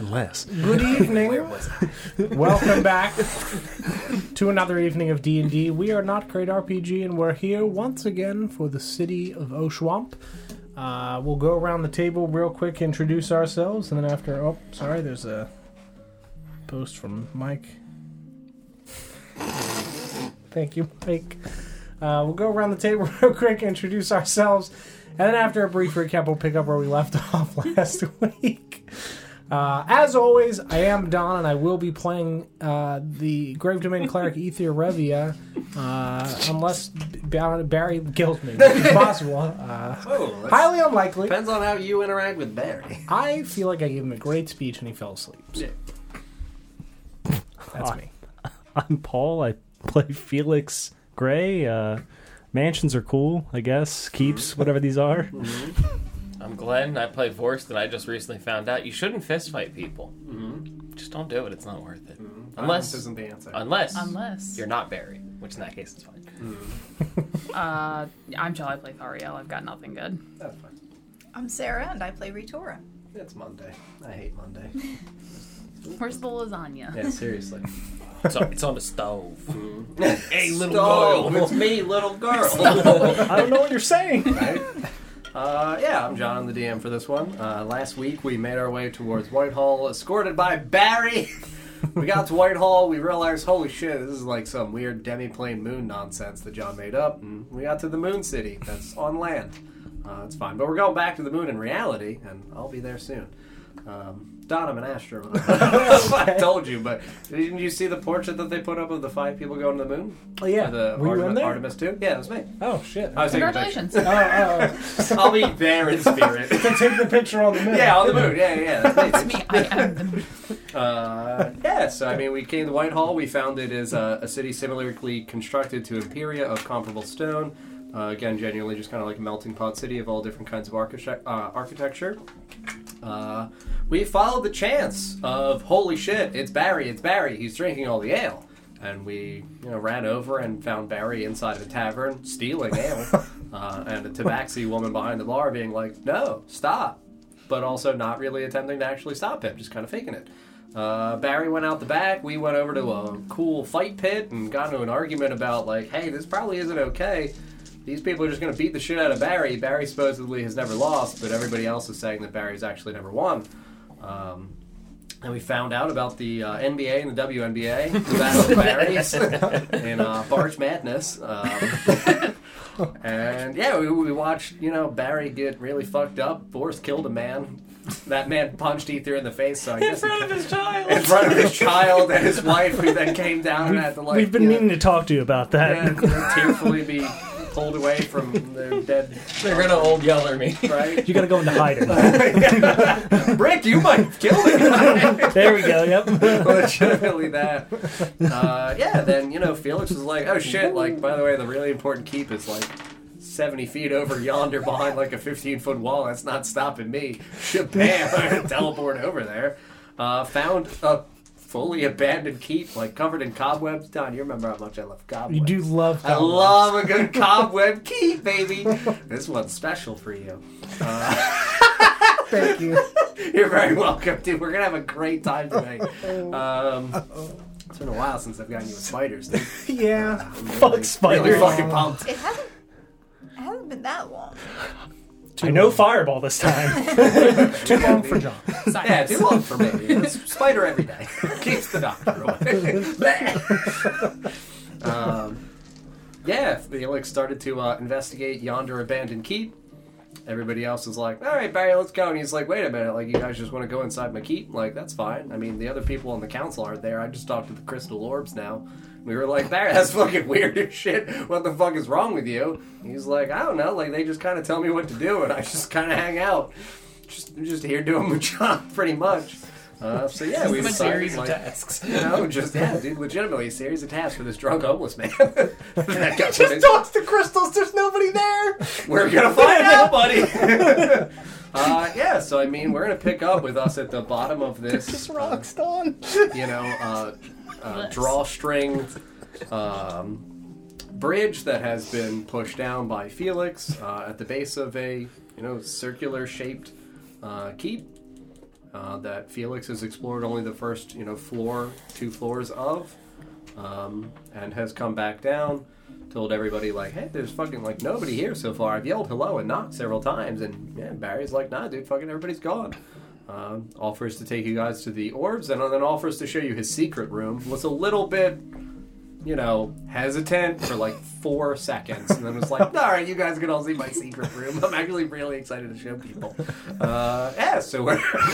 Unless. Good evening. Welcome back to another evening of D and D. We are not Great RPG, and we're here once again for the city of Oshwamp. Uh, we'll go around the table real quick, introduce ourselves, and then after. Oh, sorry, there's a post from Mike. Thank you, Mike. Uh, we'll go around the table real quick, introduce ourselves, and then after a brief recap, we'll pick up where we left off last week. Uh, as always, I am Don, and I will be playing uh, the Grave Domain Cleric Ether Revia, uh, unless Ba- Barry kills me, which is possible. Uh, Oh, that's- highly unlikely. depends on how you interact with Barry. I feel like I gave him a great speech, and he fell asleep. So that's me. I'm Paul. I play Felix Gray. Uh, mansions are cool, I guess. Keeps, whatever these are. I'm Glenn. I play Vorst, and I just recently found out you shouldn't fist fight people. Mm-hmm. Just don't do it. It's not worth it. Unless, Violence isn't the answer. unless, Unless you're not Barry, which in that case is fine. Mm-hmm. uh, I'm Jill. I play Thariel. I've got nothing good. That's fine. I'm Sarah and I play Retora. It's Monday. I hate Monday. Where's the lasagna? Yeah, seriously. So it's on the stove. hey, little girl. It's me, little girl. I don't know what you're saying. right? Uh, yeah, I'm John, the DM for this one. Uh, last week we made our way towards Whitehall, escorted by Barry. we got to Whitehall, we realized, holy shit, this is like some weird demi-plane moon nonsense that John made up. And we got to the Moon City, that's on land. Uh, it's fine, but we're going back to the moon in reality, and I'll be there soon. Um, Don, I'm an astronaut. I told you, but didn't you see the portrait that they put up of the five people going to the moon? Oh, yeah, Or the were you Artemis, in there? Artemis 2? Yeah, it was me. Oh shit! I was taking a picture. Congratulations. Oh, oh, I'll be there in spirit. oh. take the picture on the moon. yeah, on the moon. Yeah, yeah. That's me. Me, I am the Uh, yeah, so I mean, we came to Whitehall. We found it is uh, a city similarly constructed to Imperia of comparable stone. Uh, again, genuinely just kind of like a melting pot city of all different kinds of architect- uh, architecture. Uh, we followed the chance of holy shit, it's Barry, it's Barry. He's drinking all the ale. And we, you know, ran over and found Barry inside of a tavern stealing ale, uh, and a tabaxi woman behind the bar being like, "No, stop," but also not really attempting to actually stop him, just kind of faking it. Uh, Barry went out the back. We went over to a cool fight pit and got into an argument about like, "Hey, this probably isn't okay." These people are just going to beat the shit out of Barry. Barry supposedly has never lost, but everybody else is saying that Barry's actually never won. Um, and we found out about the uh, NBA and the WNBA, the Battle of Barry's, in uh, Barge Madness. Um, and yeah, we, we watched, you know, Barry get really fucked up. Boris killed a man. That man punched Ether in the face, so I guess. he- of his child. in front of his child and his wife, who then came down and had to like. We've been you know, meaning to talk to you about that. yeah, you know, tearfully be pulled away from their dead, They're gonna old yeller me. right? You gotta go into hiding. Rick, you might kill me. there we go. Yep. Legitimately, that. Uh, yeah, then you know Felix was like, "Oh shit!" Like, by the way, the really important keep is like. 70 feet over yonder behind like a 15 foot wall. That's not stopping me. Shabam! I'm gonna teleport over there. Uh, found a fully abandoned keep, like covered in cobwebs. Don, you remember how much I love cobwebs. You do love. I that one. love a good cobweb key, baby. this one's special for you. Thank you. You're very welcome, dude. We're gonna have a great time tonight. Um, it's been a while since I've gotten you with spiders. Dude. yeah. I'm really- Fuck spiders. Really fucking pumped. It hasn't it hasn't been that long. I know fireball this time. Too long for John. Yeah, science. too long for me. It's spider every day. Keeps the doctor away. um, yeah, Felix started to uh, investigate yonder abandoned keep. Everybody else is like, all right, Barry, let's go. And he's like, wait a minute, like, you guys just want to go inside my keep? Like, that's fine. I mean, the other people on the council aren't there. I just talked to the crystal orbs now. We were like, Barry, that's fucking weird as shit. What the fuck is wrong with you? He's like, I don't know. Like, they just kind of tell me what to do, and I just kind of hang out just just here doing my job pretty much. Uh, so yeah, we a decided series of like, tasks. you know, just yeah, dude, legitimately a series of tasks for this drunk homeless man. that got put in. Toss the crystals. There's nobody there. We're gonna find out, buddy. uh, yeah, so I mean, we're gonna pick up with us at the bottom of this, uh, on. you know, uh, uh, drawstring. Um, bridge that has been pushed down by Felix uh, at the base of a you know circular shaped uh, keep uh, that Felix has explored only the first you know floor two floors of um, and has come back down told everybody like hey there's fucking like nobody here so far I've yelled hello and knocked several times and yeah, Barry's like nah dude fucking everybody's gone um, offers to take you guys to the orbs and then offers to show you his secret room was a little bit you know, hesitant for like four seconds, and then was like, "All right, you guys can all see my secret room. I'm actually really excited to show people." Uh, yeah, so we're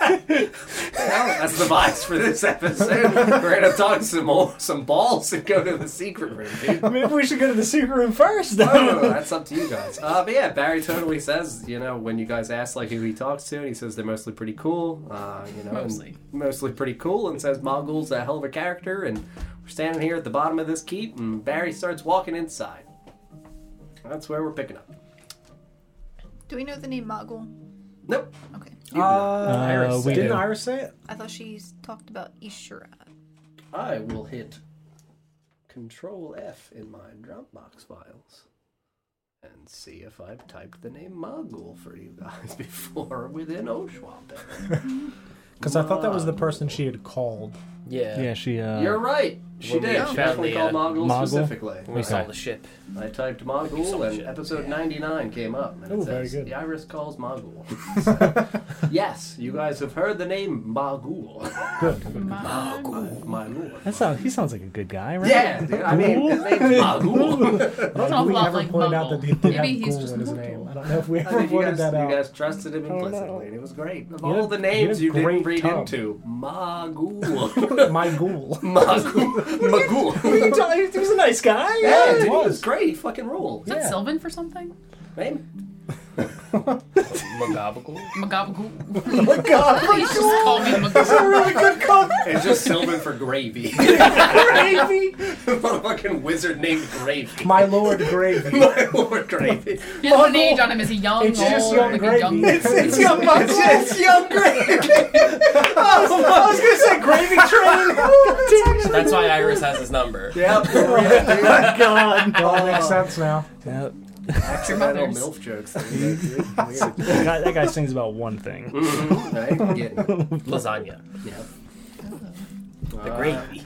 Well, that's the vibes for this episode. We're gonna talk some more, some balls, and go to the secret room, dude. Maybe we should go to the secret room first. No, no, no, Oh, that's up to you guys. Uh, but yeah, Barry totally says, you know, when you guys ask like who he talks to, and he says they're mostly pretty cool. Uh, you know, and Mostly. mostly pretty cool, and says Mogul's a hell of a character, and we're standing here at the bottom of this keep, and Barry starts walking inside. That's where we're picking up. Do we know the name Mogul? Nope. Okay. Uh, Iris we didn't do. Iris say it? I thought she's talked about Ishura. I will hit Control F in my Dropbox files and see if I've typed the name Mogul for you guys before within Oshwamp. Because I thought that was the person she had called. Yeah. Yeah, she. Uh, You're right. She When we did. She found definitely the, called uh, Mogul, Mogul? specifically. When we Okay. saw the ship. I typed You saw Mogul and shit. episode 99 came up. And it Ooh, says, very good. The Iris calls Mogul. So, yes, you guys have heard the name Mogul. Mogul. My lord. That sounds. He sounds like a good guy, right? yeah, dude, I mean, his name's Mogul. It's Did all we about, ever like, pointed out Muggle. that he did have Maybe he's cool just in his Muggle. name. I don't know if we I ever mean, Oh, you, pointed guys, that you out. guys trusted him no. implicitly, and it was great. Of You had- all the you had names a you didn't great read tongue. into, Mogul. My ghoul. Mogul. Mogul. He was a nice guy. Yeah, dude, he was great. He fucking ruled. Is that Yeah. Sylvan for something? Maybe. Mugabagal. Magabagool. God, Please just call me Magabagool. really good cop. It's just Sylvan for gravy. Motherfucking wizard named Gravy. My lord gravy. My lord Gravy. He has an age on him. Is he young? It's old, just young like gravy. a young It's- It's young Muggle. It's young Gravy. I was gonna say Gravy Train. That's why Iris has his number. Yep. Oh Yeah, God. It Oh. all makes sense now. Yep. Accidental mothers. MILF jokes. that we make, dude. Weird. That guy, that guy sings about one thing. Right? Yeah. Lasagna. Yeah. The Uh, gravy.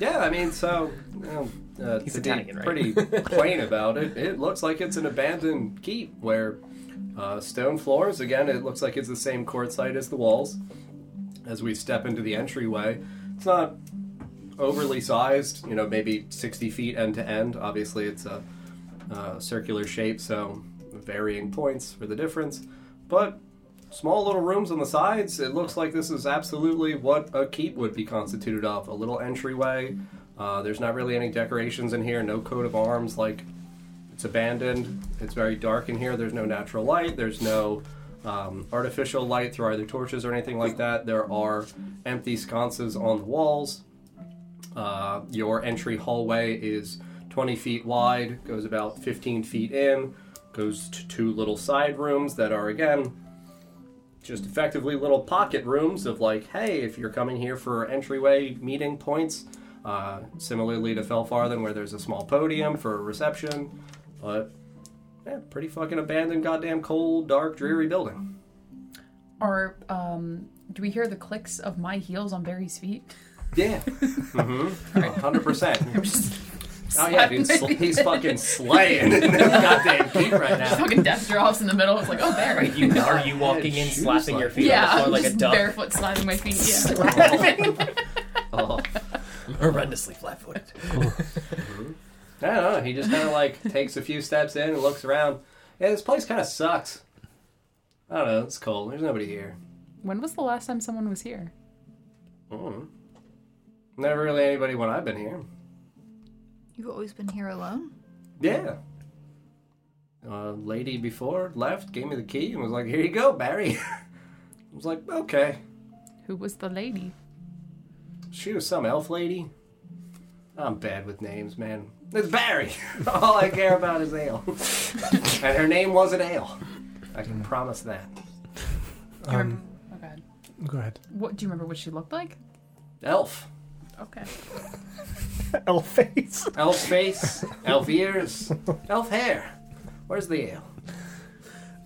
Yeah, I mean, so you know, uh, He's to Italian, be right? pretty plain about it, it looks like it's an abandoned keep where uh, stone floors. Again, it looks like it's the same quartzite as the walls. As we step into the entryway, it's not overly sized. You know, maybe sixty feet end to end. Obviously, it's a uh, circular shape, so varying points for the difference. But small little rooms on the sides. It looks like this is absolutely what a keep would be constituted of a little entryway. Uh, there's not really any decorations in here, no coat of arms. Like, it's abandoned. It's very dark in here. There's no natural light. There's no um, artificial light through either torches or anything like that. There are empty sconces on the walls. Uh, your entry hallway is 20 feet wide, goes about 15 feet in, goes to two little side rooms that are, again, just effectively little pocket rooms of like, hey, if you're coming here for entryway meeting points, uh, similarly to Felfarthen, where there's a small podium for a reception, but yeah, pretty fucking abandoned, goddamn cold, dark, dreary building. Or um, do we hear the clicks of my heels on Barry's feet? Yeah, mm-hmm, hundred percent. Just Oh yeah, dude, sl- he's fucking slaying in this goddamn heat right now. fucking death drops in the middle. It's like, oh, there. You, are you walking in, Shoes slapping your like- feet yeah, on the I'm floor like a just duck? barefoot sliding my feet. Yeah. Oh. Horrendously flat-footed. I don't know. He just kind of like takes a few steps in and looks around. Yeah, this place kind of sucks. I don't know. It's cold. There's nobody here. When was the last time someone was here? Mm. Never really anybody when I've been here. You've always been here alone? Yeah. Uh, lady before left, gave me the key, and was like, "Here you go, Barry." I was like, "Okay." Who was the lady? She was some elf lady. I'm bad with names, man. It's Barry. All I care about is ale, and her name wasn't ale. I can promise that. Do you remember? Oh god. Go ahead. What do you remember? What she looked like? Elf. Okay. L face. Elf face, elf ears, elf hair. Where's the ale?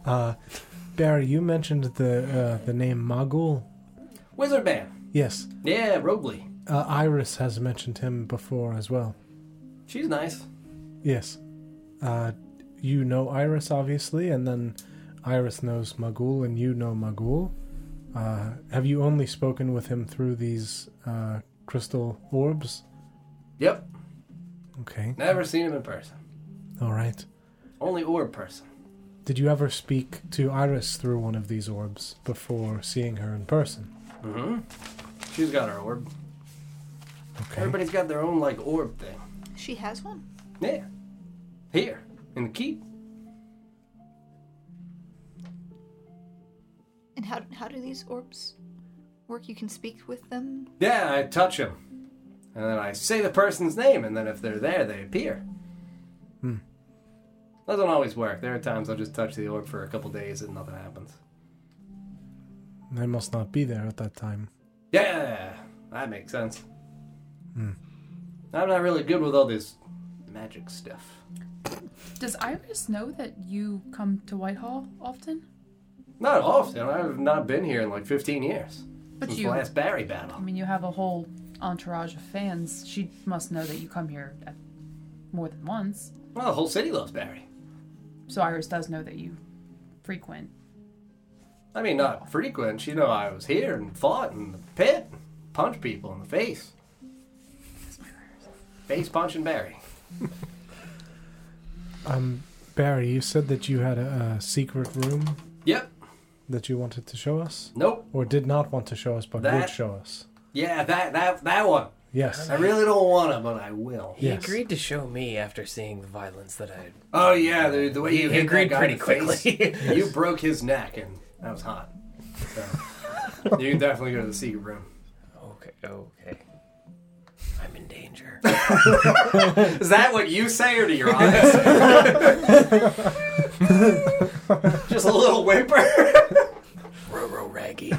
Uh, Barry, you mentioned the uh, the name Magul. Wizard man. Yes, Yeah, Robley. uh, Iris has mentioned him before as well. She's nice. Yes, uh, you know Iris obviously, and then Iris knows Magul, and you know Magul. Uh, have you only spoken with him through these uh, crystal orbs? Yep. Okay, Never seen him in person. all right. Only orb person. Did you ever speak to Iris through one of these orbs before seeing her in person? Mm-hmm. She's got her orb. Okay. Everybody's got their own like orb thing. She has one. Yeah. Here in the keep. And how how do these orbs work? You can speak with them. Yeah, I touch him, and then I say the person's name, and then if they're there, they appear. Hmm. Doesn't always work. There are times I'll just touch the orb for a couple days and nothing happens. I must not be there at that time. Yeah, that makes sense. Hmm. I'm not really good with all this magic stuff. Does Iris know that you come to Whitehall often? Not often. I've not been here in like 15 years But since you, the last Barry I battle. mean, you have a whole entourage of fans. She must know that you come here at more than once. Well, the whole city loves Barry. So Iris does know that you frequent. I mean, not frequent. You know, I was here and fought in the pit, punched people in the face. Face punching Barry. Um, Barry, you said that you had a, a secret room Yep. that you wanted to show us, Nope. or did not want to show us, but would That- show us. Yeah, that that that one. Yes. I really don't want to, but I will. He Yes. agreed to show me after seeing the violence that I had. Oh yeah, the, the way He you hit agreed that guy pretty in the face, quickly. you broke his neck, and that was hot. So, you can definitely go to the secret room. Okay, okay. I'm in danger. Is that what you say, or do your eyes? Just a little whimper. Roro Raggy.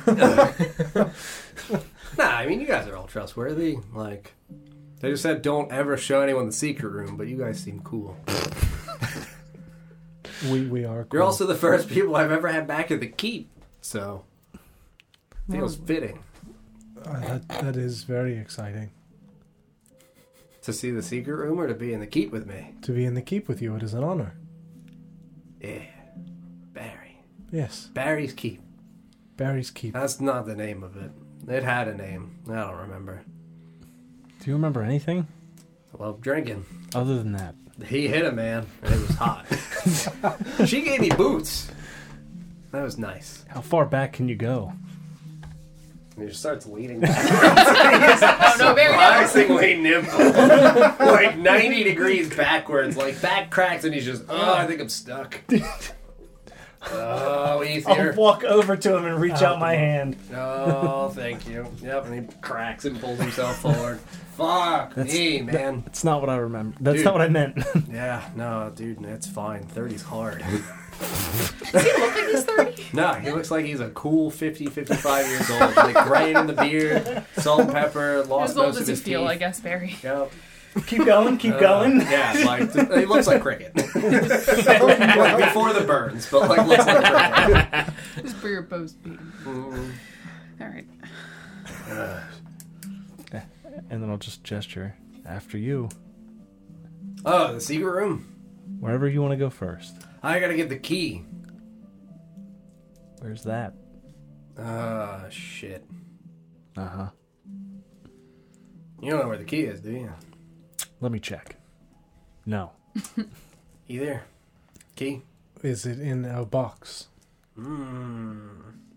nah, I mean you guys are all trustworthy. Like they just said, don't ever show anyone the secret room, but you guys seem cool. We we are. You're cool. also the first people I've ever had back at the keep, so feels fitting Uh, that, that is very exciting to see the secret room or to be in the keep with me. to be in the keep with you. It is an honor. Yeah, Barry, Yes, Barry's keep. Barry's keep. That's not the name of it. It had a name. I don't remember. Do you remember anything I love drinking. other than that? He hit a man, and it was hot. she gave me boots. That was nice. How far back can you go? And he just starts leaning. Oh no, very Surprisingly nimble. like 90 degrees backwards. Like back cracks, and he's just, oh, I think I'm stuck. Oh, I'll easier. walk over to him and reach out Uh, my hand. Oh, thank you. Yep, and he cracks and pulls himself forward. Fuck me, man. That's not what I remember. That's Dude. not what I meant. Yeah, no, dude, that's fine. 30's hard. look like he's 30. No, he looks like he's a cool 50, 55 years old. Like graying in the beard, salt and pepper, lost As old most of as you his feel, teeth. I guess, Barry. Yep. keep going, keep Uh, going. Yeah, like he looks like cricket. like before the burns, but like looks like cricket. Just for your bows beating. Mm. All right. And then I'll just gesture after you, Oh, the secret room. wherever you want to go first. I gotta get the key. Where's that? Ah, shit. Uh huh. You don't know where the key is, do you? Let me check. No. You there? Key. Is it in a box? Mmm.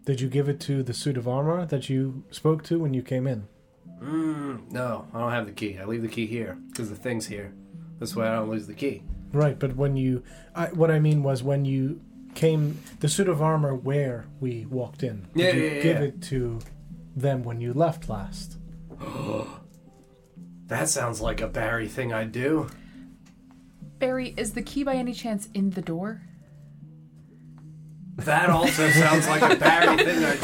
Did you give it to the suit of armor that you spoke to when you came in? Mmm. No, I don't have the key. I leave the key here because the thing's here. This way, I don't lose the key. Right, but when you, I, what I mean was when you came, the suit of armor where we walked in. Did Yeah, you yeah, yeah, give yeah. it to them when you left last? That sounds like a Barry thing I'd do. Barry, is the key by any chance in the door? That also sounds like a Barry thing I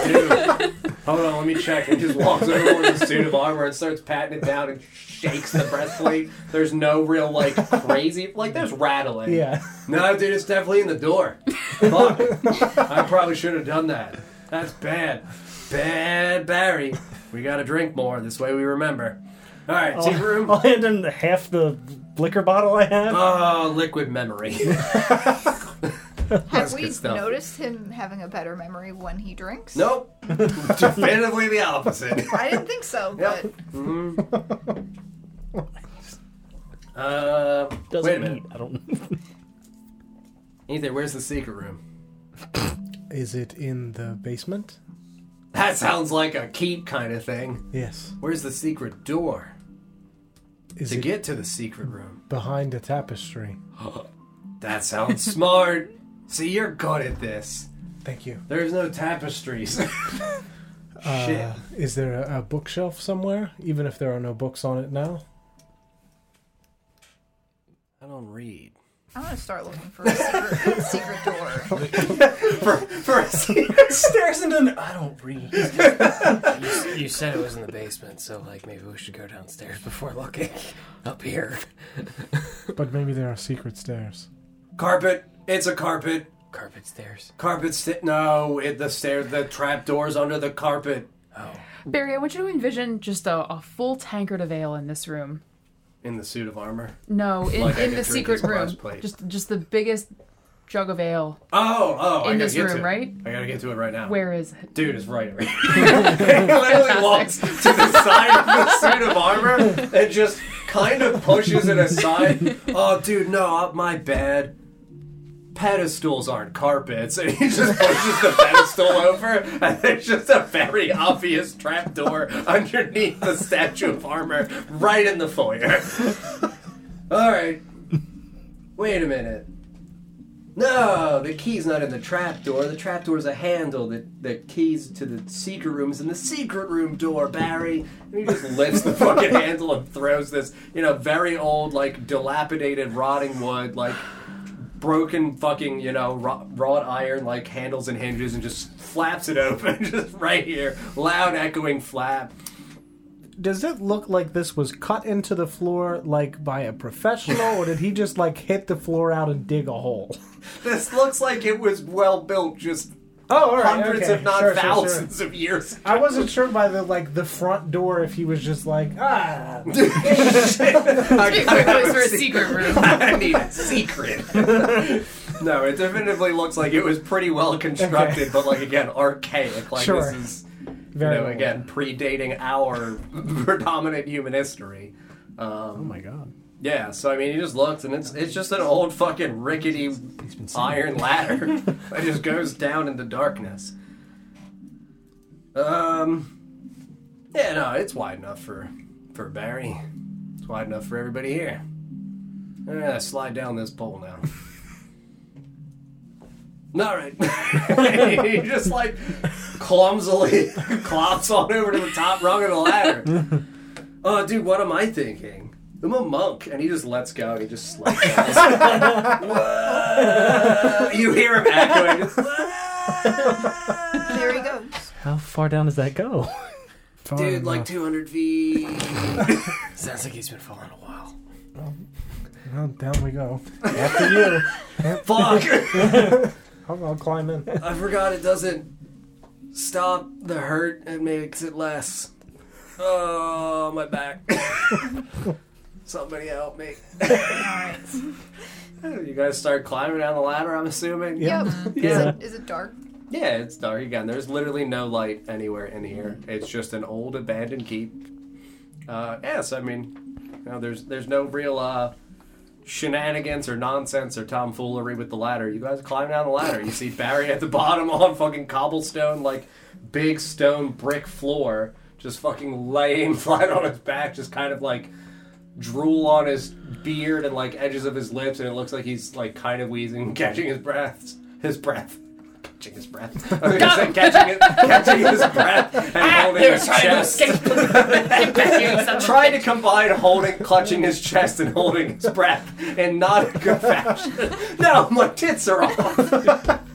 do. Hold on, let me check. And just walks over with a suit of armor and starts patting it down and shakes the breastplate. There's no real like crazy like there's rattling. Yeah. No, dude, it's definitely in the door. Fuck. I probably should have done that. That's bad. Bad Barry. We gotta drink more, this way we remember. Alright, tea room. I'll hand him the- half the liquor bottle I have. Oh, liquid memory. Have we good stuff. noticed him having a better memory when he drinks? nope. Definitively the opposite. I didn't think so, Yep. but Uh, Doesn't wait a minute. eat. I don't. Ethan, where's the secret room? Is it in the basement? That sounds like a keep kind of thing. Yes. Where's the secret door Is to it get to the secret room? behind a tapestry? That sounds smart. See, you're good at this. Thank you. There's no tapestries. Shit. Uh, is there a, a bookshelf somewhere? Even if there are no books on it now? I don't read. I'm gonna start looking for a secret, secret door. For, for a secret stares into the. I don't read. You, you said it was in the basement, so like maybe we should go downstairs before looking up here. But maybe there are secret stairs. Carpet. It's a carpet. Carpet stairs. Carpet. St- no, it, the stair. The trap door's under the carpet. Barry, I want you to envision just a, a full tankard of ale in this room. In the suit of armor. No, in, Like I in could the drink secret his glass room. plate. Just just the biggest jug of ale Oh, oh! I in gotta this get room, to it. right? I gotta get to it right now. Where is it? Dude is right. right. he literally walks to the side of the suit of armor and just kind of pushes it aside. Oh, dude, no, my bad. Pedestals aren't carpets, and he just pushes the pedestal over, and there's just a very obvious trapdoor underneath the statue of armor, right in the foyer. All right, wait a minute. No, the key's not in the trapdoor. The trapdoor's a handle that the keys to the secret room's in the secret room door, Barry. And he just lifts the fucking handle and throws this, you know, very old, like dilapidated, rotting wood, like broken fucking, you know, wrought, wrought iron, like handles and hinges, and just flaps it open, just right here, loud echoing flap. Does it look like this was cut into the floor like by a professional, or did he just like hit the floor out and dig a hole? This looks like it was well built, just Oh, all right. hundreds, okay. if not Sure, sure, sure. thousands, of years. ago. I wasn't sure by the like the front door if he was just like ah. Big weird place for a secret room. I need a secret. no, it definitively looks like it was pretty well constructed, Okay. but like again, archaic. Like Sure. this is you Very know, well. again predating our predominant human history. Um, Oh my god. yeah, so I mean, he just looks, and it's it's just an old fucking rickety iron ladder that just goes down into darkness. Um, yeah, no, it's wide enough for for Barry. It's wide enough for everybody here. Yeah, slide down this pole now. All right, he just like clumsily clops on over to the top rung of the ladder. Oh, dude, what am I thinking? I'm a monk, and he just lets go. And he just slides. down. Whoa! you hear him echoing. just, "Whoa!" There he goes. How far down does that go? Far Dude, like enough. 200 feet. Sounds like he's been falling a while. Well, down we go. After you, Fuck! I'll, I'll climb in. I forgot it doesn't stop the hurt and makes it less. Oh, my back. Somebody help me. All right. You guys start climbing down the ladder, I'm assuming? Yep. Is, Yeah. it, is it dark? Yeah, it's dark again. There's literally no light anywhere in here. It's just an old abandoned keep. Uh, yes, I mean, you know, there's there's no real uh, shenanigans or nonsense or tomfoolery with the ladder. You guys climb down the ladder. You see Barry at the bottom on fucking cobblestone, like big stone brick floor, just fucking laying flat on his back, just kind of like drool on his beard and like edges of his lips, and it looks like he's like kind of wheezing, catching his breath, his breath. Catching his breath. I was gonna say catching, his, catching his breath and holding They were his Ah, trying to chest. escape. Get back here, son of a Trying to bitch. combine holding, clutching his chest and holding his breath in not a good fashion. No, my tits are off.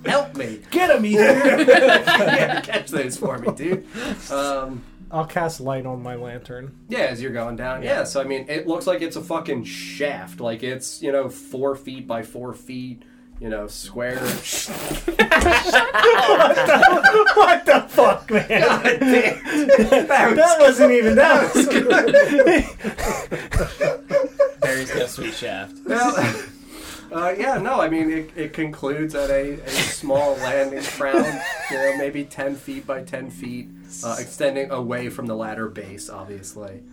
Help me. Get him, of me here. yeah, catch those for me, dude. Um, I'll cast light on my lantern. yeah, as you're going down. Yeah. so I mean, it looks like it's a fucking shaft. Like it's you know four feet by four feet. You know, square. What the fuck, man? God damn. That was- That wasn't even that. Was Barry's got a sweet shaft. Well, uh, yeah, no, I mean, it, it concludes at a, a small landing crown, you know, maybe 10 feet by 10 feet, uh, extending away from the ladder base, obviously.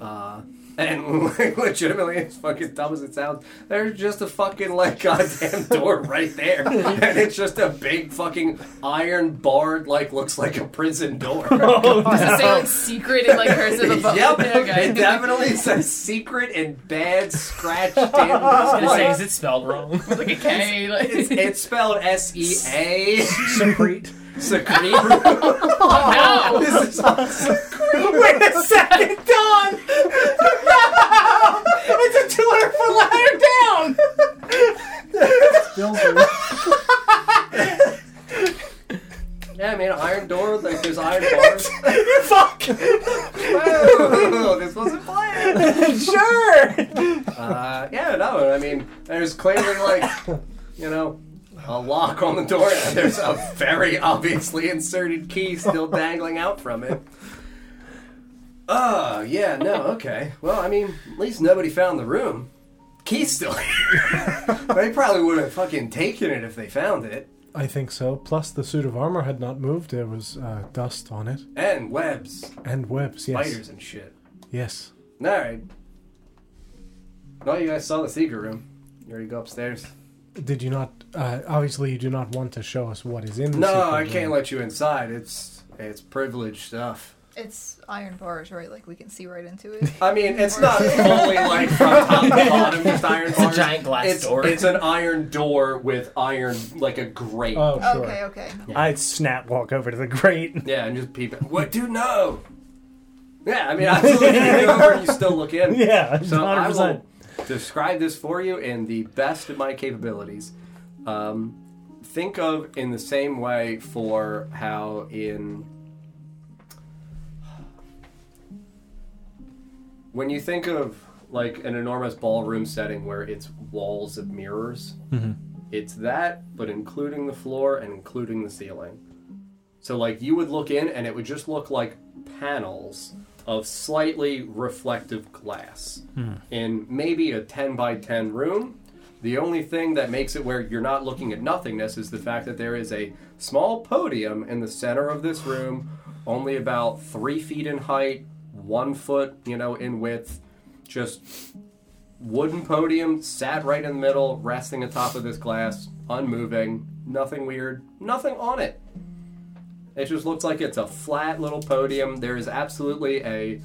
Uh, and like, legitimately, as fucking dumb as it sounds, there's just a fucking like goddamn door right there, and it's just a big fucking iron barred like looks like a prison door. Does it say like secret in like cursive above? Yep, Okay. it definitely says secret and bad scratched in. like, it spelled wrong? like a K. Like, It's spelled S E A. Secrete. Secrete. no. this is awesome. Wait a second, Don! No! It's a 200 foot ladder down! Yeah, I mean, iron door, like there's iron bars. You fuck! Whoa, this wasn't planned. Sure! Uh, yeah, no, I mean, there's clearly like, you know, a lock on the door, and there's a very obviously inserted key still dangling out from it. Oh, yeah, no, okay. Well, I mean, at least nobody found the room. Key's still here. they probably would have fucking taken it if they found it. I think so. Plus, the suit of armor had not moved. There was uh, dust on it. And webs, And webs, yes. spiders, and shit. Yes. All right. No, you guys saw the secret room. You already go upstairs. Did you not? Uh, obviously, you do not want to show us what is in the No, secret I can't room. let you inside. It's it's privileged stuff. It's iron bars, right? Like we can see right into it. I mean, it's not fully like from top to bottom, just iron It's a bars. giant glass It's, door. it's an iron door with iron, like a grate. Oh, sure. Okay, okay. I'd snap walk over to the grate. Yeah, and just peep. it. What? Dude, no. Yeah, I mean, absolutely. you go over, you still look in. Yeah, So I 100%. will describe this for you in the best of my capabilities. Um, think of in the same way for how in when you think of like an enormous ballroom setting where it's walls of mirrors. It's that, but including the floor and including the ceiling. So like you would look in and it would just look like panels of slightly reflective glass in maybe a 10 by 10 room. The only thing that makes it where you're not looking at nothingness is the fact that there is a small podium in the center of this room, only about three feet in height, one foot, you know, in width, just wooden podium, sat right in the middle, resting atop of this glass, unmoving, nothing weird, nothing on it. It just looks like it's a flat little podium. There is absolutely a,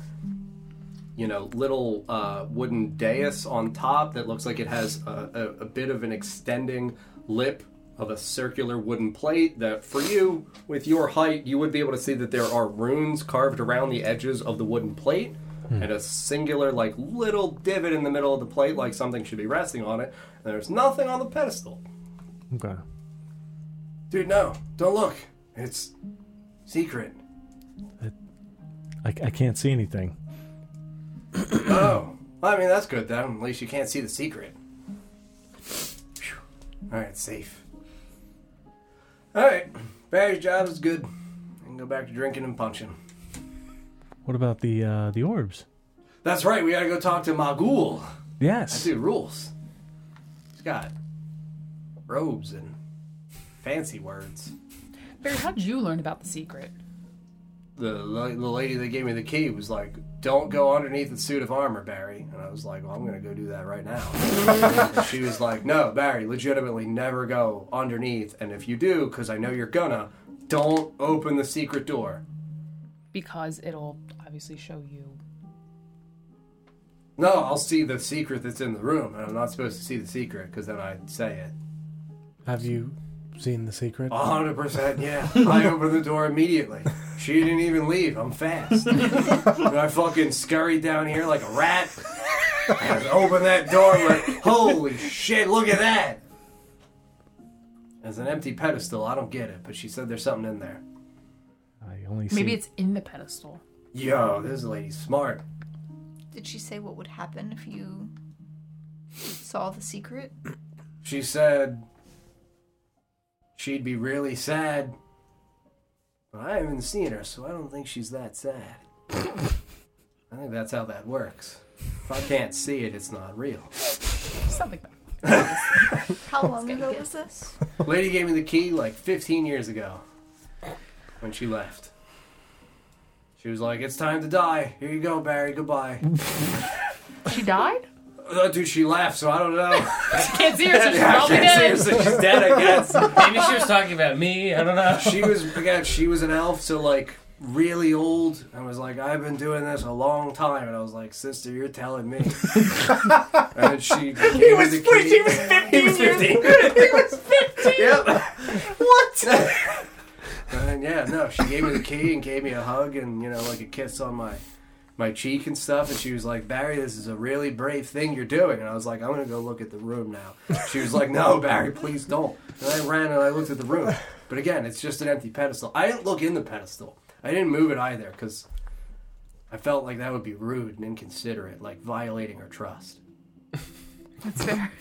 you know, little uh, wooden dais on top that looks like it has a, a, a bit of an extending lip of a circular wooden plate that for you with your height you would be able to see that there are runes carved around the edges of the wooden plate and a singular like little divot in the middle of the plate like something should be resting on it and there's nothing on the pedestal Okay. dude no don't look it's secret I, I can't see anything. Oh, well, I mean that's good then. At least you can't see the secret. Phew. All right, safe. All right, Barry's job is good. I can go back to drinking and punching. What about the uh, the orbs? That's right. We gotta go talk to Magul. That Yes. dude rules. He's got robes and fancy words. Barry, how'd you learn about the secret? the, la- the lady that gave me the key was like, "Don't go underneath the suit of armor, Barry." And I was like, "Well, I'm gonna go do that right now." And she was like, "No, Barry, legitimately, never go underneath. And if you do, because I know you're gonna, don't open the secret door." Because it'll obviously show you. No, I'll see the secret that's in the room, and I'm not supposed to see the secret because then I say it. Have you seen the secret? A hundred percent, yeah. I opened the door immediately. She didn't even leave. I'm fast. and I fucking scurried down here like a rat. And opened that door like, holy shit, look at that. There's an empty pedestal. I don't get it, but she said there's something in there. I only see. Maybe it's in the pedestal. Yo, this lady's smart. Did she say what would happen if you saw the secret? She said she'd be really sad. But I haven't seen her, so I don't think she's that sad. I think that's how that works. If I can't see it, it's not real. Something like that. How long get ago it. was this? Lady gave me the key like 15 years ago when she left. She was like, It's time to die. Here you go, Barry. Goodbye. She died? Uh, dude, she laughed, so I don't know. Can't see her, so she's probably Can't dead. see her, so she's dead, I guess. Maybe she was talking about me. I don't know. she was again she was an elf so like really old and was like i've been doing this a long time and i was like sister you're telling me and she he was, the key. he was 15 he was 15 yep what and yeah no she gave me the key and gave me a hug and you know like a kiss on my my cheek and stuff and she was like barry this is a really brave thing you're doing and i was like i'm gonna go look at the room now she was like no barry please don't and i ran and i looked at the room but again it's just an empty pedestal i didn't look in the pedestal i didn't move it either because i felt like that would be rude and inconsiderate like violating her trust That's fair.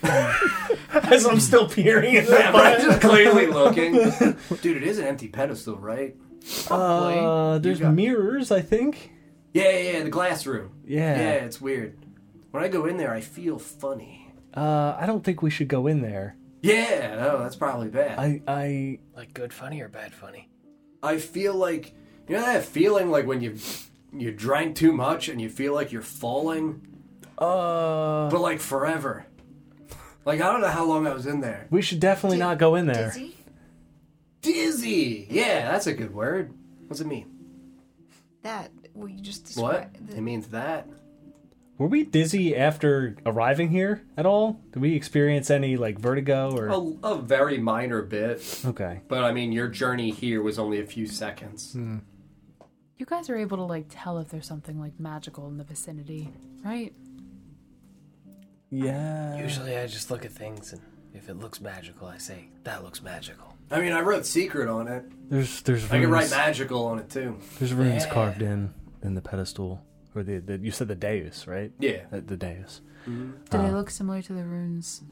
As I'm still peering at yeah, but i'm just clearly looking dude it is an empty pedestal right Uh, there's got- mirrors, I think. yeah yeah yeah the glass room Yeah. yeah it's weird when i go in there i feel funny Uh, I don't think we should go in there. yeah no that's probably bad I, I, Like good funny or bad funny? I feel like you know that feeling like when you you drank too much and you feel like you're falling, uh, but like forever. Like I don't know how long I was in there. we should definitely not go in there. Dizzy? Dizzy. Yeah, that's a good word. What's it mean? That well, you just What? described. It means that. Were we dizzy after arriving here at all? Did we experience any like vertigo or? A, a very minor bit, Okay. but I mean your journey here was only a few seconds. You guys are able to like tell if there's something like magical in the vicinity, right? Yeah. Usually I just look at things and if it looks magical, I say, that looks magical. I mean I wrote secret on it. There's, there's I could write runes. magical on it too. There's runes Yeah. carved in in the pedestal, or the, the you said the dais, right? Yeah. The, the dais. Do Uh. they look similar to the runes?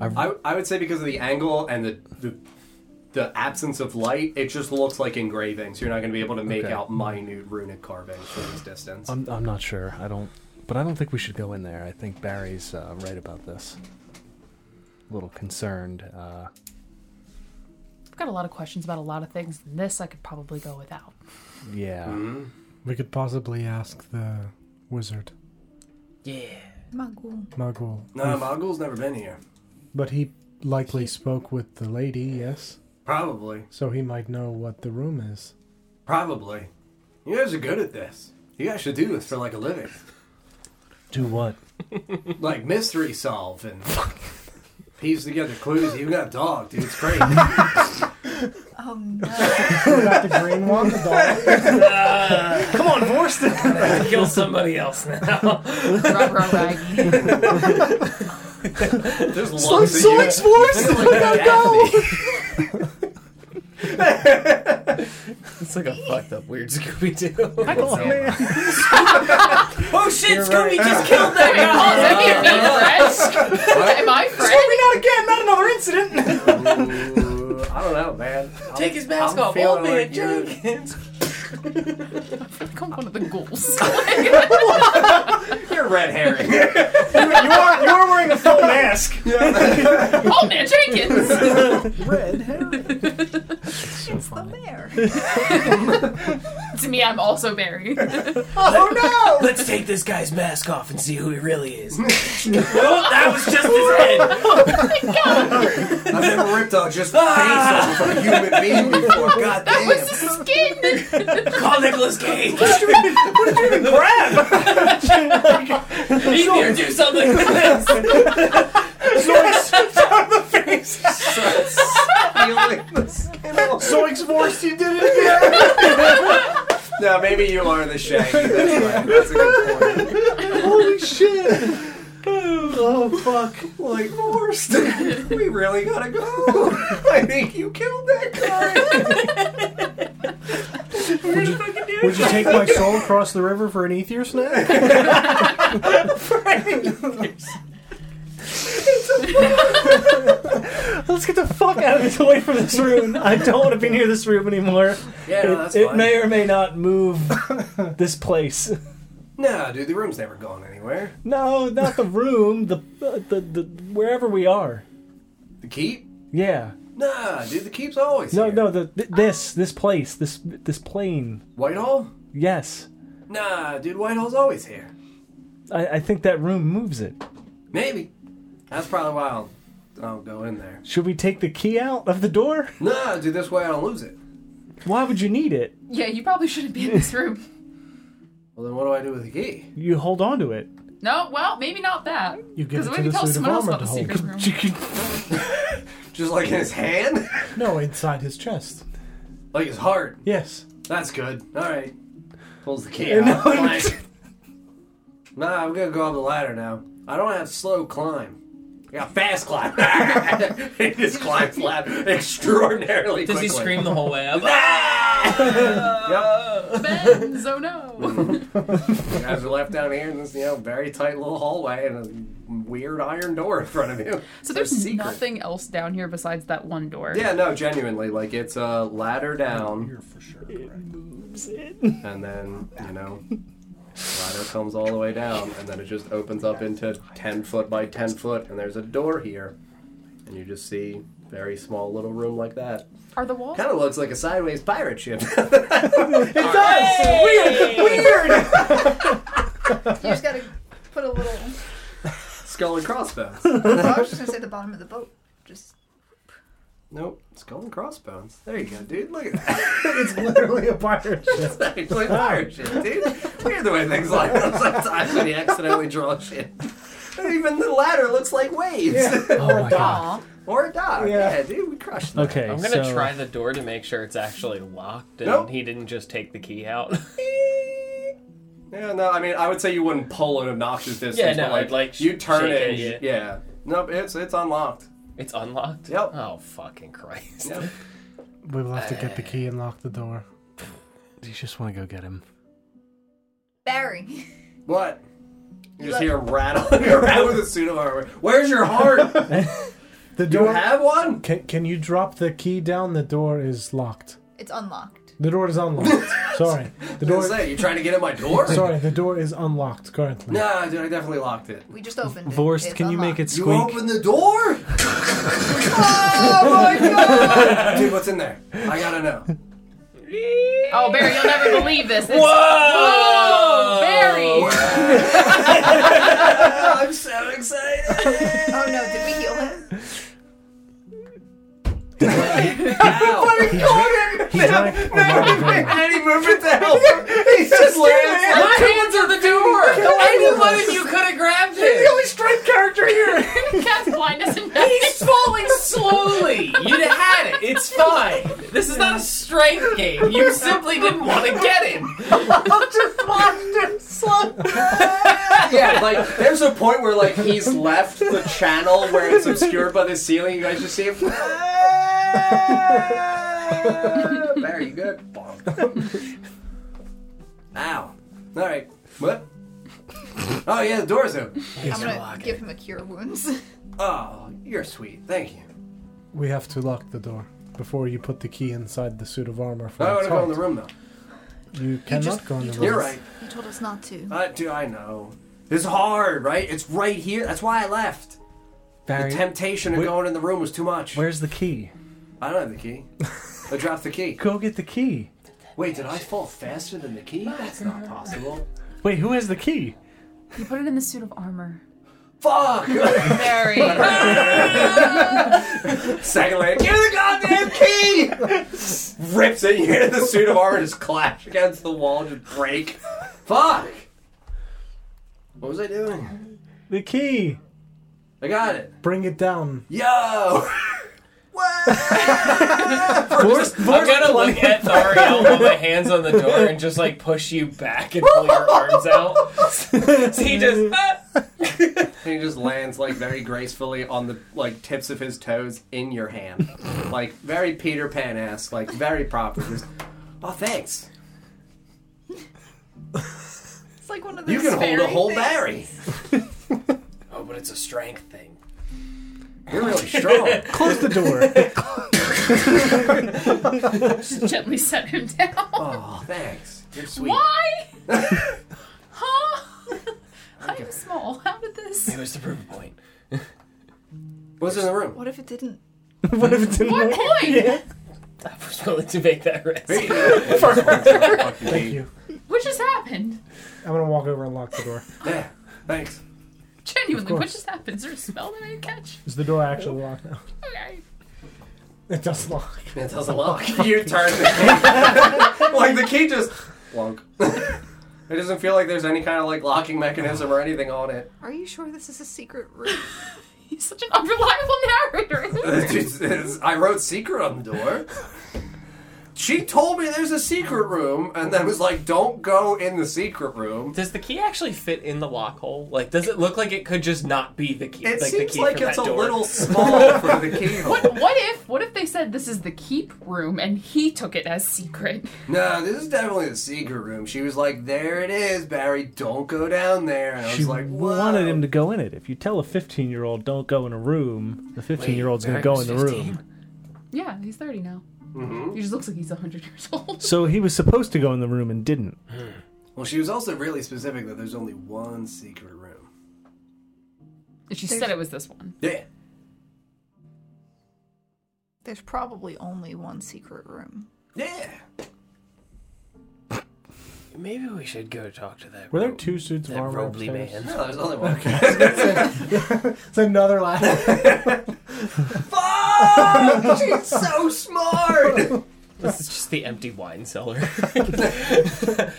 I, I would say because of the angle and the, the the absence of light, it just looks like engravings. You're not going to be able to make Okay. Um, out minute runic carvings from this distance. I'm, I'm not sure. I don't, but I don't think we should go in there. I think Barry's uh, right about this. A little concerned. Uh, I've got a lot of questions about a lot of things, and this I could probably go without. yeah. Mm-hmm. We could possibly ask the wizard, Yeah. Muggle. Muggle. hmm. no, Mogul's never been here. But he likely spoke with the lady, yes? Probably, So he might know what the room is. probably. You guys are good at this. You guys should do this for like a living, Do what? like mystery solve and piece together clues. You got a dog, dude. It's great. Oh no. We got the green one, the dog. Come on, Vorston. Kill somebody else now. Rub, rub, rag. There's lots of you. Vorston. Like, Daphne. it's like a fucked up weird Scooby Doo. Oh, man. oh shit, Scooby just killed that guy! Does that mean me, Fred? Am I Fred? Not again. Not another incident. Ooh, I don't know, man. I'm- Take his mask I'm off, feeling old man like you're- Jenkins. Come one of the ghouls. You're red herring. you, you are you are wearing a full mask. Old man Jenkins! Red hair. it's the mayor. to me, I'm also Barry. Oh no! Let's take this guy's mask off and see who he really is. Nope, that was just his head. I've never ripped off just face Ah! off of a human being before. God damn. Skin! Call Nicholas Cage. Grab. He there, do something with this. Zoinks Vorst, you did it again. No, maybe you are the shaggy. That's right. That's a good point. Holy shit. oh fuck, like forced. we really gotta go. I think you killed that guy. Would you, would you take my soul across the river for an ether snack? Let's get the fuck out of this away from this room. I don't want to be near this room anymore. yeah, no, that's it, it fine. may or may not move this place. Nah, dude, the room's never gone anywhere. No, not the room. The uh, the the wherever we are. The keep? Yeah. Nah, dude, the keep's always No, here. no. The th- this this place this this plane. Whitehall? Yes. Nah, dude, Whitehall's always here. I, I think that room moves it. Maybe. That's probably why I'll, I'll go in there. Should we take the key out of the door? Nah, dude, this way I don't lose it. Why would you need it? Yeah, you probably shouldn't be in this room. Well, then what do I do with the key? You hold on to it. No, well, maybe not that. You give Because it we to can the tell suit of someone else armor about the to hold. secret room. Just like in his hand? No, inside his chest. like his heart. Yes. That's good. All right. Pulls the key out. Clank. nah, I'm gonna go up the ladder now. I don't have slow climb. I got fast climb. he just climbs ladder extraordinarily Does quickly. he scream the whole way up? Ah! yep. Benz, oh no. You guys are left down here in this, you know, very tight little hallway and a weird iron door in front of you. so It's a there's secret. nothing else down here besides that one door. Yeah, no, genuinely, like it's a ladder down, You're for sure correct. and then you know, ladder comes all the way down, and then it just opens up into ten foot by ten foot, and there's a door here, and you just see very small little room like that. Are the walls? Kind of looks like a sideways pirate ship. You just gotta put a little. skull and crossbones. I was just gonna say the bottom of the boat. Just Nope, skull and crossbones. There you go, dude. Look at that. it's literally a Pirate It's actually pirate shit, dude. Weird the way things like that sometimes when you accidentally draw shit. And even the ladder looks like waves. Oh my god. Aw. or a dog. Yeah. Yeah. dude, we crushed that. Okay. I'm gonna so- try the door to make sure it's actually locked and Nope. he didn't just take the key out. Yeah, no, I mean, I would say you wouldn't pull an obnoxious distance, Yeah, no, but like, I'd, like, you turn shake it, it, and- yeah. Nope, it's it's unlocked. it's unlocked? Yep. Oh fucking Christ. Yep. We will have to get the key and lock the door. You just want to go get him. Barry. What? You just hear rattling around with a suit of armor. Where's your heart? The Do you door. have one? can, can you drop the key down? The door is locked. It's unlocked. The door is unlocked. sorry. The Don't door. say, you trying to get in my door? Sorry, the door is unlocked currently. Nah, dude, I definitely locked it. We just opened it. Vorst, It's can you make unlocked. it You squeak? open the door? oh my god! Dude, what's in there? I gotta know. Oh, Barry, you'll never believe this. It's- Whoa! Oh, Barry! Oh, I'm so excited! Oh no, did we heal him? Ow. He drank a lot of drink. Any movement to help him? He's just laying My hands are the door! Anyone of you could have grabbed it! straight character here. Cast blindness and He's Falling slowly! You'd have had it! It's fine! This is not a strength game! You simply didn't want to get him! yeah, like there's a point where like he's left the channel where it's obscured by the ceiling. You guys just see him. Very good. Bonk. Ow. All right. What? Oh yeah, the door's open. I'm gonna give him a cure wounds. Oh, you're sweet. Thank you. We have to lock the door before you put the key inside the suit of armor. For I want its to go in the heart. room though. You cannot just- go in you the room. told You're us- right. You told us not to. Uh, dude, I know. It's hard, right? It's right here. That's why I left. The Barry, temptation of Wh- going in the room was too much. where's the key? I don't have the key. I dropped the key. Go get the key. Wait, did I fall faster than the key? That's not possible. Wait, who has the key? You put it in the suit of armor. Fuck! Barry. Second lady, give me the goddamn key! Rips it, you hear the suit of armor just clash against the wall, just break. Fuck! What was I doing? The key. I got it. Bring it down. Yo! I'm gonna look at Thariel with my hands on the door and just like push you back and pull your arms out. so he just. ah. and he just lands like very gracefully on the like tips of his toes in your hand, like very Peter Pan esque, like very proper. Just, oh, thanks. It's like one of those. You can hold a fairy whole things. berry. oh, but it's a strength thing. You're really strong. Close the door. Just gently set him down. oh, thanks. You're sweet. Why? huh? I'm small. How did this? It was the proof point. What's in the room? What if it didn't? what if it didn't What work? point? I was willing to make that risk. Thank you. What just happened? I'm gonna walk over and lock the door. Yeah, thanks. Genuinely, Of what course. just happened? Is there a spell that I didn't catch? Is the door actually locked now? Okay. It does lock. It doesn't lock. You turn the key. like the key just plunk. it doesn't feel like there's any kind of like locking mechanism or anything on it. Are you sure this is a secret room? He's such an unreliable narrator. It's just- it's- I wrote secret on the door. She told me there's a secret room, and then was like, "Don't go in the secret room." Does the key actually fit in the lock hole? Like, does it look like it could just not be the key? It like the seems key like for it's a that door? little small for the keyhole. what, what if? What if they said this is the keep room and he took it as secret? No, this is definitely the secret room. She was like, "There it is, Barry. Don't go down there." And I was She like, wanted "Whoa." him to go in it. If you tell a 15 year old don't go in a room, the 15 year old's going to Wait, go in Barry the was room. 15? Yeah, he's thirty now. Mm-hmm. He just looks like he's hundred years old. So he was supposed to go in the room and didn't. Well, she was also really specific that there's only one secret room. And she said it was this one. Yeah. There's probably only one secret room. Yeah. Maybe we should go talk to that. Were there ro- two suits of that armor Robley upstairs? man? No, there's only one. It's another laugh. Fuck! She's so smart! This is just the empty wine cellar.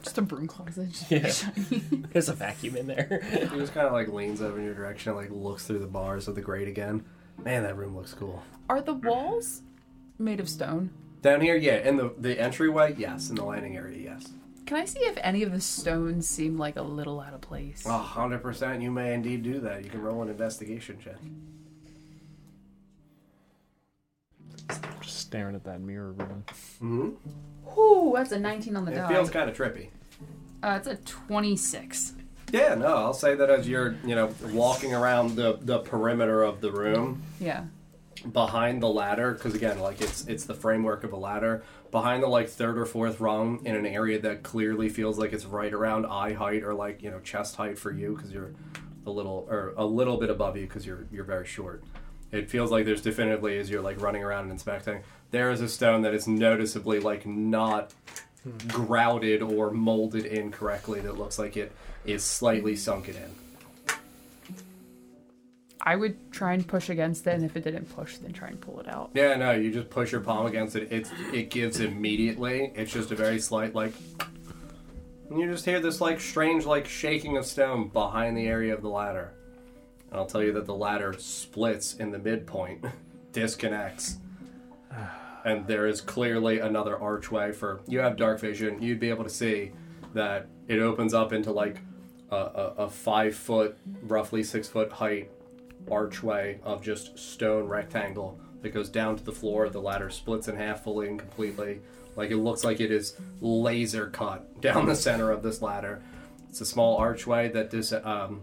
Just a broom closet. Just Yeah. shiny. There's a vacuum in there. He just kind of like leans over in your direction, like looks through the bars of the grate again. Man, that room looks cool. Are the walls made of stone? Down here, yeah. In the the entryway, yes. In the landing area, yes. Can I see if any of the stones seem like a little out of place? A hundred percent. You may indeed do that. You can roll an investigation check. Just staring at that mirror room. Ooh, that's a 19 on the It die. feels kind of trippy. uh, it's a 26. Yeah, no, I'll say that as you're, you know, walking around the, the perimeter of the room, Yeah. behind the ladder because again like it's it's the framework of a ladder behind the like third or fourth rung in an area that clearly feels like it's right around eye height or like you know chest height for you because you're a little or a little bit above you because you're you're very short it feels like there's definitively as you're like running around and inspecting there is a stone that is noticeably like not grouted or molded in correctly that looks like it is slightly sunken in I would try and push against it, and if it didn't push, then try and pull it out. Yeah, no, you just push your palm against it. It's it gives immediately. It's just a very slight like and you just hear this like strange like shaking of stone behind the area of the ladder. And I'll tell you that the ladder splits in the midpoint, disconnects. And there is clearly another archway for you have dark vision, you'd be able to see that it opens up into like a, a, a five foot, roughly six foot height archway of just stone rectangle that goes down to the floor. The ladder splits in half fully and completely. Like it looks like it is laser cut down the center of this ladder. It's a small archway that dis- um,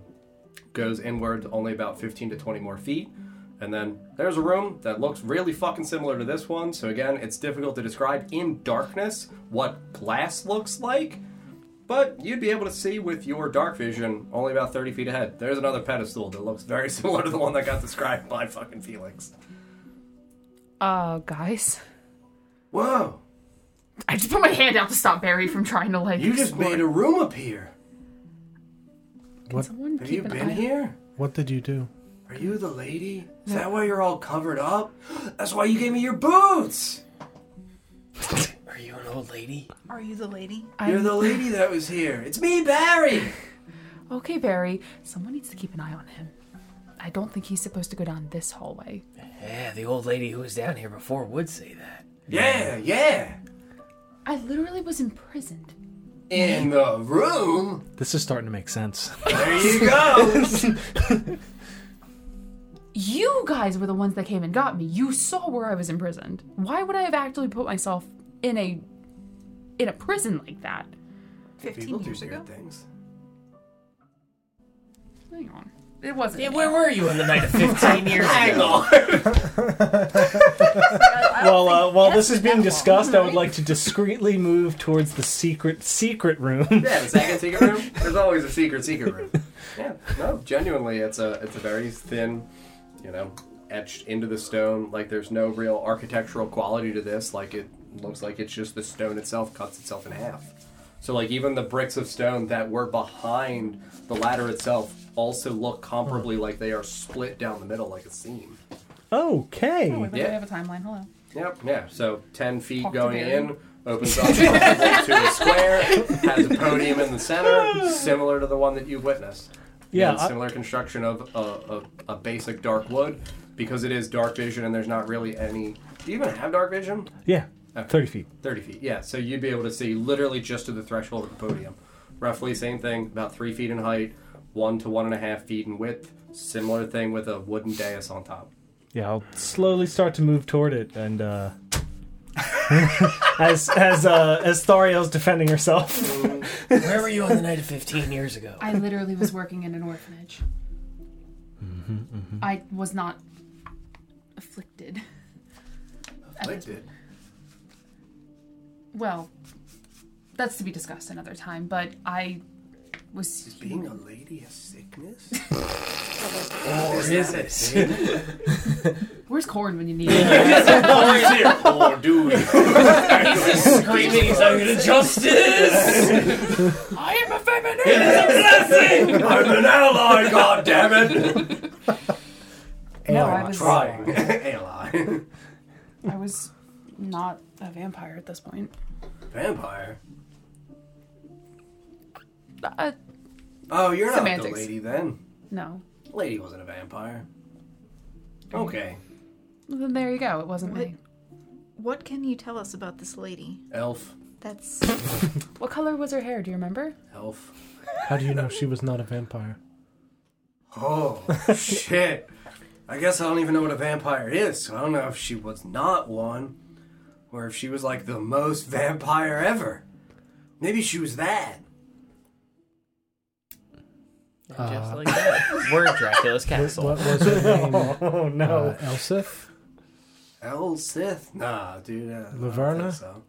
goes inward only about 15 to 20 more feet. And then there's a room that looks really fucking similar to this one. So again, it's difficult to describe in darkness what glass looks like. But you'd be able to see with your dark vision only about 30 feet ahead. There's another pedestal that looks very similar to the one that got described by fucking Felix. Uh, guys, Whoa, I just put my hand out to stop Barry from trying to like. you just made a room appear. Can someone Have keep you an been eye- here? What did you do? Are you the lady? Is that why you're all covered up? That's why you gave me your boots! Are you an old lady? Are you the lady? You're the lady that was here. It's me, Barry! Okay, Barry. Someone needs to keep an eye on him. I don't think he's supposed to go down this hallway. Yeah, the old lady who was down here before would say that. Yeah, yeah! I literally was imprisoned. in the room. This is starting to make sense. There you go. You guys were the ones that came and got me. You saw where I was imprisoned. Why would I have actually put myself in a in a prison like that? 15 People do years ago? weird things. Hang on. It wasn't. Yeah, where were you on the night of 15 years Hang ago? on. Well, uh, while this is being discussed, I would like to discreetly move towards the secret secret room. Yeah, the second secret room. There's always a secret secret room. Yeah, no, genuinely, it's a it's a very thin, you know, etched into the stone. Like there's no real architectural quality to this. Like it looks like it's just the stone itself cuts itself in half. So like even the bricks of stone that were behind the ladder itself also look comparably like they are split down the middle like a seam. Oh, wait, Okay. but Yeah. we have a timeline. Hello. Yep. Yeah. So ten feet Talk to going Barry. in opens up to a square, has a podium in the center, similar to the one that you witnessed. Yeah, And I- similar construction of a, a, a basic dark wood because it is dark vision and there's not really any. Do you even have dark vision? Yeah, Okay. thirty feet. Thirty feet. Yeah. So you'd be able to see literally just to the threshold of the podium. Roughly same thing, about three feet in height, one to one and a half feet in width. Similar thing with a wooden dais on top. Yeah, I'll slowly start to move toward it, and uh, as as uh, as Thariel's defending herself. Where were you on the night of 15 years ago? I literally was working in an orphanage. I was not afflicted. Afflicted. Well, that's to be discussed another time, but I was. Being a lady a sickness? Or is it? Where's corn when you need it? or do you? Screaming, he's out here to justice! I am a feminist! I'm an ally, goddammit! No, I was. Trying. ally. I was not a vampire at this point. Vampire? Uh, Oh, you're not Semantics. the lady then. no. Lady wasn't a vampire. Okay. Then there you go. It wasn't me. What can you tell us about this lady? Elf. That's What color was her hair? Do you remember? Elf. How do you know she was not a vampire? Oh, shit. I guess I don't even know what a vampire is, so I don't know if she was not one, or if she was like the most vampire ever. Maybe she was that. Just like that. We're in Dracula's castle. What was her name? Oh no! Uh, Elsif? El Sith? Nah, dude. uh, I don't Laverna? think so.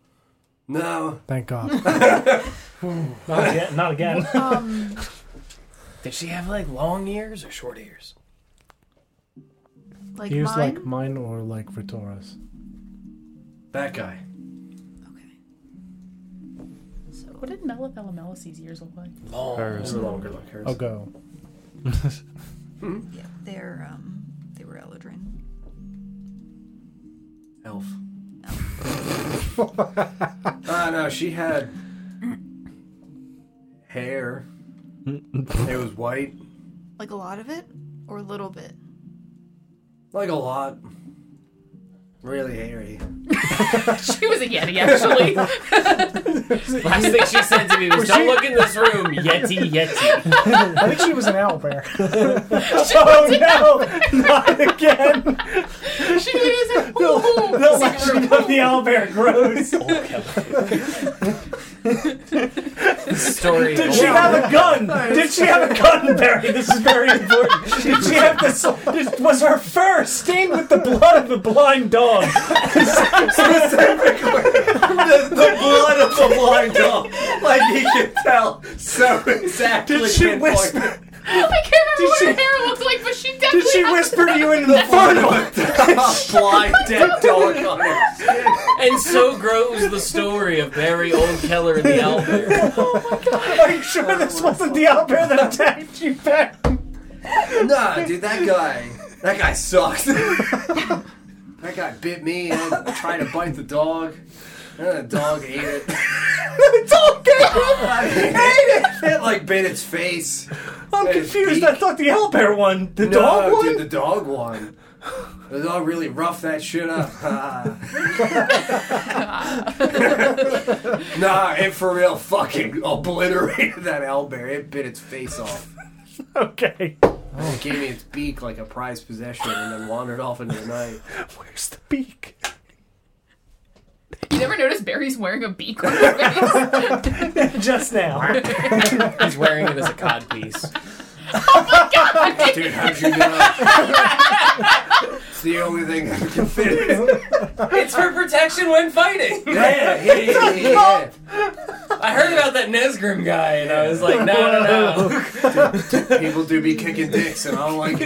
No. Thank God. Not again! Not again! Um, Did she have like long ears or short ears? like He was mine. like mine or like Vitora's. That guy. Okay. So what did Mela Bella Melicy's ears look like? Long. Hers. longer like hers. I'll go. yeah, they're um they were Elodrin. Elf. Ah, no, she had hair. it was white. Like a lot of it or a little bit. Like a lot. Really hairy. she was a Yeti, actually. Last thing she said to me was, "Don't look in this room, Yeti, Yeti." I think she was an owlbear. oh no! Not again! she is. The lashing of the owlbear grows. Story. Did she have a gun? Did she have a gun, Barry? This is very important. Did she have this? this was her fur stained with the blood of the blind dog? the, the blood of the blind dog. Like you can tell so exactly. Did she pinpoint. whisper? I can't remember Did what her she- hair looked like, but she definitely. Did she had- whisper you in the fur? blind dead dog on her skin. and so grows the story of Barry Old Keller and the owlbear. Are you sure this wasn't the owlbear that attacked you back? Nah, dude, that guy. That guy sucked. that guy bit me and I tried to bite the dog. And the dog ate it. The dog came up. I mean, ate it! It like bit its face. I'm Hey, confused. I Deke. thought the owlbear won. The no, dog won. dude, the dog won. It was all really rough that shit up. nah, it for real fucking obliterated that owlbear. It bit its face off. Okay. It gave me its beak like a prized possession and then wandered off into the night. Where's the beak? You never noticed Barry's wearing a beak on his face? Just now. He's wearing it as a cod piece. Dude, how'd you know? it's the only thing I can fit. in. It's for protection when fighting. Yeah, yeah, yeah, yeah, I heard about that Nesgrim guy, and I was like, no, no, no. yeah. People do be kicking dicks, and I don't like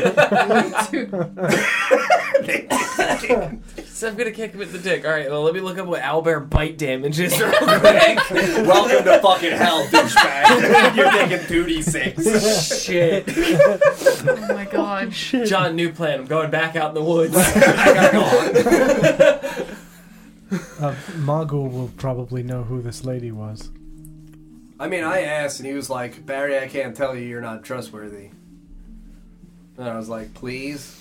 it. So I'm gonna kick him in the dick. All right, well, let me look up what owlbear bite damage is real quick. Welcome to fucking hell, douchebag. You're taking duty six. Shit, oh my god. John, new plan. I'm going back out in the woods. I gotta go on. Uh, Magul will probably know who this lady was. I mean, I asked, and he was like, Barry, I can't tell you, you're not trustworthy. And I was like, please?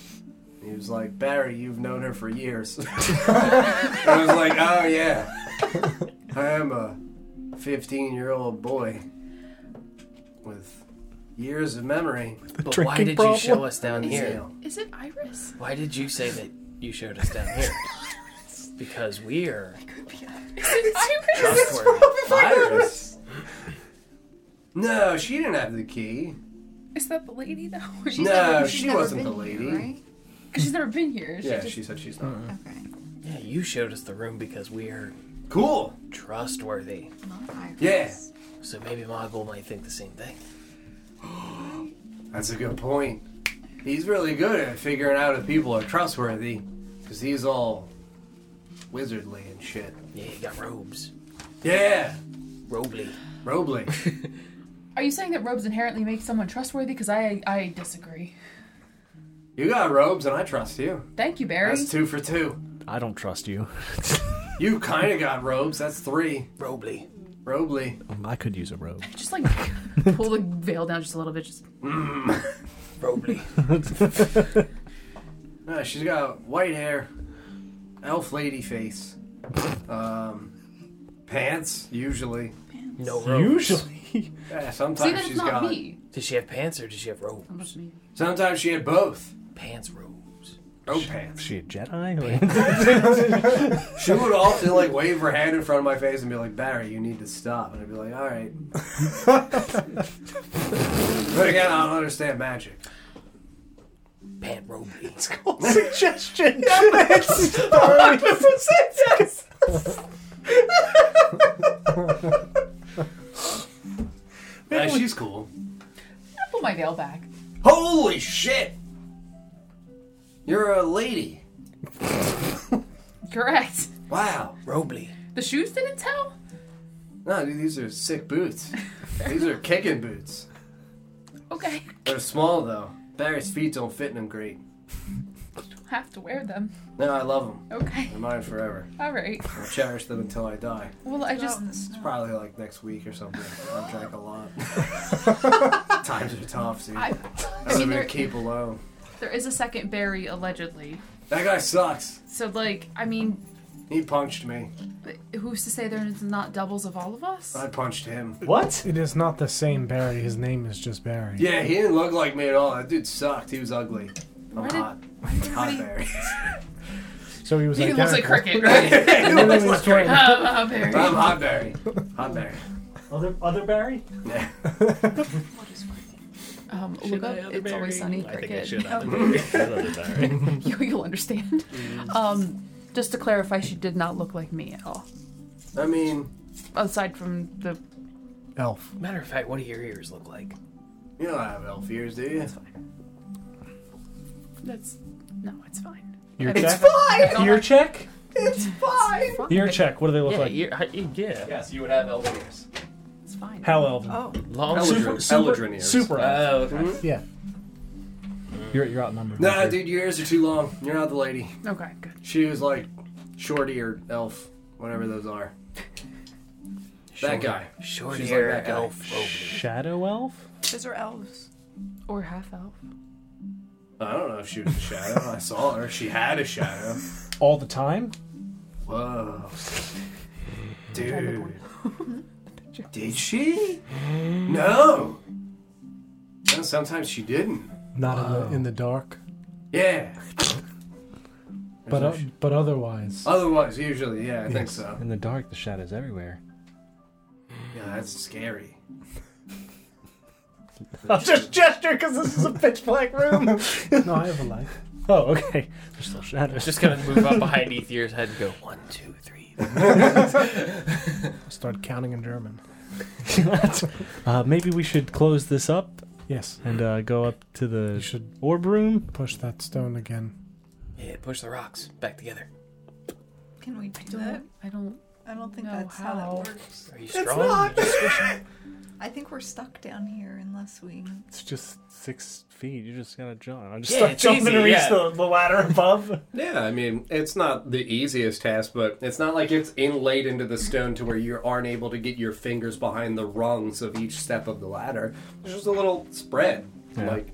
And he was like, Barry, you've known her for years. and I was like, oh, yeah. I am a 15 year old boy with years of memory. But drinking why did problem? you show us down here? Zero. Is it Iris? Why did you say that you showed us down here? Because we're Iris? trustworthy. Virus. No, she didn't have the key. Is that the lady though? She's No, never- she she's never wasn't been the here, lady. right? Because she's never been here. She Yeah, just- she said she's not. Okay. Yeah, you showed us the room because we're Cool. trustworthy. Not Iris. Yeah. So maybe Mogul might think the same thing. That's a good point. He's really good at figuring out if people are trustworthy, because he's all wizardly and shit. Yeah, you got robes. Yeah, Robley. Robley. Are you saying that robes inherently make someone trustworthy? Because I I disagree. you got robes, and I trust you. Thank you, Barry. That's two for two. I don't trust you. You kind of got robes. That's three. Robley. Robley. Um, I could use a robe. Just like pull the veil down just a little bit. Just Robley. Ah, she's got white hair, elf lady face, um, pants usually. No robes. Usually, Yeah, see sometimes that it's she's not got. me. Does she have pants or does she have robes? I'm just me. Sometimes she had both. Pants robes. Robe pants. Is she a Jedi? She would often like wave her hand in front of my face and be like, Barry, you need to stop. And I'd be like, all right. but again, I don't understand magic. Pant Robley. called suggestion. Yeah, she's cool. I pull my veil back. Holy shit! You're a lady. Correct. Wow. Robley. The shoes didn't tell. No, dude, these are sick boots. These are kicking boots. Okay, They're small though. Barry's feet don't fit in them great. have to wear them. No, I love them. Okay, They're mine forever. all right. I'll cherish them until I die. Well, I just Probably like next week or something. I drank a lot. Times are tough, dude. I, I I mean live in a there, cape alone. there is a second Barry allegedly. That guy sucks. So like I mean, He punched me. who's to say there's not doubles of all of us? I punched him. What? It is not the same Barry. His name is just Barry. Yeah, he didn't look like me at all. That dude sucked. He was ugly. I'm Why did- hot. Hot Barry. So he was He looks like identical. cricket, right? Literally was twin. um, uh, Barry. I'm hot Barry. Hot Barry. Other other Barry? Yeah. Um, look up. It's always sunny. I think cricket. I should have. Robley. you, you'll understand. Um, just to clarify, she did not look like me at all. I mean, Aside from the, Elf. Matter of fact, what do your ears look like? you don't have elf ears, do you? that's no, it's fine. Ear It's check. I don't Ear have- check. It's fine. Fine. Ear check. What do they look Yeah, like? ear, I- yeah. Yes, you would have elf ears. It's fine. How elven? Oh, Long Eldrin, Eldrin ears. Super Oh, elven. okay. Yeah. You're, you're outnumbered. Nah, dude, your ears are too long. You're not the lady. Okay, good. She was like short eared elf, whatever those are. That guy. Short She's hair, like that guy. elf, Robley. Shadow elf? those are elves. Or half elf. I don't know if she was a shadow. I saw her. She had a shadow. All the time? Whoa. Dude. Did she? No. No, sometimes she didn't. Not in, the, in the dark, Yeah. but uh, but otherwise, Otherwise, usually, yeah, I think so. Oh, In the dark, the shadows everywhere. Yeah, that's scary. I'll just gesture because this is a pitch black room. no, I have a light. Oh, okay. There's still shadows. Just gonna move up behind Ethier's head and go one, two, three. four." Start counting in German. uh, maybe we should close this up Yes, and uh, go up to you the should orb room. push that stone again. Yeah, push the rocks back together. Can we do that? Don't, I don't. I don't think know that's how. how. that works. Are you strong? You just squish 'em. I think we're stuck down here unless we. It's just six feet. You just gotta jump. I'm Yeah, it's easy, yeah. the ladder above. Yeah, I mean, it's not the easiest task, but it's not like it's inlaid into the stone to where you aren't able to get your fingers behind the rungs of each step of the ladder. There's just a little spread. Like,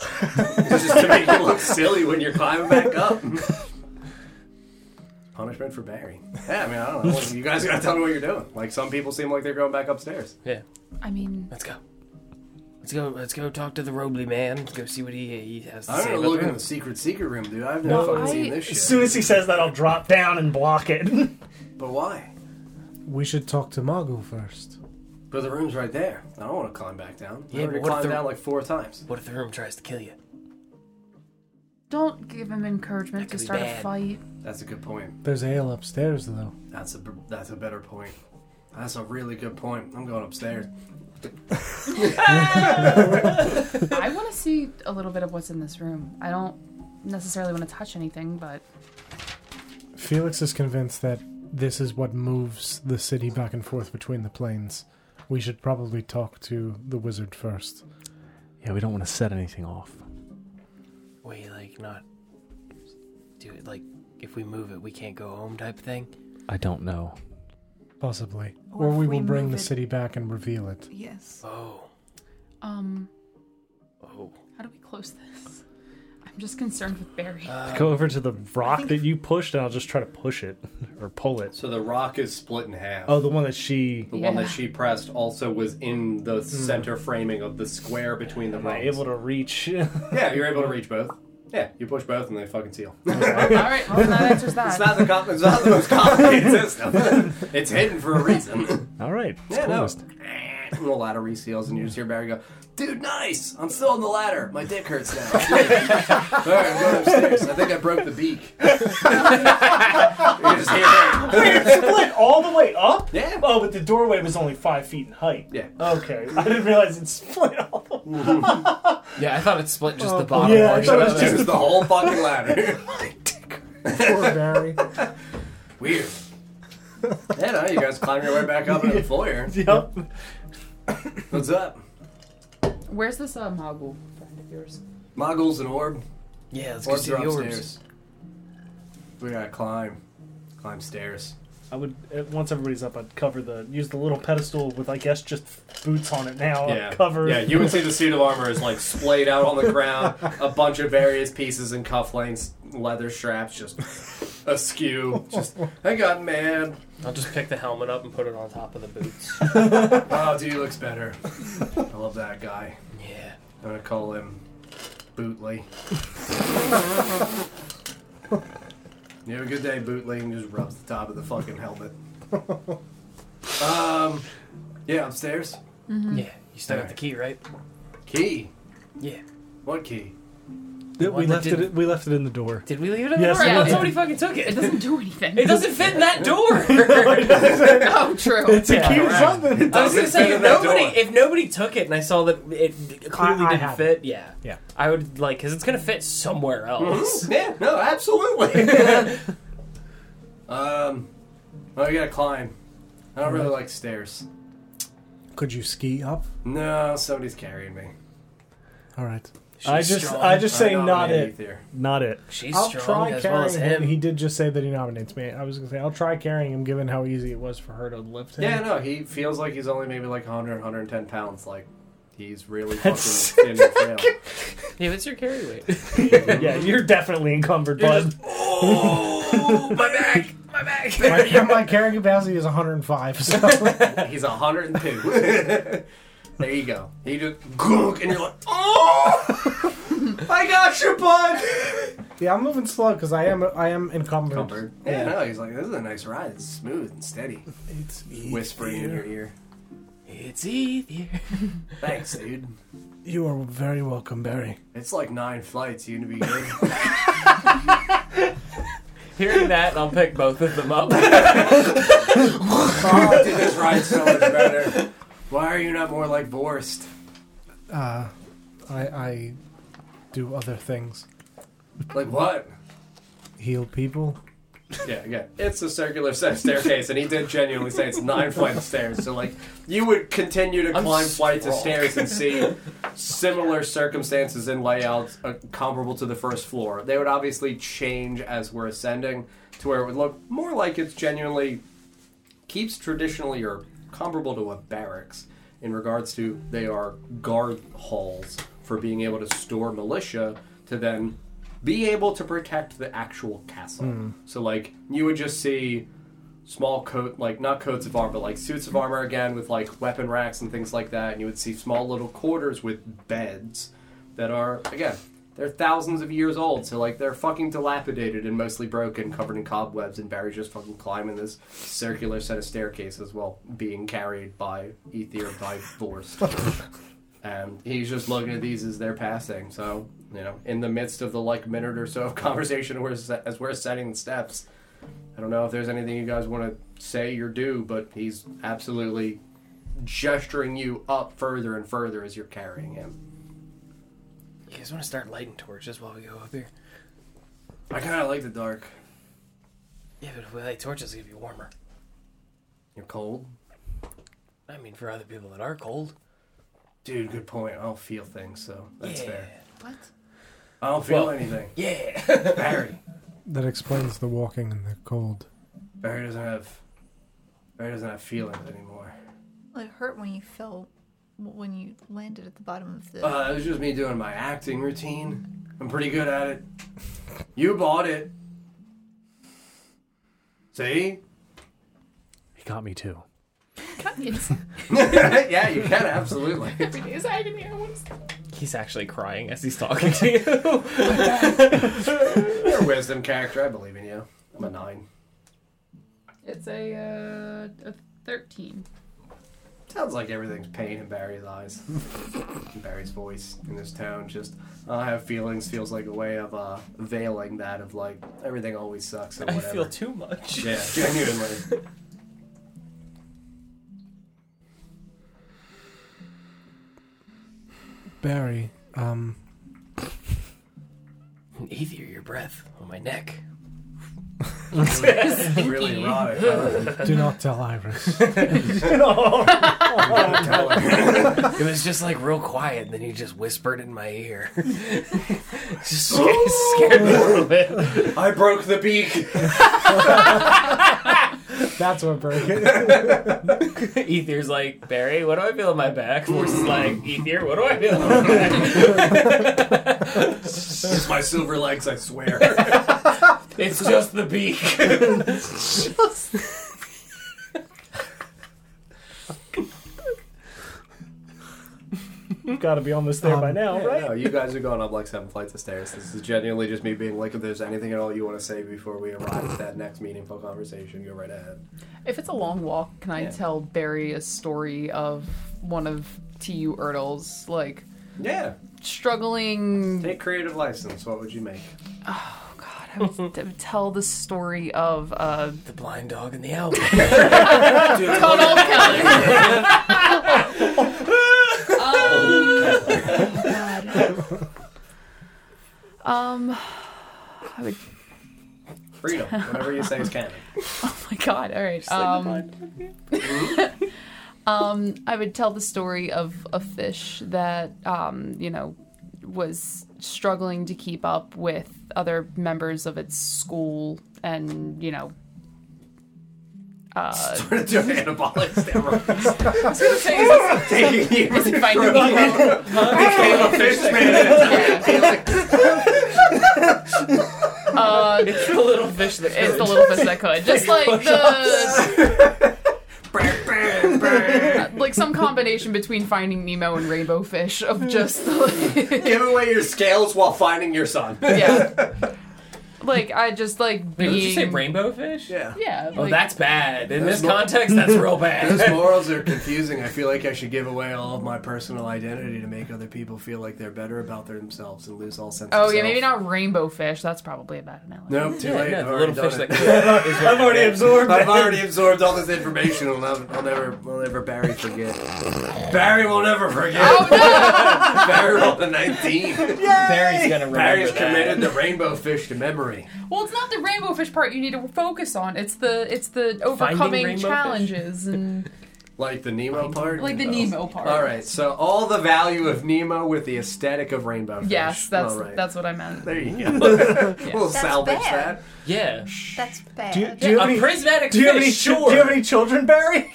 it's just to make you look silly when you're climbing back up. Punishment for Barry. Yeah, I mean, I don't know. Like, You guys gotta tell me what you're doing. Like, some people seem like they're going back upstairs. Yeah, I mean, let's go. Let's go. Let's go talk to the Robley man. Let's go see what he he has to I'm say. gonna about look the in room. the secret, secret room, dude. I've never No, fucking seen I- this shit. As soon as he says that, I'll drop down and block it. but why? We should talk to Magu first. But the room's right there. I don't want to climb back down. I Yeah, already but climbed what if the- down like four times. What if the room tries to kill you? don't give him encouragement That could be to start a bad. fight. That's a good point. There's ale upstairs though. That's a that's a better point. That's a really good point. I'm going upstairs. I want to see a little bit of what's in this room. I don't necessarily want to touch anything, but Felix is convinced that this is what moves the city back and forth between the planes. We should probably talk to the wizard first. Yeah, we don't want to set anything off. We like not do it like if we move it, we can't go home type thing. I don't know. Possibly. Or Or, if we we will bring move the it- city back and reveal it. Yes. Oh, um, oh. how do we close this? I'm just concerned with Barry. Go over to the rock think- that you pushed, and I'll just try to push it or pull it. So the rock is split in half. Oh, the one that she. the one Yeah. that she pressed also was in the center framing of the square between the Hmm. Am I rungs. able to reach? Yeah, you're able to reach both. Yeah, you push both and they fucking seal. All right, well that answers it's that. not the com- it's not the most complicated system. it's hidden for a reason. All right. it's yeah, no. closed. And the ladder reseals and you just hear Barry go, "Dude, nice! I'm still on the ladder. My dick hurts now." All right, I'm going upstairs. I think I broke the beak. you just hear that. Split all the way up? Yeah. Oh, but the doorway was only five feet in height. Yeah. Oh, Okay. I didn't realize it split all the way. Yeah, I thought it split just the bottom yeah, I portion. thought it of was it. It was the whole fucking ladder. Poor Barry. Weird. Yeah, no, you guys climb your way back up into the foyer. Yep. What's up? Where's this uh, Mogul friend of yours? Moggles and orb. yeah, let's go Orbs see are the orbs. upstairs. We gotta climb. Climb stairs. I would, uh, once everybody's up, I'd cover the, use the little pedestal with, I guess, just boots on it now. I'd Cover. Yeah, you would see the suit of armor is like splayed out on the ground, a bunch of various pieces and cufflinks, leather straps just askew. Just I got mad. I'll just pick the helmet up and put it on top of the boots. Oh, dude looks better. I love that guy. yeah. I'm gonna call him Bootley. you have a good day, Bootley, and just rubs the top of the fucking helmet. um, yeah, upstairs. Yeah. You still got the Alright. key, right? Key. Yeah. What key? one We that left it. didn't- We left it in the door. Did we leave it in Yes, the door? we I thought did. somebody fucking took It it. doesn't do anything. It doesn't fit in that door. Oh, true. It's a Yeah, key or right. something. I was gonna Doesn't say fit if in that nobody door. if nobody took it and I saw that it clearly I didn't have fit, yeah, Yeah. I would like because it's gonna fit somewhere else. Yeah, no, absolutely. um, well, we gotta climb. I don't really like stairs. Could you ski up? No, somebody's carrying me. All right. She's I just. strong. I just say I not nominate it. Ether. Not it. she's I'll strong try as well carrying as him. him. He did just say that he nominates me. I was going to say, I'll try carrying him given how easy it was for her to lift him. Yeah, no, he feels like he's only maybe like 100, 110 pounds. Like, He's really fucking thin and frail. Yeah, what's your carry weight? yeah, you're definitely encumbered, bud. oh, my back! My back! My, my carrying capacity is 105. So He's 102. there you go. He just gook, and you're like, oh! I got you, bud! yeah, I'm moving slow because I am I am encumbered. Comfort. Yeah, no, he's like, this is a nice ride. It's smooth and steady. It's Whispering in your ear. It's easier. Thanks, dude. You are very welcome, Barry. It's like nine flights. You gonna be good? Hearing that, I'll pick both of them up. oh, dude, this ride's so much better. Why are you not more like Vorst? Uh, I I do other things. Like what? Heal people. Yeah, yeah. It's a circular set staircase, and he did genuinely say it's nine flights of stairs. So, like, you would continue to I'm climb flights of strong. stairs and see similar circumstances and layouts uh, comparable to the first floor. They would obviously change as we're ascending to where it would look more like it's genuinely keeps traditionally or comparable to a barracks in regards to they are guard halls for being able to store militia to then be able to protect the actual castle. So like you would just see small coat like not coats of armor but like suits of armor again with like weapon racks and things like that and you would see small little quarters with beds that are again they're thousands of years old so like they're fucking dilapidated and mostly broken covered in cobwebs and Barry's just fucking climbing this circular set of staircases while being carried by ether by force and he's just looking at these as they're passing so you know in the midst of the like minute or so of conversation we're se- as we're setting the steps I don't know if there's anything you guys want to say or do, but he's absolutely gesturing you up further and further as you're carrying him. You guys want to start lighting torches while we go up here? I kind of like the dark. Yeah, but if we light torches, it'll be warmer. You're cold? I mean, for other people that are cold. Dude, good point. I don't feel things, so that's yeah. fair. What? I don't feel Well- anything. Yeah. Barry. That explains the walking in the cold. Barry doesn't have. Barry doesn't have feelings anymore. Well, it hurt when you fell, when you landed at the bottom of the. Uh, it was just me doing my acting routine. I'm pretty good at it. You bought it. See? He got me too. It's yeah, you can, absolutely. every day is agony. I want to He's actually crying as he's talking to you. You're a wisdom character. I believe in you. I'm a nine. It's a, uh, a 13. Sounds like everything's pain in Barry's eyes. In Barry's voice in this tone. Just, I have feelings feels like a way of uh, veiling that of like, everything always sucks or I whatever. feel too much. yeah, genuinely. Barry, um, Ether, your breath on my neck. really erotic. huh? do not tell Iris. Don't tell her. It was just like real quiet, and then he just whispered in my ear. just scared, scared me a little bit. I broke the beak. That's what Barry. Is. Ether's like, Barry, what do I feel in my back? Force is like, Ether, what do I feel in my back? It's my silver legs, I swear. It's just the beak. You've got to be almost there by Um, now, right? No, you guys are going up like seven flights of stairs. This is genuinely just me being like, if there's anything at all you want to say before we arrive at that next meaningful conversation, go right ahead. If it's a long walk, can I Yeah. tell Barry a story of one of T.U. Ertl's, like, Yeah. struggling Take creative license. What would you make? God, I would t- tell the story of uh, The blind dog and the owl. Donald Kelly. um, I would. Freedom. Whatever you say is canon. Oh my God! All right. Um, um, I would tell the story of a fish that um, you know was struggling to keep up with other members of its school, and you know Uh, Turn into an anabolic steroid. Taking you Is it Finding Nemo? became a fish man. uh, It's the little fish that it's the little fist that could. Just like the like some combination between Finding Nemo and Rainbow Fish of just like, Give away your scales while finding your son. yeah. Like I just like Wait, being did you say rainbow fish? Yeah. yeah. Oh, like- that's bad. In That's this more- context, that's real Those bad. morals are confusing. I feel like I should give away all of my personal identity to make other people feel like they're better about themselves and lose all sense of Oh yeah, self. maybe not rainbow fish. That's probably a bad analogy. Nope, too Yeah, late. no, I've the already little done fish it. that could. is what I've already it is. absorbed I've it. already absorbed all this information. I'll never, I'll never, will never Barry forget. Barry will never forget. Barry rolled a 19. Barry's gonna remember Barry's that. committed the rainbow fish to memory. Well, it's not the rainbow fish part you need to focus on. It's the it's the Finding overcoming rainbow challenges and Like the Nemo part? like the No. Nemo part. All right, so all the value of Nemo with the aesthetic of rainbow fish. Yes, that's All right. that's what I meant. There you go. we'll That's salvage bad. that. Yeah. That's bad. Do you, do you have A any? prismatic Do you have any? fish, chi- sure. Do you have any children, Barry?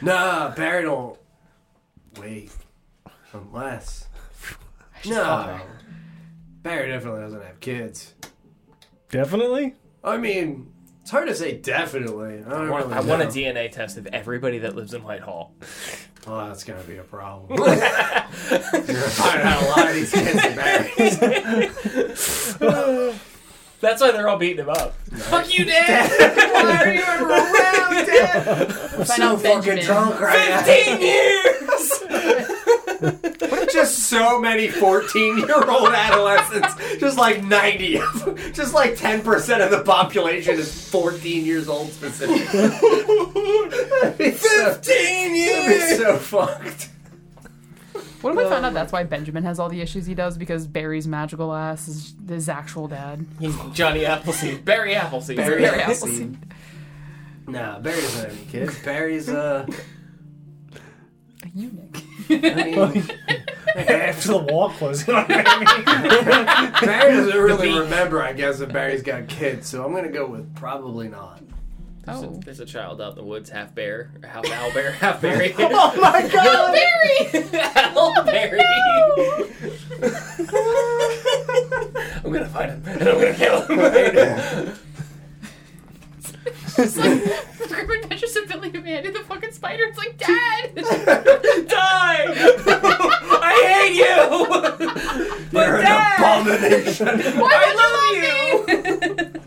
Nah, Barry don't. Wait. Unless. No. Barry definitely doesn't have kids. Definitely. I mean, it's hard to say definitely. I, don't I want, really I want a know. DNA test of everybody that lives in Whitehall. Oh, that's gonna be a problem. You're gonna find out a lot of these kids are married. That's why they're all beating him up. Fuck you, Dad! Why are you ever around, Dad? I'm so out fucking Benjamin. drunk right now. 15 years! Just so many 14 year old adolescents. Just like 90 of them. Just like 10% of the population is 14 years old specifically. 15 years! so fucked. What if I found out that's why Benjamin has all the issues he does because Barry's magical ass is his actual dad? He's Johnny Appleseed. Barry Appleseed. Barry Barry Appleseed. Nah, Barry doesn't have any kids. Barry's, uh. A eunuch. I mean, After the wall closed. Barry doesn't really remember, I guess, if Barry's got kids, so I'm gonna go with probably not. There's, Oh. a, there's a child out in the woods, half bear, or half owl bear, half Barry. oh my god! Barry! owl Barry! I'm gonna find him, and I'm gonna kill him. It's like Grim Adventures of Billy and Mandy, the fucking spider. It's like, Dad! Die! I hate you! You're an abomination! Why would you love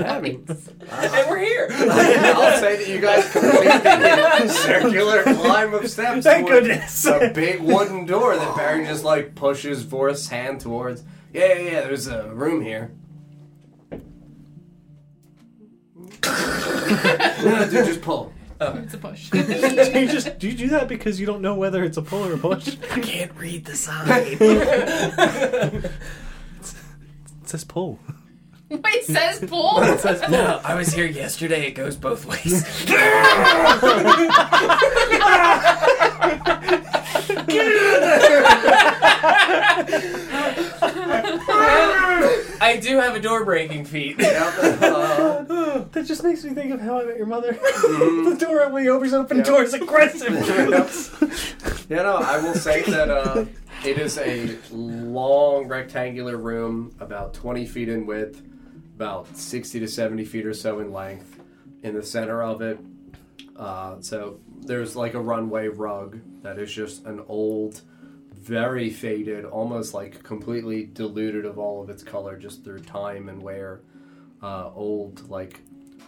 I mean, and we're here! I'll say that you guys completed the circular climb of steps. Thank towards goodness. A big wooden door that Barry just like pushes Vorth's hand towards. Yeah, yeah, yeah, there's a room here. no, dude, just pull. me? It's a push. Do you just do you do that because you don't know whether it's a pull or a push? I can't read the sign. It says pull. Wait, says bull? no, I was here yesterday. It goes both ways. I do have a door breaking feat. uh, That just makes me think of how I met your mother. Mm-hmm. the door only opens open doors aggressive. Yeah, no, I will say that uh, it is a long rectangular room, about 20 feet in width, about 60 to 70 feet or so in length, in the center of it. Uh, so there's like a runway rug that is just an old, very faded, almost like completely diluted of all of its color just through time and wear. Uh, old, like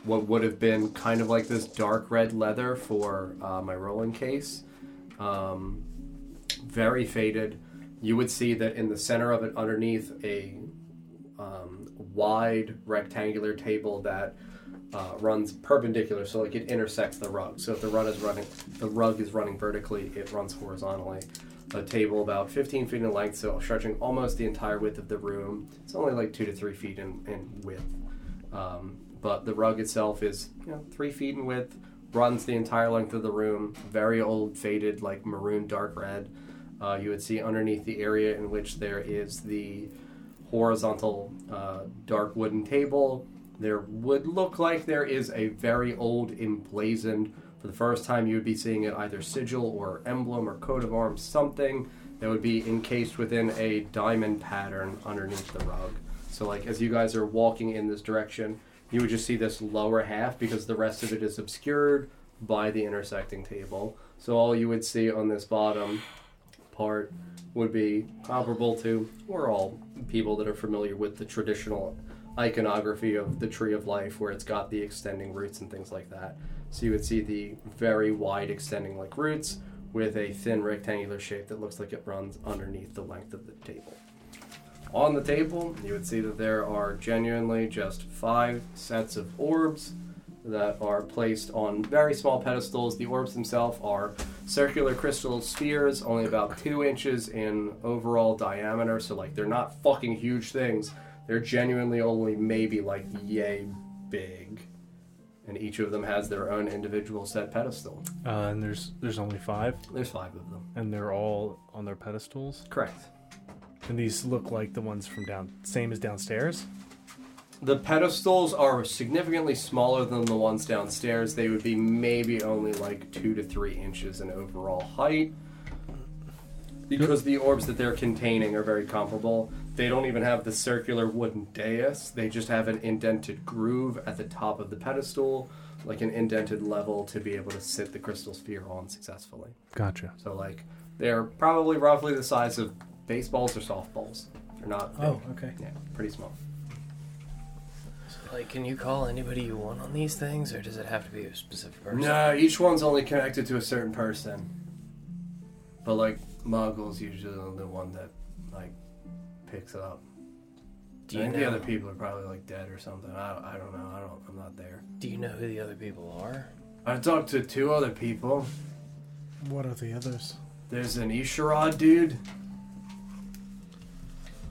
what would have been kind of like this dark red leather for uh, my rolling case um, very faded. You would see that in the center of it, underneath a um, wide rectangular table that uh, runs perpendicular, so like it intersects the rug. So if the rug is running, the rug is running vertically, it runs horizontally. A table about 15 feet in length, so stretching almost the entire width of the room. It's only like two to three feet in, in width. Um, but the rug itself is you know, three feet in width, runs the entire length of the room, very old, faded, like maroon, dark red. Uh, you would see underneath the area in which there is the horizontal uh, dark wooden table There would look like there is a very old emblazoned, for the first time you would be seeing it either sigil or emblem or coat of arms, something that would be encased within a diamond pattern underneath the rug. So, like, as you guys are walking in this direction, you would just see this lower half because the rest of it is obscured by the intersecting table. So, all you would see on this bottom part would be comparable to, or all people that are familiar with the traditional iconography of the Tree of Life, where it's got the extending roots and things like that. So you would see the very wide extending like roots with a thin rectangular shape that looks like it runs underneath the length of the table. On the table, you would see that there are genuinely just five sets of orbs that are placed on very small pedestals. The orbs themselves are circular crystal spheres, only about two inches in overall diameter. So, like, they're not fucking huge things. They're genuinely only maybe like yay big. And each of them has their own individual set pedestal. Uh, and there's there's only five, There's five of them. and they're all on their pedestals. Correct. And these look like the ones from down, same as downstairs. The pedestals are significantly smaller than the ones downstairs. They would be maybe only like two to three inches in overall height. Because the orbs that they're containing are very comparable. They don't even have the circular wooden dais, they just have an indented groove at the top of the pedestal, like an indented level to be able to sit the crystal sphere on successfully. Gotcha. So, like, they're probably roughly the size of baseballs or softballs. They're not. Big. Oh, okay. Yeah, pretty small. Like, can you call anybody you want on these things, or does it have to be a specific person? No, each one's only connected to a certain person. But like Muggle's usually the only one that like picks it up. Do I you think know? the other people are probably like dead or something. I don't, I don't know. I don't. I'm not there. Do you know who the other people are? I talked to two other people. What are the others? There's an Isharad dude,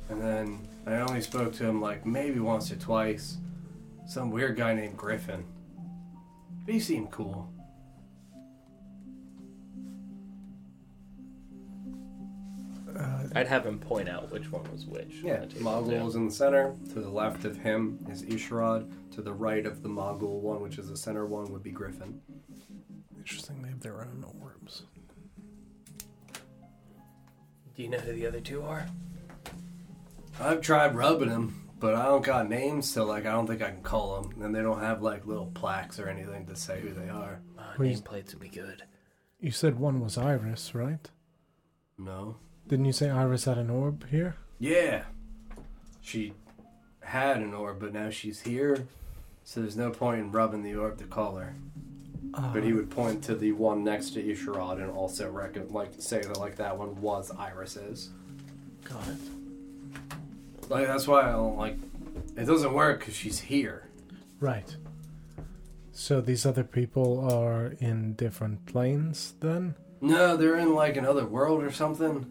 and then I only spoke to him like maybe once or twice. Some weird guy named Griffin. But he seemed cool. I'd have him point out which one was which. Yeah, Mogul is in the center. To the left of him is Isharad. To the right of the Mogul one, which is the center one, would be Griffin. Interesting. They have their own orbs. Do you know who the other two are? I've tried rubbing them, but I don't got names, so like I don't think I can call them. And they don't have like little plaques or anything to say who they are. Uh, Please. nameplates would be good. You said one was Iris, right? No. Didn't you say Iris had an orb here? Yeah. She had an orb, but now she's here, so there's no point in rubbing the orb to call her. But he would point to the one next to Isharad and also reckon, like say that like that one was Iris's. Got it. Like that's why I don't like. It doesn't work because she's here. Right. So these other people are in different planes then? No, they're in like another world or something.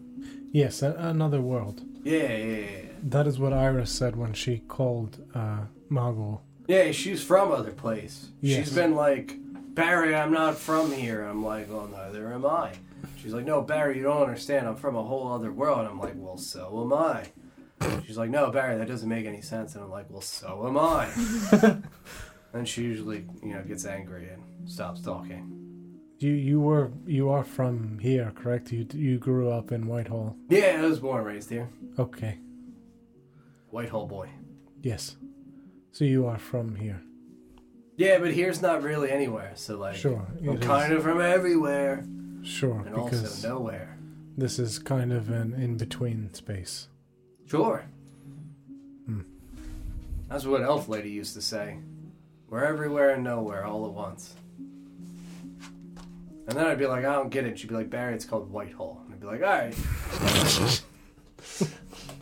Yes, a- another world. Yeah, yeah, yeah. That is what Iris said when she called uh, Margot. Yeah, Yeah, she's from other place. Yes. She's been like, Barry, I'm not from here. I'm like, well, neither am I. She's like, no, Barry, you don't understand. I'm from a whole other world. I'm like, well, so am I. She's like, no, Barry, that doesn't make any sense. And I'm like, well, so am I. and she usually, you know, gets angry and stops talking. You you were you are from here, correct? You you grew up in Whitehall. Yeah, I was born and raised here. Okay. Whitehall boy. Yes. So you are from here. Yeah, but here's not really anywhere, so like Sure, I'm it kind of from everywhere Sure, and because also nowhere. this is kind of an in between space. Sure. Hmm. That's what Elf Lady used to say. We're everywhere and nowhere all at once. And then I'd be like, I don't get it. She'd be like, Barry, it's called Whitehall. And I'd be like, alright.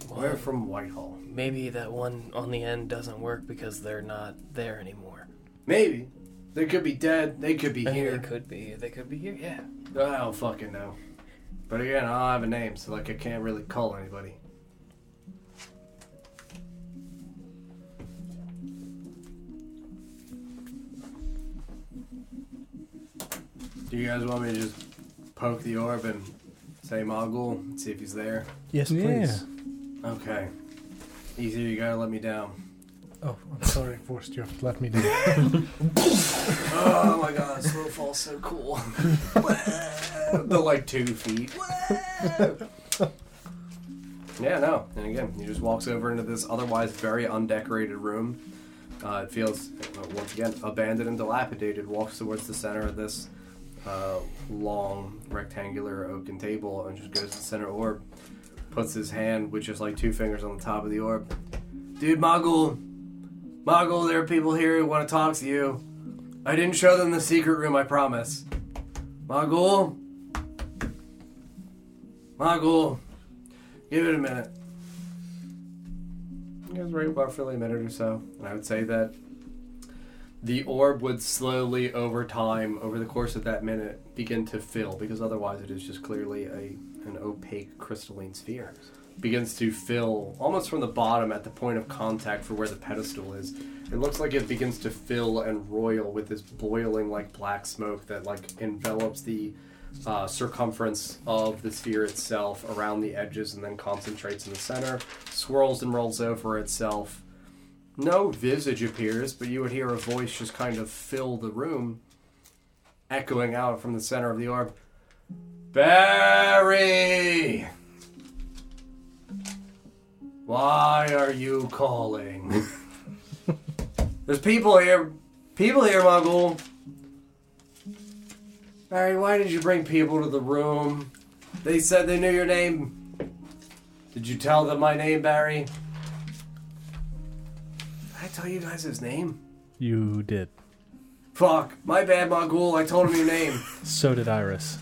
We're from Whitehall. Maybe that one on the end doesn't work because they're not there anymore. Maybe. They could be dead. They could be I mean, here. They could be. They could be here. Yeah. I don't fucking know. But again, I don't have a name, so like I can't really call anybody. Do you guys want me to just poke the orb and say Mogul, see if he's there? Yes, Yeah. please. Okay. Either you gotta let me down, Oh, I'm sorry, I forced you. Let me do it. Oh my god, slow fall's so cool. the like two feet. yeah, no. And again, he just walks over into this otherwise very undecorated room. Uh, it feels uh, once again abandoned and dilapidated. Walks towards the center of this uh, long rectangular oaken table and just goes to the center orb. Puts his hand with just like two fingers on the top of the orb. Dude, Mogul, Mogul, there are people here who want to talk to you. I didn't show them the secret room, I promise. Mogul? Mogul? Give it a minute. It was right about for like a minute or so, and I would say that the orb would slowly, over time, over the course of that minute, begin to fill, because otherwise it is just clearly a an opaque crystalline sphere. Begins to fill almost from the bottom at the point of contact for where the pedestal is. It looks like it begins to fill and roil with this boiling, like black smoke that like envelops the uh, circumference of the sphere itself around the edges and then concentrates in the center, swirls and rolls over itself. No visage appears, but you would hear a voice just kind of fill the room, echoing out from the center of the orb. Barry! Why are you calling? There's people here. People here, Muggle. Barry, why did you bring people to the room? They said they knew your name. Did you tell them my name, Barry? Did I tell you guys his name? You did. Fuck. My bad, Muggle. I told him your name. So did Iris.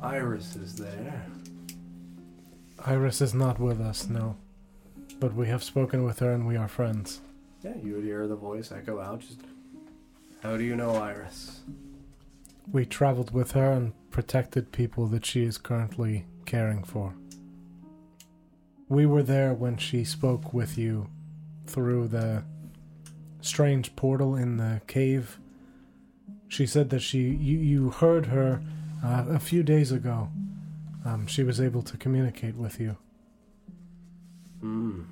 Iris is there. Iris is not with us, no. But we have spoken with her and we are friends. Yeah, you would hear the voice echo out. Just, how do you know Iris? We traveled with her and protected people that she is currently caring for. We were there when she spoke with you through the strange portal in the cave. She said that she you, you heard her uh, a few days ago. Um, she was able to communicate with you. Hmm.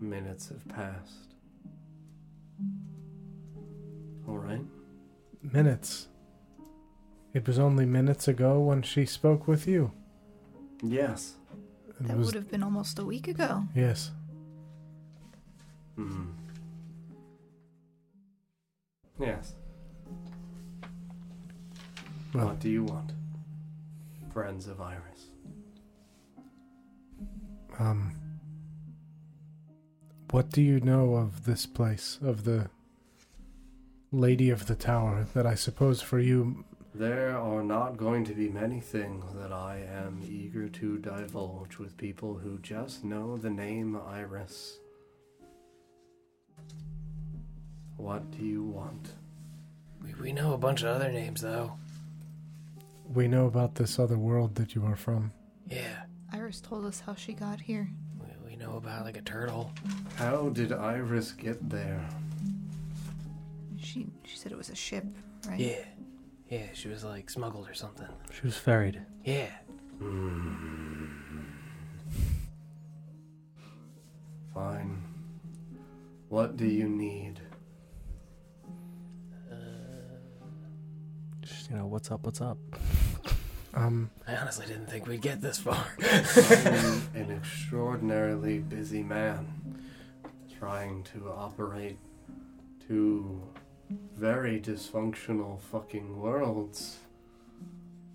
Minutes have passed. All right. Minutes. It was only minutes ago when she spoke with you. Yes. It That was- would have been almost a week ago. yes. Hmm. Yes. Well- what do you want? Friends of Iris. Um, what do you know of this place, of the Lady of the Tower? That I suppose for you, There are not going to be many things that I am eager to divulge with people who just know the name Iris. What do you want? We, we know a bunch of other names, though. we know about this other world that you are from. Yeah. Iris told us how she got here. We, we know about, like, a turtle. How did Iris get there? She she said it was a ship, right? Yeah. Yeah, she was, like, smuggled or something. She was ferried. Yeah. Fine. What do you need? Uh, Just, you know, what's up, what's up? Um, I honestly didn't think we'd get this far. I'm an extraordinarily busy man trying to operate two very dysfunctional fucking worlds.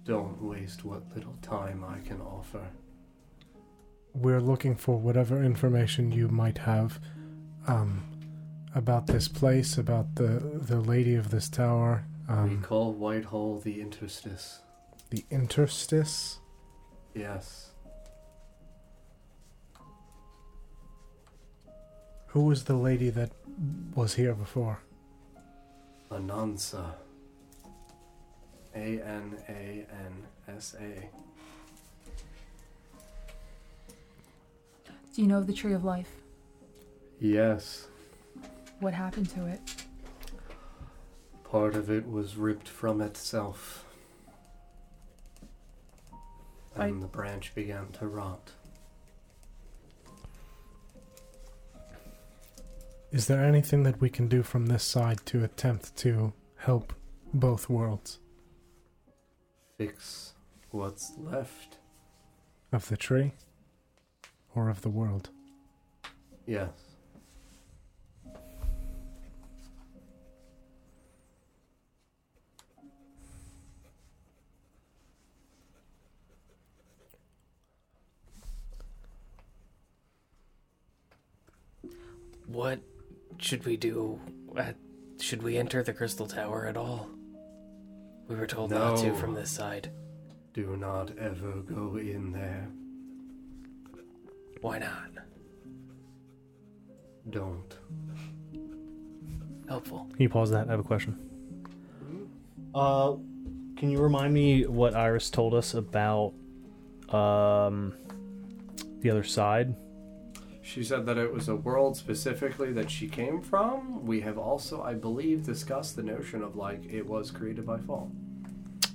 Don't waste what little time I can offer. we're looking for whatever information you might have, um, about this place, about the the Lady of this Tower, we um, call Whitehall the interstice. the interstice. Yes. Who was the lady that was here before? Anansa. A N A N S A. Do you know of the Tree of Life? Yes. What happened to it? Part of it was ripped from itself. I- And the branch began to rot. Is there anything that we can do from this side to attempt to help both worlds Fix what's left. of the tree or of the world? Yes. What should we do? At, should we enter the crystal tower at all? We were told not to No. from this side. Do not ever go in there. Why not? Don't. Helpful. Can you pause that? I have a question. Uh, can you remind me what Iris told us about um, the other side? She said that it was a world specifically that she came from. We have also, I believe, discussed the notion of like it was created by fall.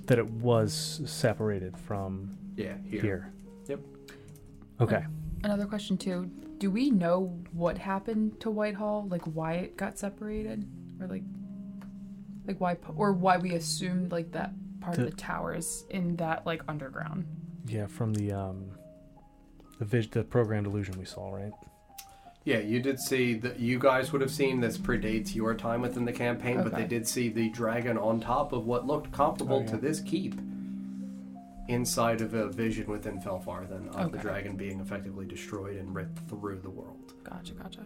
That it was separated from Yeah, here. here. Yep. Okay. Another question too. Do we know what happened to Whitehall? Like why it got separated, or like, like why po- or why we assumed like that part The- of the tower is in that like underground? Yeah, from the um, the vis- the program delusion we saw, right? Yeah, you did see that. You guys would have seen this predates your time within the campaign, but they Okay. did see the dragon on top of what looked comparable yeah. to this keep. Inside of a vision within Felfar, then of the Okay. dragon being effectively destroyed and ripped through the world. Gotcha, gotcha.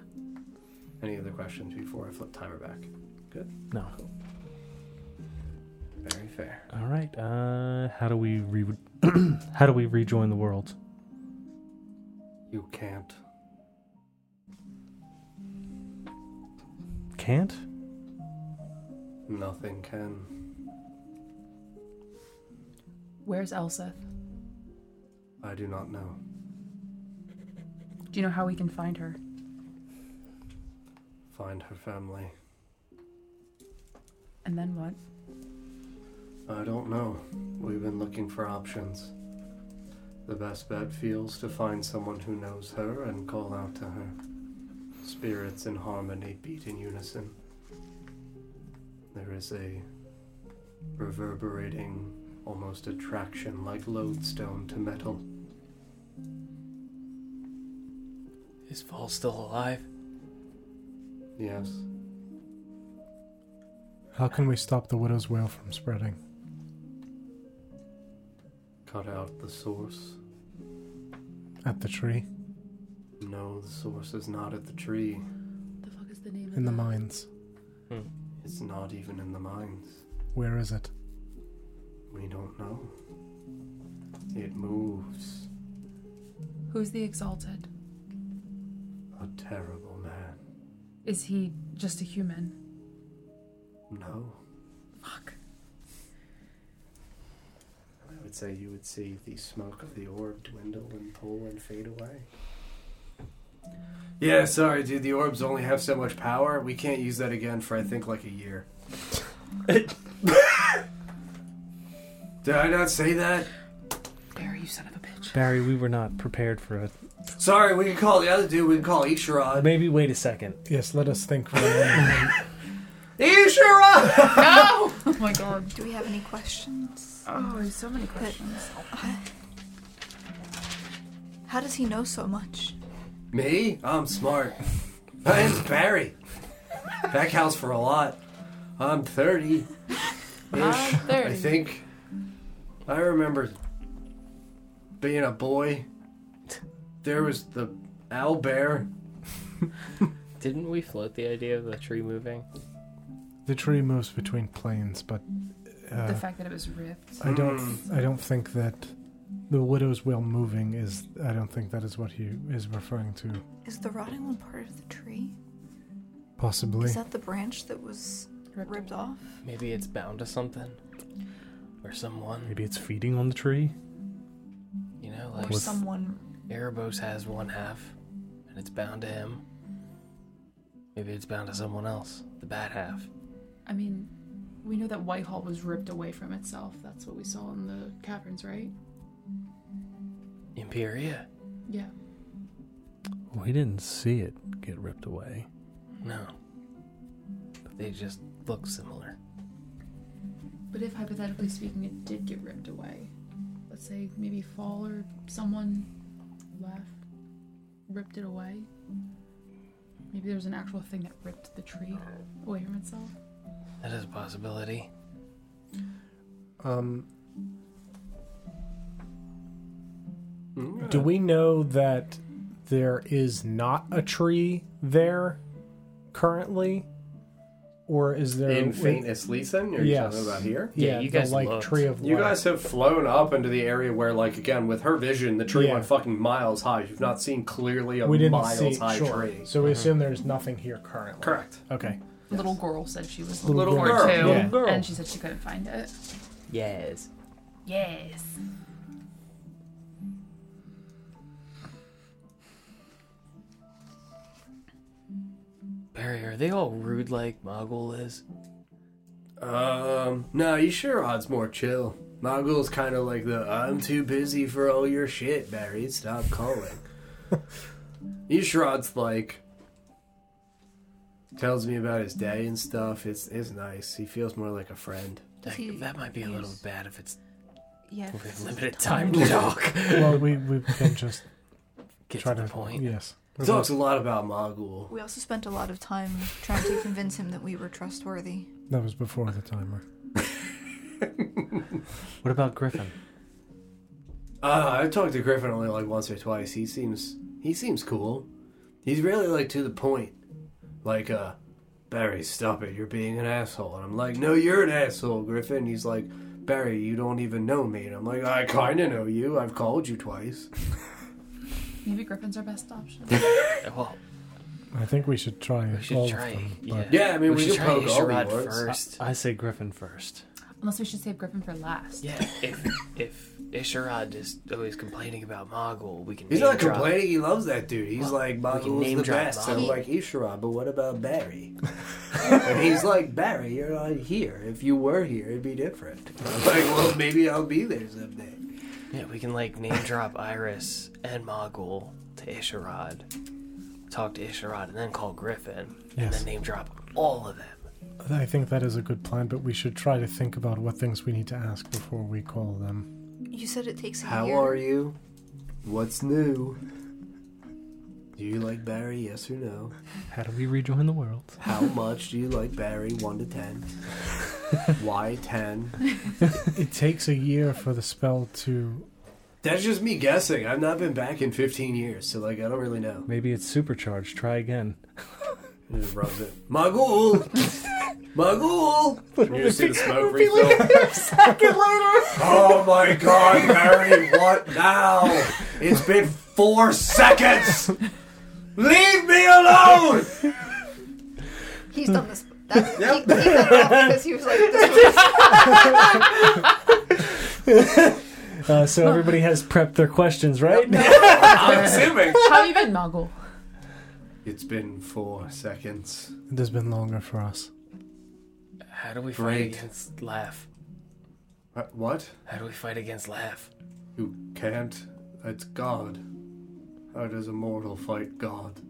Any other questions before I flip timer back? No. Very fair. All right. Uh, how do we re- how do we rejoin the world? You can't. Can't. Nothing can. Where's Elseth? I do not know. Do you know how we can find her? Find her family. And then what? I don't know. We've been looking for options. The best bet feels to find someone who knows her and call out to her. Spirits in harmony beat in unison. There is a reverberating, almost attraction like lodestone to metal. Is Fall still alive? Yes, How can we stop the widow's wail from spreading? cut out the source. At the tree, No, the source is not at the tree. The fuck is the name? in the mines. It's not even in the mines. Where is it? We don't know. It moves. Who's the Exalted? A terrible man. Is he just a human? No. Fuck. I would say you would see the smoke of the orb dwindle and pull and fade away. Yeah, sorry, dude. The orbs only have so much power. We can't use that again for I think like a year. Did I not say that? Barry, you son of a bitch. Barry, we were not prepared for it. Sorry, we can call the other dude. We can call Isharad. Maybe wait a second. Yes, let us think for a moment. Isharad! No! oh my god. Do we have any questions? Oh, there's so many questions. How does he know so much? Me? I'm smart. My name's Barry. That counts for a lot. I'm 30. -ish, I'm 30. I think. I remember being a boy. There was the owl bear. Didn't we float the idea of the tree moving? the tree moves between planes, but uh, The fact that it was ripped. I hmm, don't. I don't think that the widow's wail moving is. I don't think that is what he is referring to. Is the rotting one part of the tree? Possibly. Is that the branch that was ripped off? Maybe it's bound to something or someone. Maybe it's feeding on the tree. You know, Or like someone? Erebos has one half, and it's bound to him. Maybe it's bound to someone else, the bad half. I mean, we know that Whitehall was ripped away from itself. That's what we saw in the caverns, right? Imperia. Yeah. Oh, We didn't see it get ripped away. No. But they just look similar. But if hypothetically speaking, it did get ripped away, let's say maybe fall or someone left, ripped it away. Maybe there's an actual thing that ripped the tree away from itself. That is a possibility. Um, Do we know that there is not a tree there currently, or is there? In faintest Leeson, you're Yes. talking about here. yeah, Yeah, you the, guys like looked. tree of You life. guys have flown up into the area where, like, again, with her vision, the tree Yeah. went fucking miles high. You've not seen clearly a we didn't miles see high sure. tree. So we assume there's nothing here currently. Correct. Okay. Little girl said she was Little looking girl. for it Little too, Yeah. girl. and she said she couldn't find it. Yes. Yes. Barry, are they all rude like Mogul is? Um, no, you sure odds more chill. Mogul's kind of like the I'm too busy for all your shit, Barry. Stop calling. Yisharod's like tells me about his day and stuff. It's it's nice. He feels more like a friend. That, he that might be a little use- bad if it's Yeah. we have limited time to talk. Well, we we can just Get try to to the Oh, point. Yes. He talks a lot about Mogul. We also spent a lot of time trying to convince him that we were trustworthy. That was before the timer. What about Griffin? Uh, I've talked to Griffin only like once or twice. He seems he seems cool. He's really like to the point. Like, uh, Barry, stop it. You're being an asshole. And I'm like, no, you're an asshole, Griffin. He's like, Barry, you don't even know me. And I'm like, I kind of know you. I've called you twice. Maybe Griffin's our best option. Well, I think we should try we should all try. of them. yeah. but- Yeah, I mean, we should can try poke all the Isherod warts. first. I say Griffin first. Unless we should save Griffin for last. yeah, if if Isherod is always complaining about Mogul, we can. He's name not drop- complaining. He loves that dude. He's Well, like, we can Mogul's name the drop best. And I'm Mogul. like, Isherod, but what about Barry? and he's like, Barry, you're not here. If you were here, it'd be different. And I'm like, well, maybe I'll be there someday. Yeah, we can like name drop Iris and Mogul to Isherod, talk to Isherod, and then call Griffin, and Yes. then name drop all of them. I think that is a good plan, but we should try to think about what things we need to ask before we call them. You said it takes a How year. are you? What's new? Do you like Barry? Yes or no? How do we rejoin the world? How much do you like Barry? 1 to 10. Why 10? It takes a year for the spell to. That's just me guessing. I've not been back in 15 years, so like I don't really know. Maybe it's supercharged. Try again. It just rubs it. Magul! Magul! You just see the smoke Second later. Oh my god, Barry, what now? It's been four seconds! Leave me alone! He's done this. That's, he, he cut it off because he was like, this was- Uh, so everybody has prepped their questions, right? I'm assuming. How have you been, Mogul? It's been four seconds. It has been longer for us. How do we fight Great. against Laugh? Uh, What? How do we fight against Laugh? You can't? It's God. How does a mortal fight God?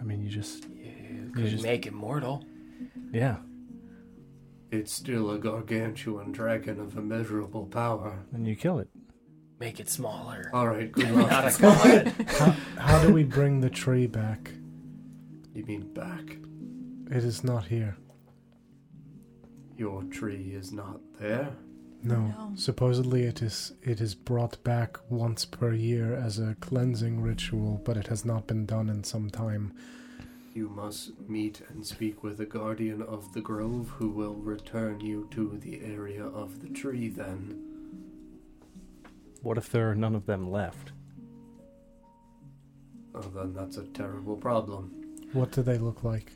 I mean, you just You could just- make him mortal. yeah, It's still a gargantuan dragon of immeasurable power. and you kill it. Make it smaller. Alright, good Not luck. a god. How, how do we bring the tree back? You mean back? It is not here. Your tree is not there? No. No. Supposedly it is it is brought back once per year as a cleansing ritual, but it has not been done in some time. You must meet and speak with the guardian of the grove who will return you to the area of the tree then. What if there are none of them left? Oh, then that's a terrible problem. What do they look like?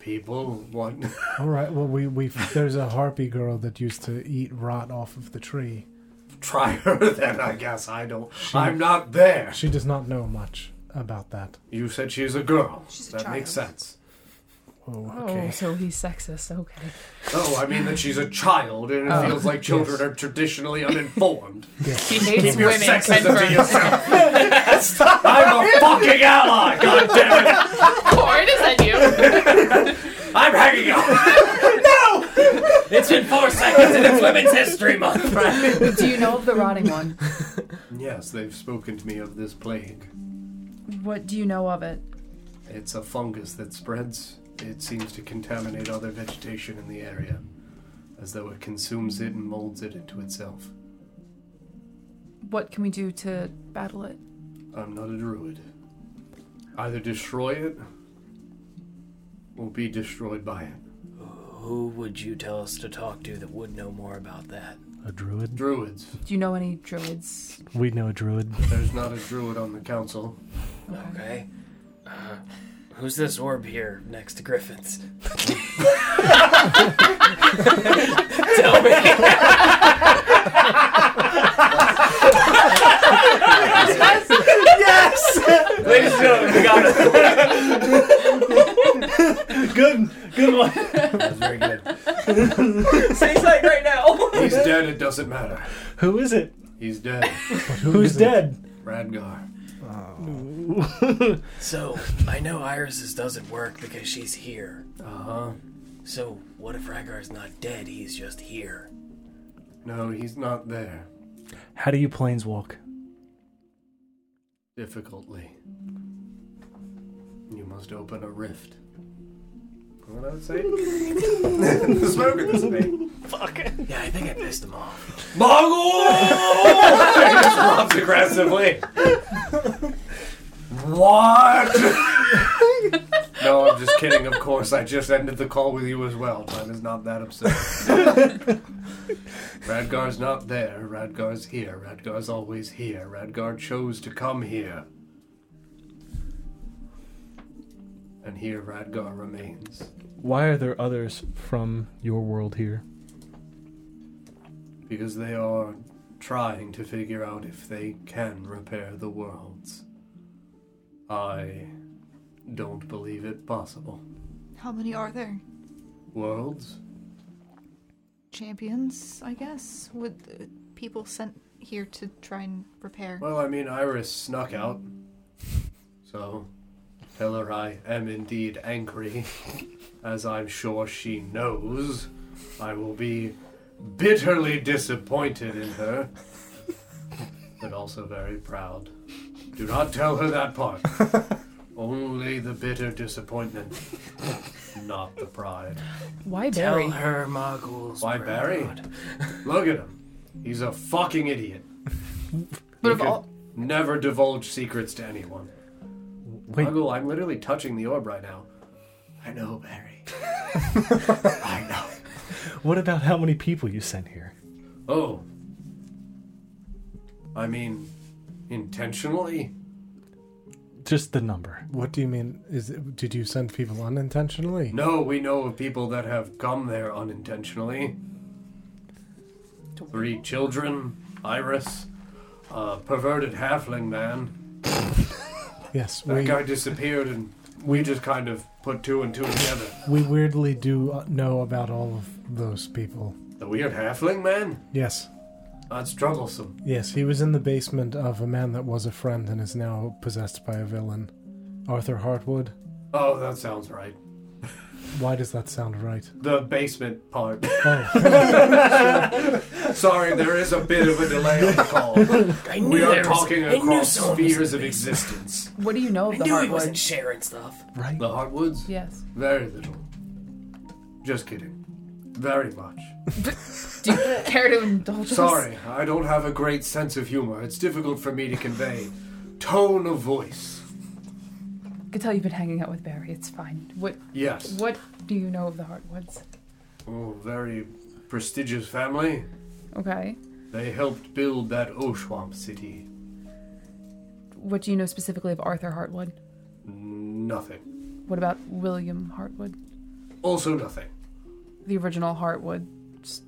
People, what? All right. Well, we we there's a harpy girl that used to eat rot off of the tree. Try her then, I guess. I don't. I'm not there. She does not know much about that. You said she's a girl. She's a that makes child. sense. Oh, Oh, okay. so he's sexist. Okay. Oh, I mean that she's a child, and it Oh, feels like children yes. are traditionally uninformed. Yes. He hates Keep your women. sexism to confirmed. yourself. I'm a fucking ally. God damn it. Corn. I just said you. I'm hanging up. It's been four seconds and it's Women's History Month. Do you know of the rotting one? Yes, they've spoken to me of this plague. What do you know of it? It's a fungus that spreads. It seems to contaminate other vegetation in the area, as though it consumes it and molds it into itself. What can we do to battle it? I'm not a druid. Either destroy it, or be destroyed by it. Who would you tell us to talk to that would know more about that? A druid? Druids. Do you know any druids? We know a druid. There's not a druid on the council. Okay. Uh, who's this orb here next to Griffin's? Tell me. yes! Ladies and gentlemen, we got it. good, good one. That was very good. Say like right now. He's dead, it doesn't matter. Who is it? He's dead. Who's dead? Radgar. So, I know Iris's doesn't work because she's here. Uh huh. So, what if Ragar's not dead? He's just here. No, he's not there. How do you planeswalk? Difficultly. You must open a rift. What I would say? the smoke in this thing. Yeah, I think I pissed him off. Robs aggressively. what? no, I'm just kidding. Of course, I just ended the call with you as well. Mine is not that absurd. Radgar's not there. Radgar's here. Radgar's always here. Radgar chose to come here. And here Radgar remains. Why are there others from your world here? because they are trying to figure out if they can repair the worlds. I don't believe it possible. How many are there? Worlds? Champions, I guess? Would uh, people sent here to try and repair? Well, I mean, Iris snuck out. So, tell her I am indeed angry, as I'm sure she knows. I will be bitterly disappointed in her, but also very proud. Do not tell her that part. Only the bitter disappointment, not the pride. Why Tell Barry? her Muggles. Why Barry? proud. Look at him. He's a fucking idiot. But He of could all, never divulge secrets to anyone. Wait, Muggle, I'm literally touching the orb right now. I know, Barry. I know. what about how many people you sent here? Oh. I mean, intentionally? Just the number. What do you mean? Is it, did you send people unintentionally? No, we know of people that have come there unintentionally. Three children, Iris, a perverted halfling man. Yes, That we guy disappeared, and we just kind of put two and two together. we weirdly do uh, know about all of those people. The weird halfling man? Yes, That's troublesome. yes, he was in the basement of a man that was a friend and is now possessed by a villain, Arthur Hartwood. Oh, that sounds right. Why does that sound right? The basement part. Oh, Sorry, there is a bit of a delay on the call. I knew We are there was- talking I knew across someone was- spheres of existence. what do you know I of the knew he wasn't hardwood? sharing stuff. Right. The hardwoods? Yes. Very little. Just kidding. Very much. Do you care to indulge us? Sorry, I don't have a great sense of humor. It's difficult for me to convey tone of voice. I can tell you've been hanging out with Barry. It's fine. What Yes. What do you know of the hardwoods? Oh, very prestigious family. Okay. They helped build that Oshwamp city. What do you know specifically of Arthur Hartwood? Nothing. What about William Hartwood? Also nothing. The original Hartwood.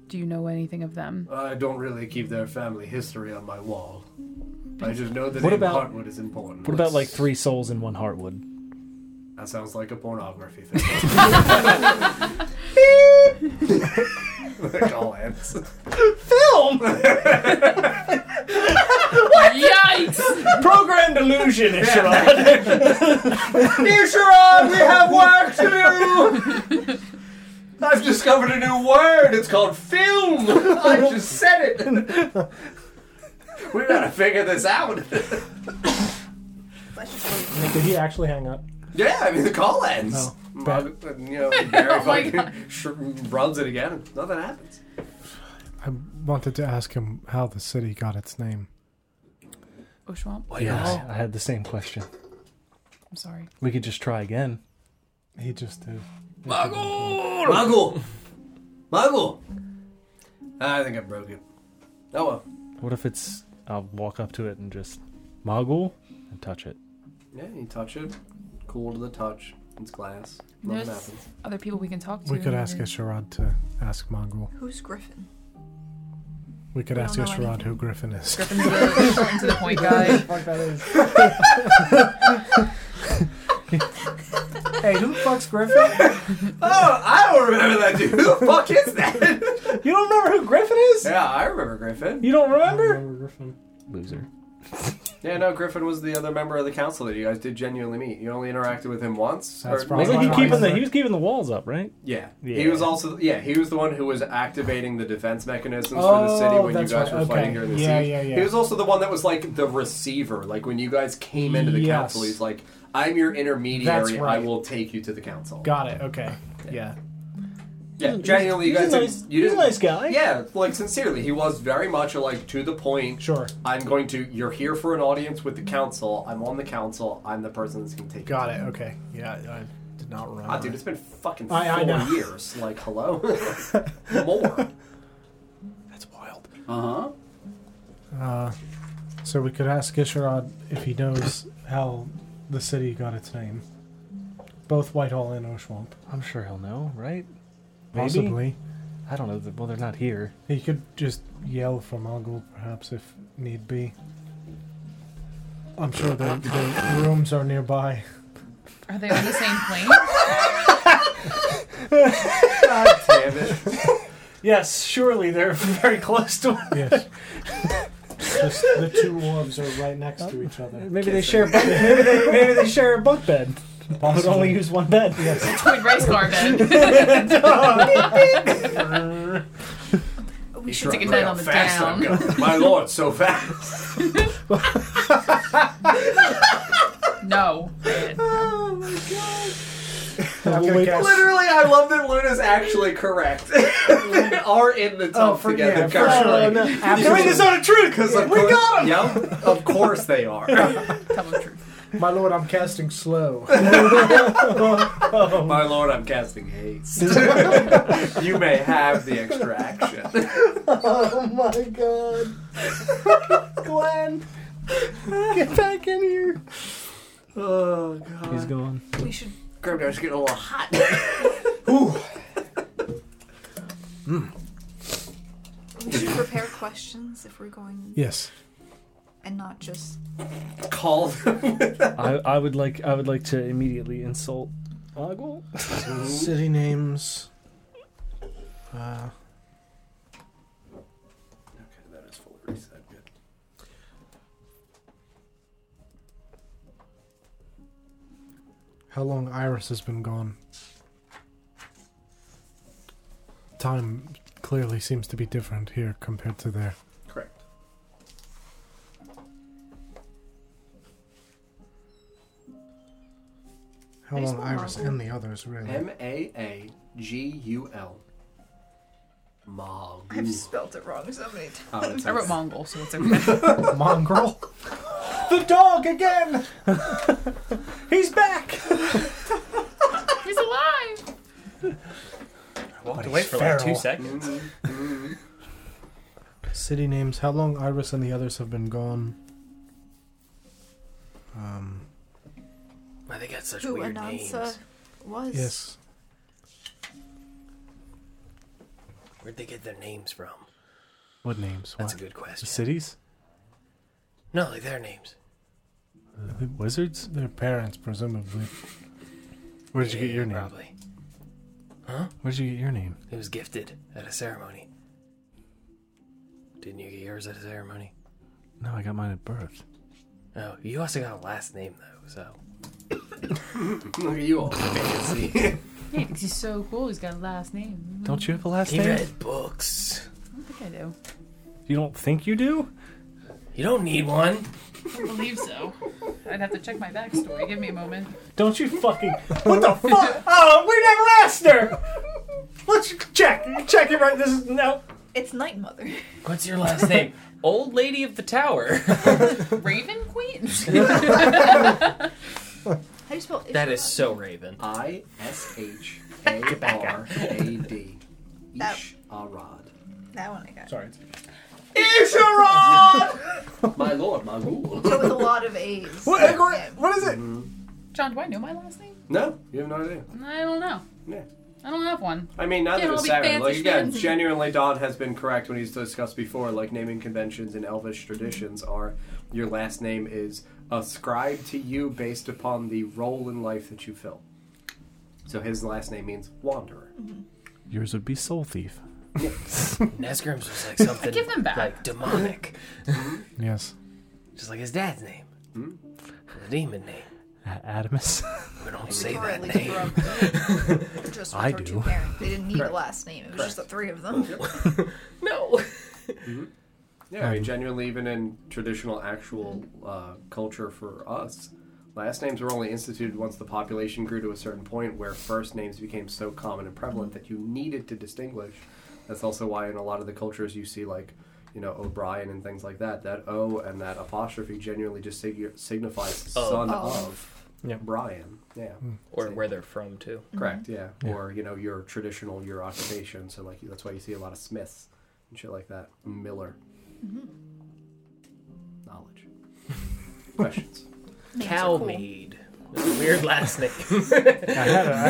Do you know anything of them? I don't really keep their family history on my wall. I just know that What what about- Hartwood is important. What about like three souls in one heartwood? That sounds like a pornography thing. like all ends. Film. Yikes! Program delusion, Isherod. Isherod, we have work to do. I've discovered a new word. It's called film. I just said it. We gotta figure this out. Did he actually hang up? yeah, I mean the call ends. Oh, Mug- uh, you know, Barry Oh my fucking sh- runs it again. Nothing happens. I wanted to ask him how the city got its name. Oshwamp. Yeah, I had the same question. I'm sorry. We could just try again. He just did. Muggle, Muggle. Uh, I think I broke it. Oh well. What if it's? I'll walk up to it and just moggle and touch it. Yeah, you touch it. Cool to the touch. It's glass. There's Nothing happens. other people we can talk to. We could ask and- Isherod to ask Mongol. Who's Griffin? We could We ask don't know Isherod anything. who Griffin is. Griffin's the, Griffin's the point guy. Fuck that is. hey, who the fuck's Griffin? Oh, I don't remember that dude. Who the fuck is that? You don't remember who Griffin is? yeah, I remember Griffin. You don't remember? Loser. Yeah, no, Griffin was the other member of the council that you guys did genuinely meet. You only interacted with him once. That's probably Wasn't he Probably keeping not. the? He was keeping the walls up, right? Yeah. Yeah. he was also yeah he was the one who was activating the defense mechanisms for the city Oh, when you that's guys right. were Okay. fighting during the Yeah, siege. yeah, yeah. He was also the one that was like the receiver. Like when you guys came into the Yes. council, he's like, "I'm your That's intermediary. I right. will take you to the council." Got it. Okay. Yeah. yeah, genuinely, you He's guys a nice, didn't, you he's a didn't nice guy. Yeah, like sincerely, he was very much like to the point. Sure. I'm going to. You're here for an audience with the council. I'm on the council. I'm the person that's going to take. you Got to it. Okay. Yeah, I did not remember. Ah, dude, it's been fucking I- I four know. years. Like, hello, more. That's wild. Uh huh. Uh, so we could ask Isherod if he knows how the city got its name. Both Whitehall and Oshwamp. I'm sure he'll know, right? Maybe. Possibly. I don't know. Well, they're not here. He could just yell for Mongol, perhaps, if need be. I'm sure the, the rooms are nearby. Are they on the same plane? God damn it. Yes, surely they're very close to Yes. Just the two orbs are right next to each other. Maybe they share. bunk- Maybe they maybe they share a bunk bed. I would only use one bed. Twin race car bed. We should take a night on the Fast down. I'm going. My lord, so fast. No. man. Oh. I'm gonna guess- Literally, I love that Luna's actually correct. Oh, they are in the tub for- Oh, together. yeah, for currently. sure. No, Doing this on a truth. Because of course, we got Yep, of course they are. Tell them truth. My lord, I'm casting slow. My lord, I'm casting haste. you may have the extra action. Oh my god. Glenn. Get back in here. Oh Uh, god. He's gone. We should. Grimdar's getting a little hot. We should prepare questions if we're going, yes. and not just. Call them. I, I would like I would like to immediately insult Oggle. City names. Uh, Okay, that is fully reset. Good. how long Iris has been gone? Time clearly seems to be different here compared to there. Correct. How How do you long spell Iris Marvel? and the others really? M A A G U L. Mog. spelt it wrong so many times. Oh, it's I wrote Mongol, so it's okay. Mongrel. the dog again. He's back. He's alive. I walked away for like two feral. seconds. City names. How long Iris and the others have been gone? Um. Man, they got such Who weird Anansa names. was? Yes. Where'd they get their names from? What names? That's What? a good The question. cities? No, like their names. The wizards? Their parents, presumably. Where did you get your name? Probably. Where did you get your name? It was gifted at a ceremony. Didn't you get yours at a ceremony? No, I got mine at birth. Oh, you also got a last name though, so Look at you all fancy. Yeah, because he's so cool. He's got a last name. Don't you have a last he name? read books. I don't think I do. You don't think you do? You don't need one. I believe so. I'd have to check my backstory. Give me a moment. Don't you fucking. What the fuck? Oh, we never asked her. Let's check. Check it right. This is no. It's Night Mother. What's your last name? Old Lady of the Tower. Raven Queen? How do you spell? that is so Raven. I S H A R A D. That- Isharad. that one I got. Sorry. it's- Isharad. My lord, my lord. It was a lot of A's. what, what- what is it? John, do I know my last name? No, you have no idea. I don't know. Yeah. I don't have one. I mean, neither Can't does all be Saturn. fancy Like, again, schmancy. genuinely, Dodd has been correct when he's discussed before. Like, naming conventions and elvish traditions are your last name is ascribed to you based upon the role in life that you fill. So his last name means wanderer. Yours would be Soul Thief. Nesgrim's was like something give them back. like demonic. Yes. Just like his dad's name. Hmm? The demon name. Adamus. We don't say Or at that least name. Brooke. Just I refer to do. parent. They didn't need a last name. It was just the three of them. No. Yeah, I mean, genuinely, even in traditional, actual uh, culture for us, last names were only instituted once the population grew to a certain point where first names became so common and prevalent that you needed to distinguish. That's also why in a lot of the cultures you see, like, you know, O'Brien and things like that, that O and that apostrophe genuinely just sig- signifies son of Yeah. Brian. Yeah. Or where they're from too. Correct, yeah. Or, you know, your traditional, your occupation. So, like, that's why you see a lot of Smiths and shit like that. Miller. Knowledge. Questions. Cowmead. That's a weird last name. I had, a, I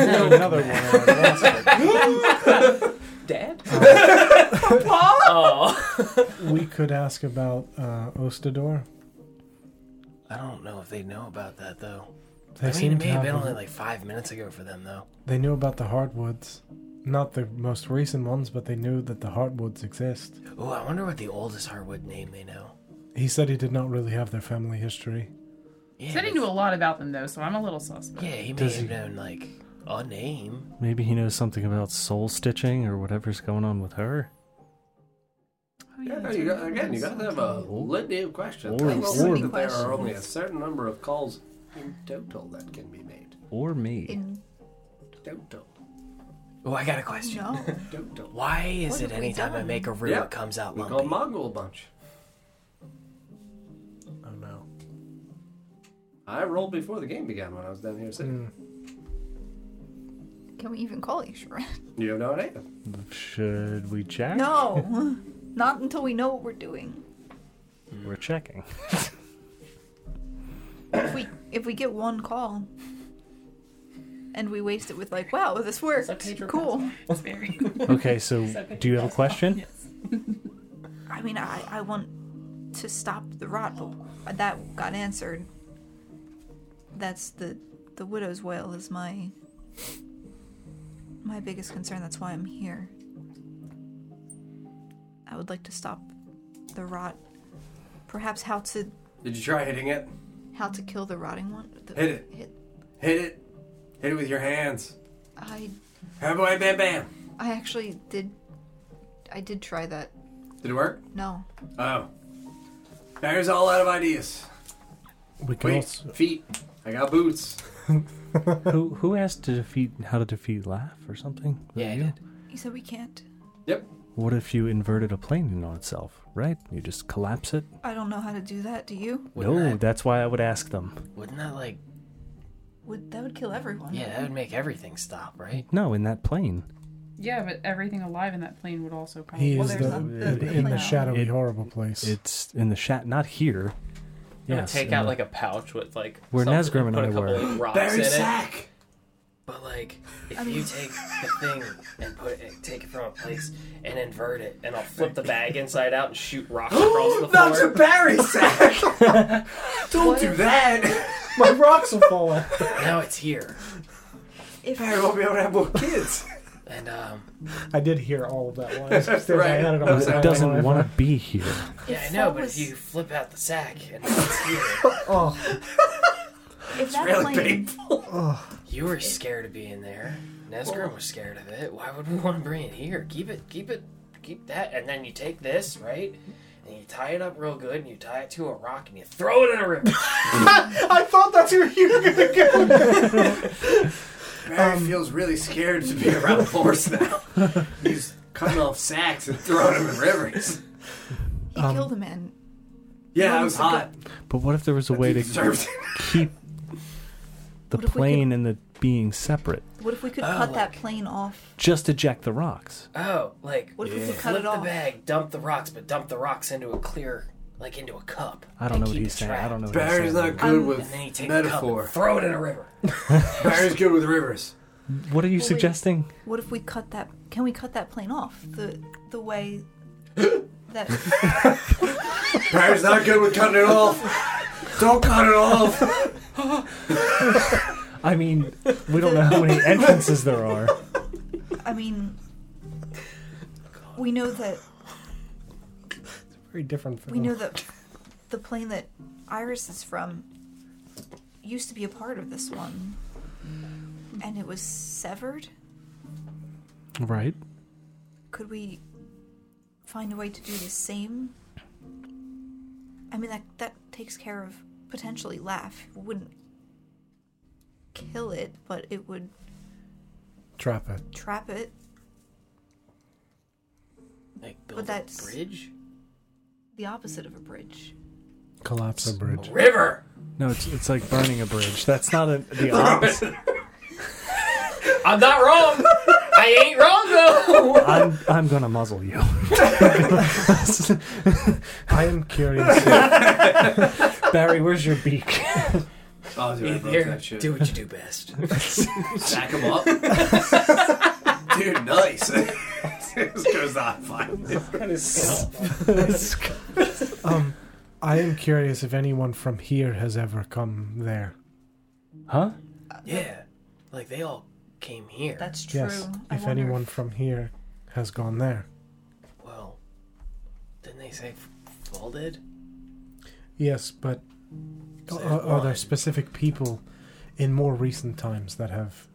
had another one. Dad? Oh. We could ask about uh, Ostador. I don't know if they know about that though. They I mean, seem it to may have have been a- only like five minutes ago for them though. They knew about the hardwoods. Not the most recent ones, but they knew that the hardwoods exist. Oh, I wonder what the oldest hardwood name they know. He said he did not really have their family history. Yeah, Said he knew a lot about them, though, so I'm a little suspect. Yeah, he may Does have he- known like a name. Maybe he knows something about soul stitching or whatever's going on with her. Oh, yeah, Yeah, no, that's you right. got, again, you got to have a litany of questions. Or- I will or- say that there are only a certain number of calls in total that can be made. Or me. In Total. Oh, I got a question. no. Total. Why is What it have we anytime I done? make a roux Yeah. it comes out We call lumpy? Mongol bunch. Oh no. I rolled before the game began when I was down here sitting. Can we even call you Sharon? You don't know it either. Should we check? No. Not until we know what we're doing. We're checking. If we if we get one call and we waste it with like, wow, this worked. Cool. It's very. Okay, so do you have a question? I mean, I I want to stop the rot, but that got answered. That's the the widow's wail is my my biggest concern. That's why I'm here. I would like to stop the rot. Perhaps how to Did you try hitting it? how to kill the rotting one. The, Hit it. Hit it. Hit it with your hands. I Bam, bam, bam, bam. I actually did. I did try that. Did it work? No. Oh. There's all out of ideas. We could Wait, also. feet. I got boots. who who asked to defeat how to defeat laugh or something? Was Yeah, it I you? did. He said we can't. Yep. What if you inverted a plane in on itself? Right? You just collapse it. I don't know how to do that. Do you? Wouldn't no, that, that's why I would ask them. wouldn't that like Would that would kill everyone? yeah, that would make everything stop, right? No, in that plane. Yeah, but everything alive in that plane would also come. He Well, is there's the, in, not- in the shadowy, horrible place. It's in the shat, not here. I'm gonna Yes, take in out the- like a pouch with like Where something- Nazgrim and put a I couple were. of rocks Barry in it. Sack. But like, if you take the thing and put it, take it from a place and invert it, and I'll flip the bag inside out and shoot rocks across the Not your floor. Barry Sack. Don't do that. my rocks will fall out. Now it's here. If Barry won't be able to have more kids. And um, I did hear all of that while I was upstairs. I Right. had it on That was my- a- my- Doesn't my- want to be here. yeah, I If know, that but was- if you flip out the sack and it's here, If that Really plane, painful. you were scared of being there. Nesgrim was scared of it. Why would we want to bring it here? Keep it, keep it, keep that, and then you take this right, and you tie it up real good, and you tie it to a rock, and you throw it in a river. I thought that's where you were gonna go. Um, Barry feels really scared to be around a horse now. He's cutting off sacks and throwing them in rivers. he killed a man. Yeah, that was hot. But what if there was a way to Deserved it. keep the What if we could- plane and the being separate? What if we could Oh, cut that like- plane off? Just eject the rocks. Oh, like What if we could cut flip it the off? bag, dump the rocks, but dump the rocks into a clear, like into a cup. I don't and know what keep he's it saying. I trapped. don't know what he's Barry's saying. not good Um, And then you with take the cup metaphor. and throw it in a river. Barry's good with rivers. What are you Wait. suggesting? What if we cut that? Can we cut that plane off? The the way that Barry's not good with cutting it off. Don't cut it off. I mean, we don't know how many entrances there are. I mean, we know that Very different from we know that the plane that Iris is from used to be a part of this one, and it was severed. Right. Could we find a way to do the same? I mean, that that takes care of potentially laugh. It wouldn't kill it, but it would Trap it. trap it. Like build that's- a bridge, The opposite of a bridge. Collapse the bridge. a river. No, it's, it's like burning a bridge. That's not a, the opposite. I'm not wrong. I ain't wrong though. I'm, I'm going to muzzle you. I am curious. Barry, where's your beak? Oh, dude, I broke Here, that shit. do what you do best. Sack him up. dude, nice. this goes on fine. Um, I am curious if anyone from here has ever come there. Huh? yeah, like they all came here. That's true. Yes, I if wonder anyone from here has gone there. well, didn't they say fall did? Yes, but Say are, are there one. specific people in more recent times that have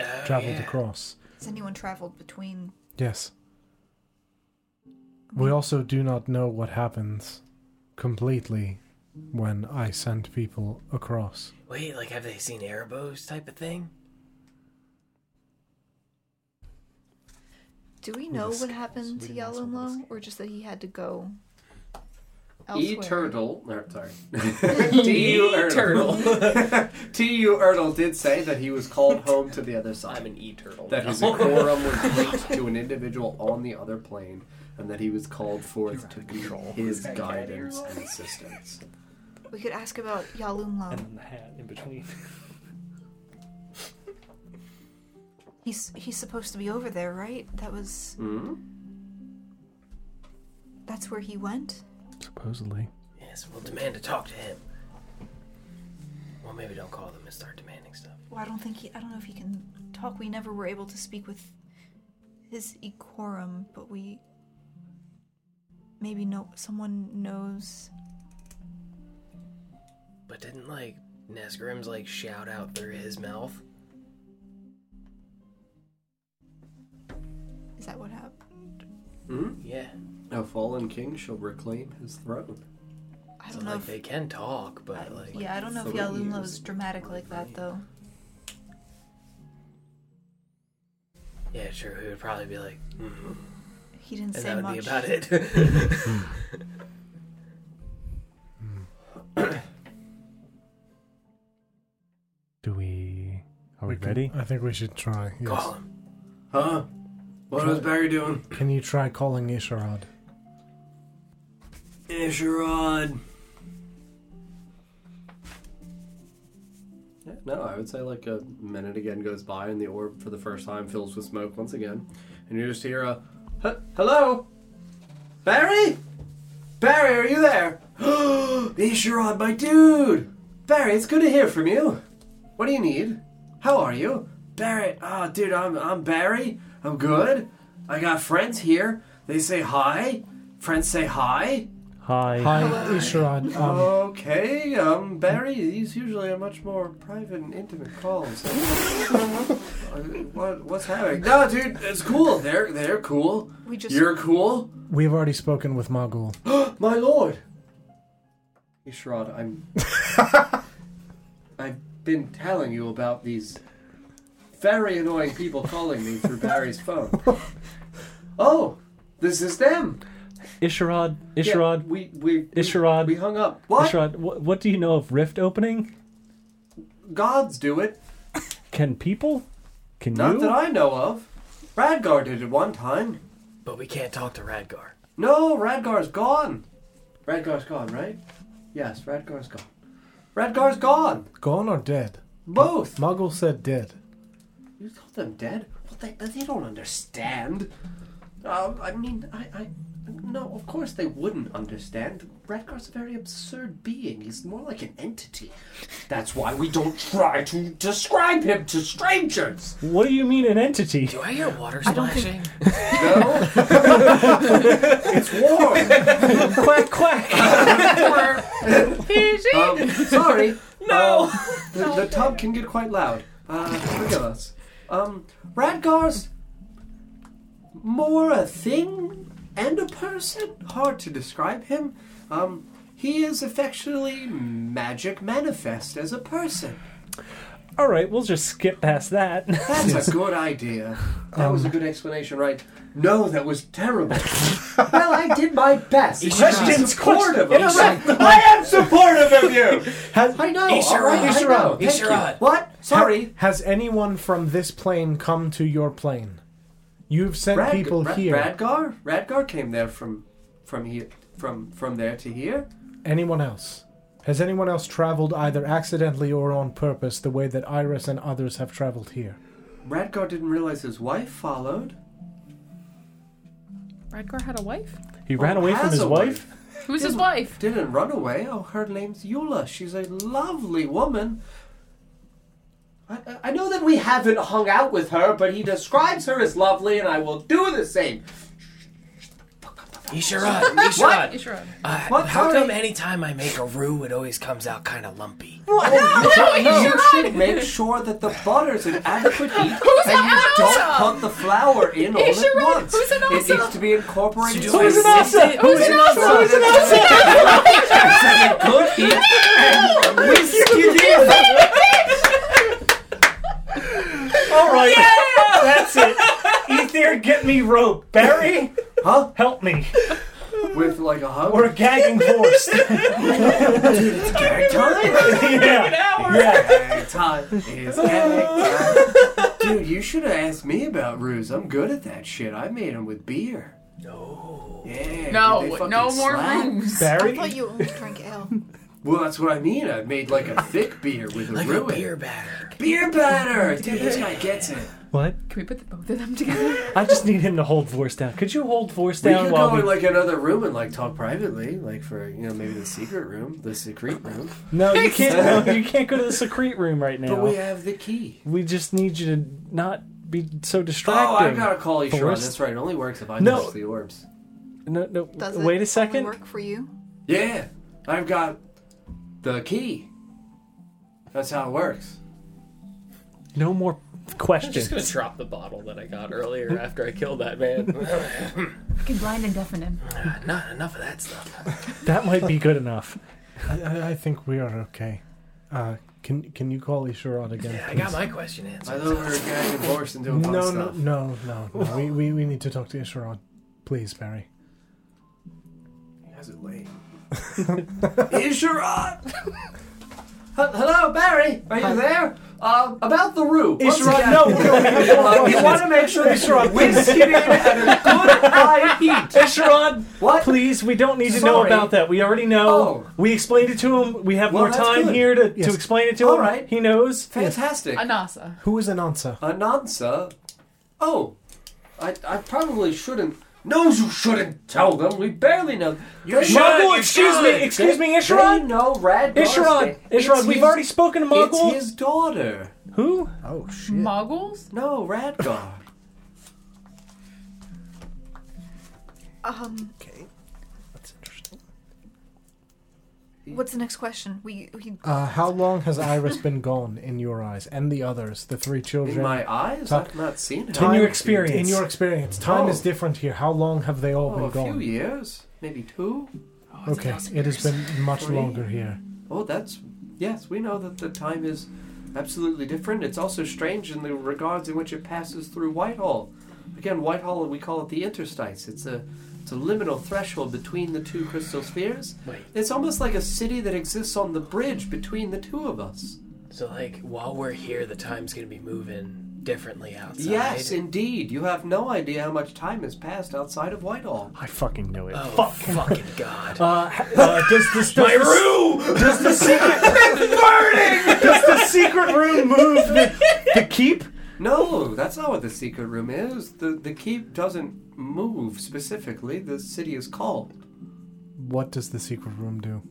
Oh, traveled yeah. across? Has anyone traveled between? Yes. We also do not know what happens completely when I send people across. Wait, like have they seen Erebos type of thing? Do we know what happened to Yalomlo, or just that he had to go E elsewhere? Turtle, or, sorry, T U Turtle, T U Turtle did say that he was called home to the other side. I'm an e turtle. that his quorum was linked to an individual on the other plane, and that he was called forth to be his guidance and assistance. We could ask about Yalumlo. the hat in between. He's he's supposed to be over there, right? That was hmm that's where he went. Supposedly. Yes, we'll demand to talk to him. Well, maybe don't call them and start demanding stuff. Well, I don't think he. I don't know if he can talk. We never were able to speak with his Ecorum, but we maybe know someone knows. But didn't like Nesgrim's like shout out through his mouth? Is that what happened? hmm Yeah, A fallen king shall reclaim his throne. I so don't know. like If, they can talk, I- but like yeah, I don't know if three Yalumlo years. is dramatic like that though. yeah, sure, he would probably be like, mm He didn't and that say would much. be about it. Do we. Are we, can- ready? I think we should try. Yes. call him. Huh? What was Barry doing? Can you try calling Isharad? Isherod. Yeah, no, I would say like a minute again goes by and the orb for the first time fills with smoke once again. And you just hear a, "H- hello? Barry? Barry, are you there? Isherod, my dude! Barry, it's good to hear from you. What do you need? How are you? Barry. Oh, dude, I'm I'm Barry. I'm good. I got friends here. They say hi. Friends say hi. Hi. Hi, Isharad. Um, okay, um, Barry. These usually are much more private and intimate calls. Uh, what what's happening? No, dude, it's cool. They're they're cool. We just You're cool. we've already spoken with Magul. My lord! Ishrod, I'm. I've been telling you about these very annoying people calling me through Barry's phone. Oh, this is them! Isharad. Yeah, Isharad. we, we, we, Isharad. We hung up. What? Isharad. What, what do you know of rift opening? Gods do it. Can people? Can Not you? that I know of. Radgar did it one time. But we can't talk to Radgar. No, Radgar's gone. Radgar's gone, right? Yes, Radgar's gone. Radgar's gone. Gone or dead? Both. Magul said dead. You thought them dead? Well, they, they don't understand. Um, I mean, I, I. No, of course they wouldn't understand. Radgar's a very absurd being. He's more like an entity. That's why we don't try to describe him to strangers! What do you mean an entity? Do I hear water splashing? No? it's warm! quack quack. Um, sorry. No! Um, the, the tub can get quite loud. Uh, forgive us. Um, Radgar's more a thing and a person. Hard to describe him. Um, he is affectionately magic manifest as a person. All right, we'll just skip past that. That's a good idea. That Um, was a good explanation, right? No, that was terrible. well, I did my best. Questions, supportive questions. of Interrupt. I am supportive of you. I know. Isharad, all right, I know. Isharad, Thank you. Isharad. What? Sorry. Ha- has anyone from this plane come to your plane? You've sent Rad- people Ra- here. Radgar? Radgar came there from from here from from there to here. anyone else? Has anyone else traveled either accidentally or on purpose the way that Iris and others have traveled here? Radgar didn't realize his wife followed. Radgar had a wife? He ran Or away from has his a wife. Who's his wife? Didn't run away. Oh, her name's Eula. She's a lovely woman. I, I- I know that we haven't hung out with her, but he describes her as lovely, and I will do the same. Isharad, You Isharad. sure are. Uh, What? How Sorry. come anytime I make a roux, it always comes out kind of lumpy? No, Oh, you should make sure that the butter's in adequate heat, Who's and you an don't awesome? put the flour in all at Isharad, once. who's an It needs awesome? to be incorporated. So do with- I Who's an awesome? Who's an awesome? Cookie and whiskey deal. All right. That's it. Ether, get me rope. Barry, Huh? help me. With like a hug? We're gagging force. gag time? yeah. Yeah. gag time is gag time. Dude, you should have asked me about ruse. I'm good at that shit. I made them with beer. No. Yeah. dude, they No, fucking no more slap. rooms. I Barry? thought you only drank ale. Well, that's what I mean. I made like a thick beer with a Like a ruin. beer batter. Beer batter. Dude, this guy gets it. What? Can we put the both of them together? I just need him to hold force down. Could you hold force We down could while go we? in like another room and like talk privately, like for you know maybe the secret room, the secret room. No, Oh, you can't. no, you can't go to the secrete room right now. But we have the key. We just need you to not be so Oh, I distracting. gotta call Isharon. Forrest. That's right. It only works if I No. touch the orbs. No, no. Does it wait only a second. Work for you? Yeah, I've got the key. That's how it works. No more questions. gonna drop the bottle that I got earlier after I killed that man. I can blind and deafen him. Not enough of that stuff. That might be good enough. I, I, I think we are okay. Uh, can can you call Isharad again? I please? got my question answered. I thought we were getting divorced and doing fun No, no, stuff. no, no, no. we, we, we need to talk to Isharad. Please, Barry. How's it late? Isharon! uh, H- Hello, Barry. Are you there? Um, about the roux. Once Isharad, again, no. uh, we want to make sure that you're whisked in at a good high heat. Esherod, What? please, we don't need to know Sorry. about that. We already know. Oh. We explained it to him. We have Well, more that's time good. here to, Yes. to explain it to All him. right. He knows. Fantastic. Anasa. Who is Anansa? Anansa? Oh, I, I probably shouldn't. No, you shouldn't tell them. We barely know. You should, Mongol, you excuse should. me, excuse me, Isharad? No, Rad. Isharad, Isharad, we've already spoken to It's Mongol. his daughter. Who? Oh shit. Muggles? No, Radgar. Um, okay. That's interesting. what's the next question? We we Uh, how long has Iris been gone in your eyes and the others, the three children? In my eyes, Talk- I've not seen him. Time- your experience. In your experience, time Oh. is different here. How long have they all Oh, been a gone? few years, maybe two. Okay, it has been much Three. longer here. Oh, that's yes. We know that the time is absolutely different. It's also strange in the regards in which it passes through Whitehall. Again, Whitehall we call it the interstice. It's a it's a liminal threshold between the two crystal spheres. Wait. It's almost like a city that exists on the bridge between the two of us. So, like, while we're here, the time's gonna be moving differently outside. Yes, indeed. You have no idea how much time has passed outside of Whitehall. I fucking knew it. Oh, fucking god. Oh, does this does the, Does the secret Does the secret room move the, the keep? No, that's not what the secret room is. The the keep doesn't move specifically. The city is called. What does the secret room do?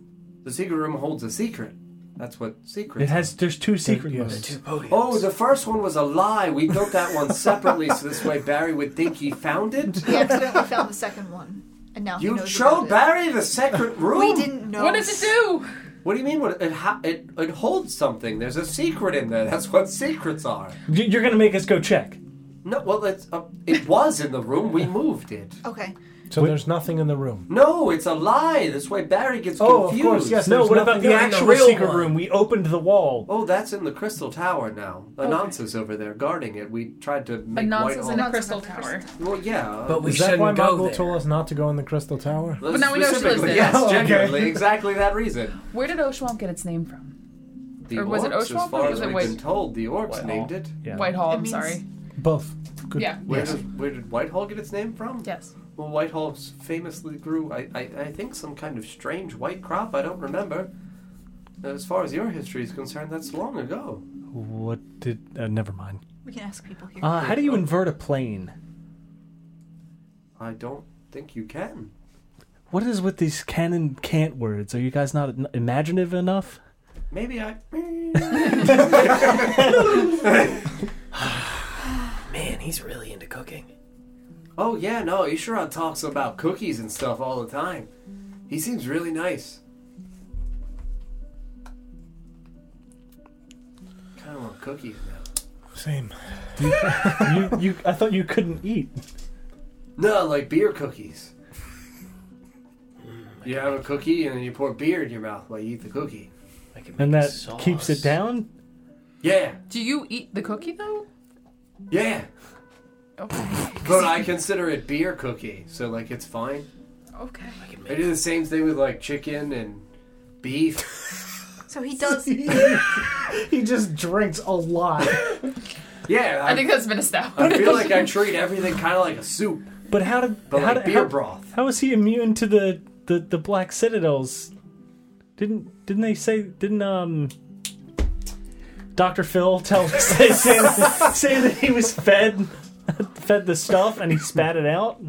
The secret room holds a secret. That's what secret. It has. There's two secret Yes. rooms. Two podiums. Oh, the first one was a lie. We built that one separately, so this way Barry would think he found it. we accidentally found the second one, and now he You knows showed about Barry the secret it. room. We didn't know. What does it do? What do you mean? What it, ha- it it holds something. There's a secret in there. That's what secrets are. Y- You're gonna make us go check. No, well, it's uh, it was in the room. We moved it. Okay, So there's nothing in the room. No, it's a lie. This way Barry gets Oh, of confused. course, yes. no, There's what about nothing the in the actual real secret one. room? We opened the wall. Oh, that's in the Crystal Tower now. Anansa's over there guarding it. We tried to make Anansa's in Whitehall. a crystal tower. Well, yeah. uh, But we Is that why shouldn't go Michael there. told us not to go in the crystal tower? Well, But now we know she lives specifically, there. Yes, Oh, okay. genuinely, exactly that reason. Where did Oshwamp get its name from? The Or was it orcs, Oshawott, as or far as was it we've White- been told, the orcs named it. Yeah. Whitehall, It I'm means- sorry. Both. Good. Yeah. Where, Yes. did, where did Whitehall get its name from? Yes. Well, Whitehall famously grew, I, I, I think, some kind of strange white crop. I don't remember. As far as your history is concerned, that's long ago. What did? Uh, never mind. we can ask people here. Uh, how do you invert a plane? I don't think you can. What is with these can and can't words? Are you guys not en- imaginative enough? Maybe I. Man, he's really into cooking. oh, yeah, no, Isharon talks about cookies and stuff all the time. He seems really nice. Kind of want cookies now. Same. you, you, I thought you couldn't eat. No, like beer cookies. You have a cookie and then you pour beer in your mouth while you eat the cookie. I could And make that sauce. keeps it down? Yeah, Do you eat the cookie though? yeah. Okay. But I consider it beer cookie, so like it's fine. Okay. I could I make do the same thing with like chicken and beef. So he does. He just drinks a lot. Yeah, I, I think that's been established. I feel like I treat everything kind of like a soup, But how did but how like did beer how, broth. how is he immune to the, the the black citadels? Didn't didn't they say didn't um Dr. Phil tell say, say, say that he was fed fed the stuff and he spat it out?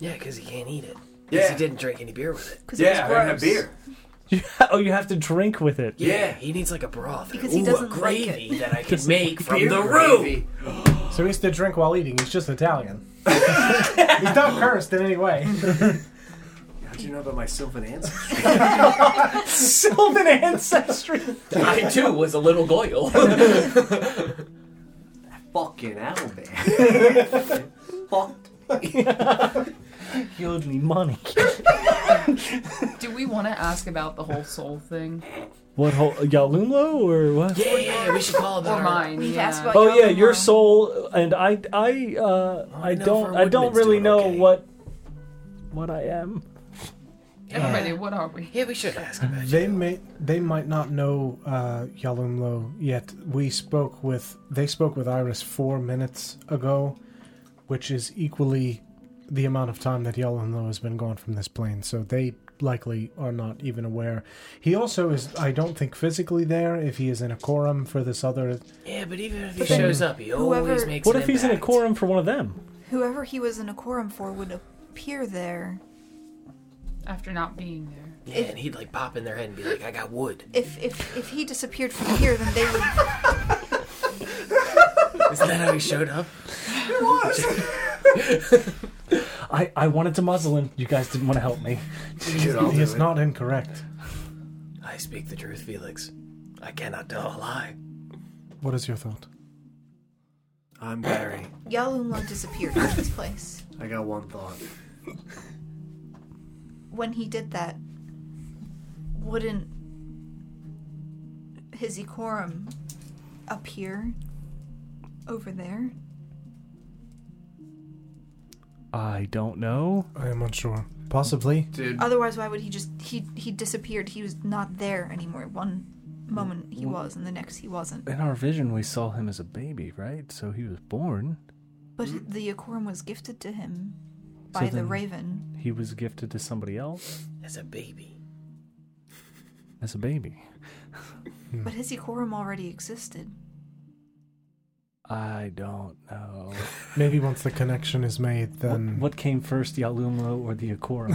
Yeah, because he can't eat it. Because Yeah, he didn't drink any beer with it. yeah, I have beer. You, oh, you have to drink with it. Yeah, He needs like a broth. or, Because he ooh, doesn't a like gravy that I could make from beer the room. gravy. so he has to drink while eating. He's just Italian. He's not cursed in any way. How'd you know about my Sylvan ancestry? Sylvan ancestry. I too was a little goyle. Fucking owlbear. Fucked. He owed me money. Do we want to ask about the whole soul thing What whole Yalumlo or what? yeah, yeah, yeah, we should call about Oh, our- or mine? We need to yeah. ask about Oh yeah, Yalumlo. your soul and I I uh I Oh, know if don't our I don't woodman's really doing know okay. what what I am. Everybody, what are we? Yeah, we should ask about They may they might not know uh, Yalumlo yet. We spoke with they spoke with Iris four minutes ago, which is equally the amount of time that Yalumlo has been gone from this plane. So they likely are not even aware. He also is I don't think physically there if he is in a quorum for this other. Yeah, but even if he then shows up, he always whoever- makes. What an if he's in a impact. quorum for one of them? Whoever he was in a quorum for would appear there After not being there. Yeah, and he'd like pop in their head and be like, "I got wood." if if if he disappeared from here, then they would. Isn't that how he showed up? I, I wanted to muzzle him. You guys didn't want to help me. Dude, I'll He do is it. not incorrect. I speak the truth, Felix. I cannot tell a lie. What is your thought? I'm Barry. Yalumlo disappeared from this place. I got one thought. When he did that, wouldn't his Ikorum appear over there? I don't know. I am unsure. Possibly. Dude, Otherwise, why would he just he he disappeared? He was not there anymore. One moment he was, and the next he wasn't. In our vision, we saw him as a baby, right? So he was born. But the Ikorum was gifted to him by the then- Raven. He was gifted to somebody else As a baby. as a baby. But his Ikorum already existed. I don't know. Maybe once the connection is made, What, then what came first, Yalumlo or the Akora?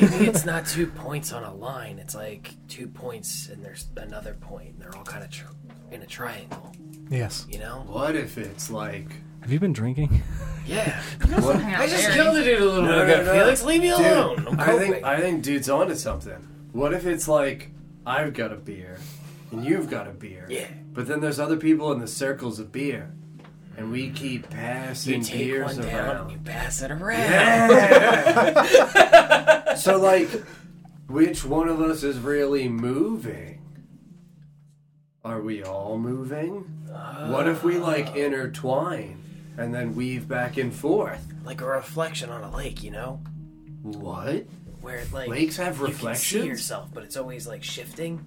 Maybe it's not two points on a line. It's like two points and there's another point, and they're all kind of tr- in a triangle. yes. You know? what if it's like. Have you been drinking? Yeah. Hang on, I just Barry. killed the dude a little bit ago. Felix, leave me Dude, alone. I'm I coping. think I think dude's onto something. What if it's like I've got a beer and you've got a beer. Yeah. But then there's other people in the circles of beer. And we keep passing you take beers one down and you around. pass it around. so like which one of us is really moving? Are we all moving? What if we like intertwine and then weave back and forth? Like a reflection on a lake, you know? What? Where it like Lakes have You can see reflections? yourself, but it's always like shifting.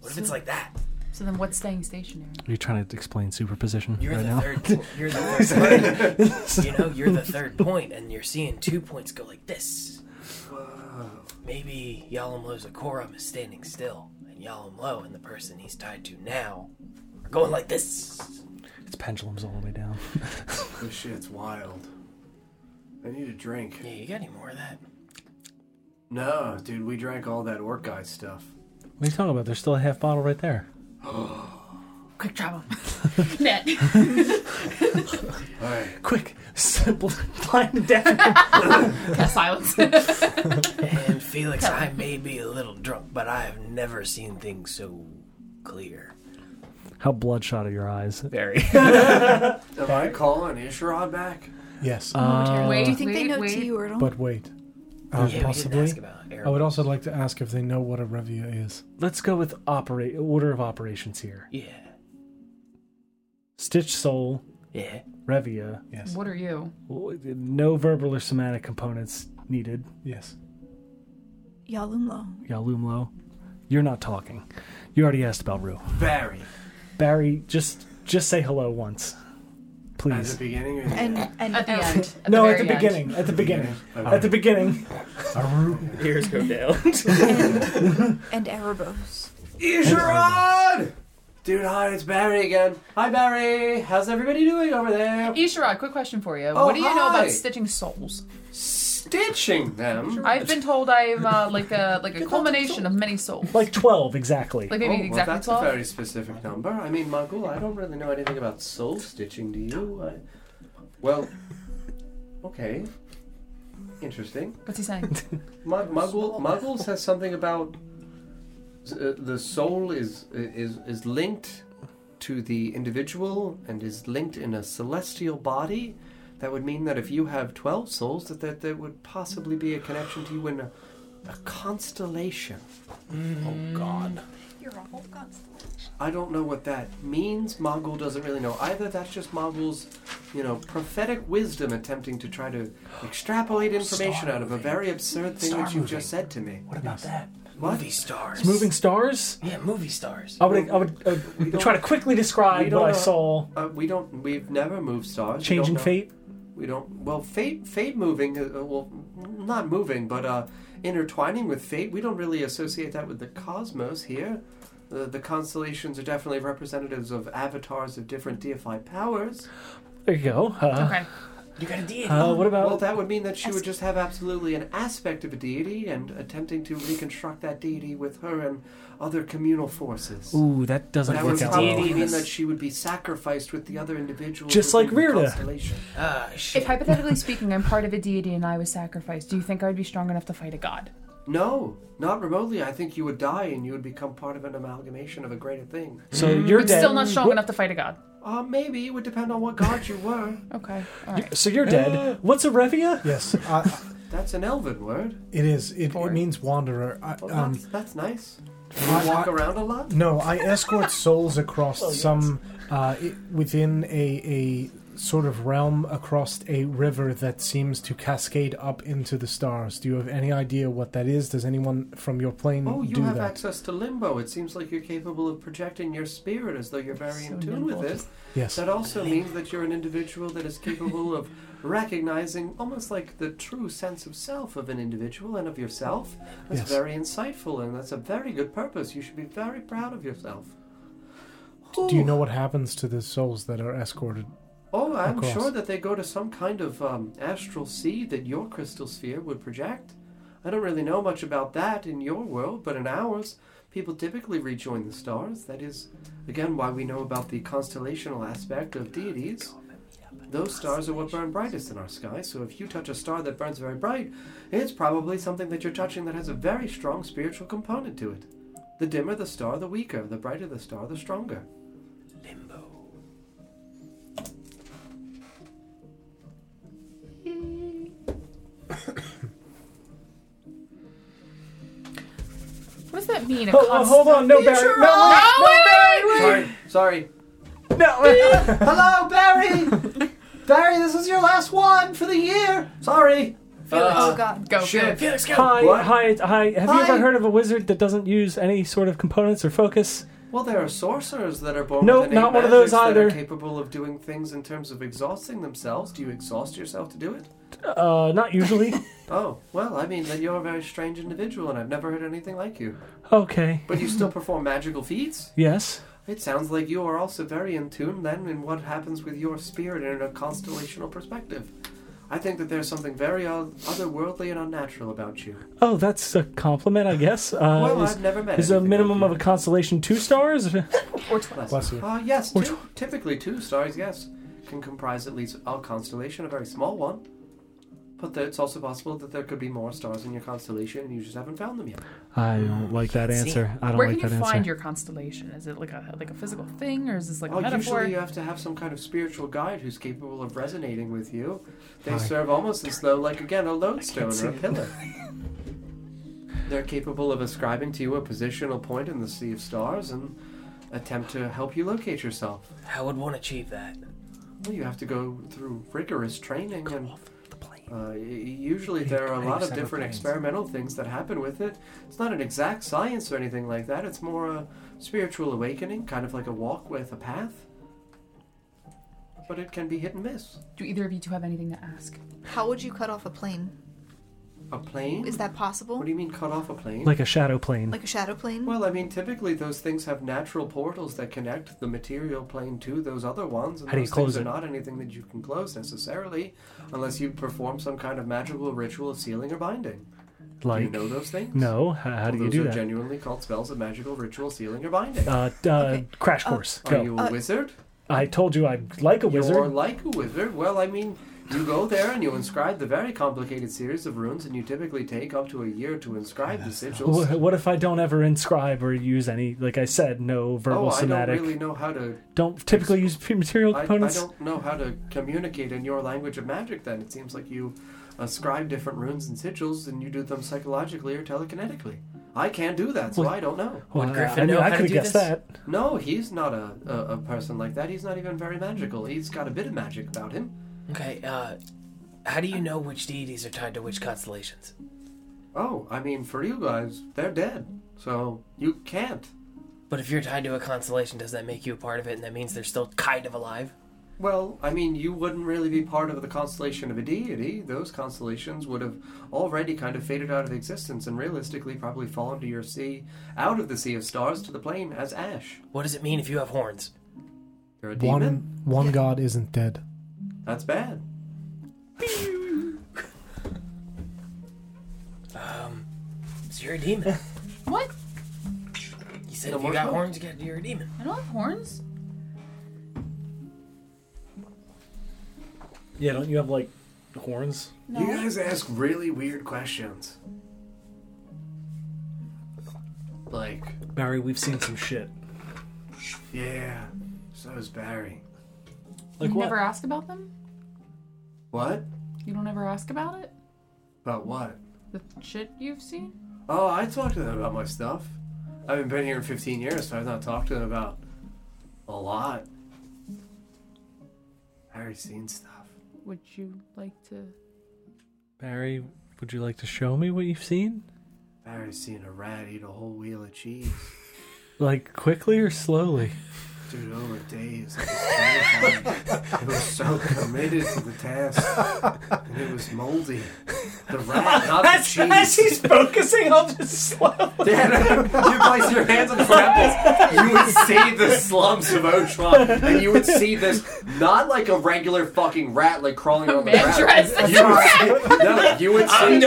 What if it's like that? So then what's staying stationary? You're trying to explain superposition You're right the now. third. You're the third point. you know, you're the third point, and you're seeing two points go like this. Maybe Yalamlo's Akorum is standing still, and Yalamlo and the person he's tied to now are going like this. It's pendulums all the way down. This shit's wild. I need a drink. Yeah, you got any more of that? No, dude, we drank all that orc guy stuff. What are you talking about? There's still a half bottle right there. Quick travel. Net. All right. Quick, simple, blind death. Cast silence. And Felix, I may be a little drunk, but I have never seen things so clear. How bloodshot are your eyes? Very. Am I calling Isherod back? Yes. Um, Uh, wait, Do you think they wait, know wait. Tiwurdle? but wait. Uh, yeah, we possibly. didn't ask about Eric. I would also like to ask if they know what a revia is. Let's go with operate order of operations here. yeah, Stitch Soul, yeah. Revia. Yes. What are you? No verbal or somatic components needed. Yes. Yalumlo. Yalumlo, you're not talking. You already asked about Rue. Barry. Barry, just just say hello once, At the please. beginning or the And and At the end. At no, at very the end. beginning. At the beginning. Okay. At the beginning. Ears go down. and Erebos. Isherod! Dude, hi, it's Barry again. Hi, Barry. How's everybody doing over there? Isharad, quick question for you. Oh, what do you know hi. about stitching souls? Stitching them. I've been told I'm uh, like a like a culmination of many souls. Like 12, exactly. Like Oh, maybe well, exactly that's a 12. very specific number. I mean, Mongol, I don't really know anything about soul stitching, do you? I... Well, okay. Interesting. What's he saying? Mug, Muggle, Muggles has something about uh, the soul is is is linked to the individual and is linked in a celestial body. That would mean that if you have twelve souls, that that there would possibly be a connection to you in a, a constellation. Oh God. You're all constellation. I don't know what that means. Mongol doesn't really know either. That's just Mongol's, you know, prophetic wisdom attempting to try to extrapolate information out of a very absurd thing Star that you moving. just said to me. What about that? What? Movie stars. Moving stars? Yeah, movie stars. Oh. I would, I would, I would don't- try to we quickly describe don't what I know. saw. Uh, we don't. We've never moved stars. We don't Changing know- fate? We don't. Well, fate. Fate moving. Uh, uh, well, not moving, but uh, intertwining with fate. We don't really associate that with the cosmos here. The, the constellations are definitely representatives of avatars of different deified powers. There you go. Uh, okay. You got a deity. Uh, what Well, about that would mean that she would just have absolutely an aspect of a deity, and attempting to reconstruct that deity with her and other communal forces. Ooh, that doesn't That would work out. well. probably mean Deities. that she would be sacrificed with the other individuals. Just like within the Rirda. constellation. Ah, If shit. hypothetically speaking, I'm part of a deity and I was sacrificed, do you think I'd be strong enough to fight a god? No, not remotely. I think you would die, and you would become part of an amalgamation of a greater thing. So you're But dead. still not strong What- enough to fight a god. Uh, maybe it would depend on what god you were. Okay. All right. So you're dead. What's a revia? Yes, I, That's an elven word. it is. It, it Bored. means wanderer. I, Well, um, Oh, that's, that's nice. You I- walk I- around a lot. No, I escort souls across Oh, some uh, i within a a sort of realm across a river that seems to cascade up into the stars. Do you have any idea what that is? Does anyone from your plane Oh, you do have that? access to limbo. It seems like you're capable of projecting your spirit as though you're very in So tune with nimble. it. yes. That also means that you're an individual that is capable of recognizing almost like the true sense of self of an individual and of yourself. That's Yes. very insightful and that's a very good purpose. You should be very proud of yourself. Do you know what happens to the souls that are escorted? Oh, I'm Across. sure that they go to some kind of um, astral sea that your crystal sphere would project. I don't really know much about that in your world, but in ours, people typically rejoin the stars. That is, again, why we know about the constellational aspect of deities. Those stars are what burn brightest in our sky, so if you touch a star that burns very bright, it's probably something that you're touching that has a very strong spiritual component to it. The dimmer the star, the weaker. The brighter the star, the stronger. What does that mean? A Oh, Oh, oh, const- hold on, no, Barry. No, wait, Sorry, sorry. no, wait. Hello, Barry! Barry, this is your last one for the year! Sorry! oh Uh, god. Go, Shit. Felix. Go. Hi, What? hi, hi. Have you Hi. ever heard of a wizard that doesn't use any sort of components or focus? Well, there are sorcerers that are born Nope, with innate not one of those magics that either. are capable of doing things in terms of exhausting themselves. Do you exhaust yourself to do it? Uh, not usually. Oh, well, I mean, then you're a very strange individual, and I've never heard anything like you. okay. But you still perform magical feats? Yes. It sounds like you are also very in tune then in what happens with your spirit in a constellational perspective. I think that there's something very o- otherworldly and unnatural about you. Oh, that's a compliment, I guess. Uh, well, is, I've never met. is a anything like minimum you. of a constellation two stars? Or twelve. Bless you. Uh, yes, Or two, typically two stars, yes, can comprise at least a constellation, a very small one. But there, it's also possible that there could be more stars in your constellation and you just haven't found them yet. I don't like that answer. I don't Where like can you that find answer. your constellation? Is it like a like a physical thing, or is this like a oh, metaphor? usually you have to have some kind of spiritual guide who's capable of resonating with you. They serve almost as though, like again, a lodestone or a pillar. They're capable of ascribing to you a positional point in the sea of stars and attempt to help you locate yourself. how would one achieve that? Well, you have to go through rigorous training, and Uh, y- usually there are a lot of different experimental things that happen with it. It's not an exact science or anything like that. It's more a spiritual awakening, kind of like a walk with a path. But it can be hit and miss. Do either of you two have anything to ask? How would you cut off a plane? A plane? Is that possible? What do you mean cut off a plane? Like a shadow plane. Like a shadow plane? well, I mean, typically those things have natural portals that connect the material plane to those other ones, and How do you those close things it? are not anything that you can close necessarily, unless you perform some kind of magical ritual of sealing or binding. like do you know those things? no. How, how do Well, you those do are that? genuinely called spells of magical ritual sealing or binding. uh, d- uh, Okay. Crash course. Are Go. you a Uh, wizard? I told you I'm like a wizard. You're like a wizard. Well, I mean, you go there and you inscribe the very complicated series of runes, and you typically take up to a year to inscribe the sigils. Oh, Wh- What if I don't ever inscribe or use any? Like I said, no verbal oh, I somatic. don't really know how to. Don't typically use p- material I, I components. don't know how to communicate in your language of magic. Then it seems like you ascribe different runes and sigils, and you do them psychologically or telekinetically. I can't do that, so Well- I don't know. Well, Would I- Griffin I, mean, know I how to could have do guessed this? that. No, he's not a, a, a person like that. He's not even very magical. He's got a bit of magic about him. Okay, uh, how do you know which deities are tied to which constellations? Oh, I mean, for you guys, they're dead. So you can't. But if you're tied to a constellation, does that make you a part of it, and that means they're still kind of alive? Well, I mean, you wouldn't really be part of the constellation of a deity. Those constellations would have already kind of faded out of existence and realistically probably fallen to your sea, out of the sea of stars to the plane as ash. What does it mean if you have horns? You're a demon? One one god isn't dead. That's bad. Um, so you're a demon. What? You said No if more you got smoke? horns, you got, you're a demon. I don't have horns. Yeah, don't you have like horns? No. You guys ask really weird questions. Like, Barry, we've seen some shit. yeah, so is Barry. Like you what? never ask about them? What? You don't ever ask about it? About what? The shit you've seen? Oh, I talk to them about my stuff. I haven't been here in 15 years, so I've not talked to them about a lot. Barry's seen stuff. Would you like to? Barry, would you like to show me what you've seen? Barry's seen a rat eat a whole wheel of cheese. Like quickly or slowly? Dude, over days. It was terrifying. It was so committed to the task. And it was moldy. The rat, not the cheese. As he's focusing, I'll just slow. Dan, you place your hands on the grapples, you would see the slumps of Oshma, and you would see this not like a regular fucking rat like crawling on the man rat. dressed as you would see, no, you would see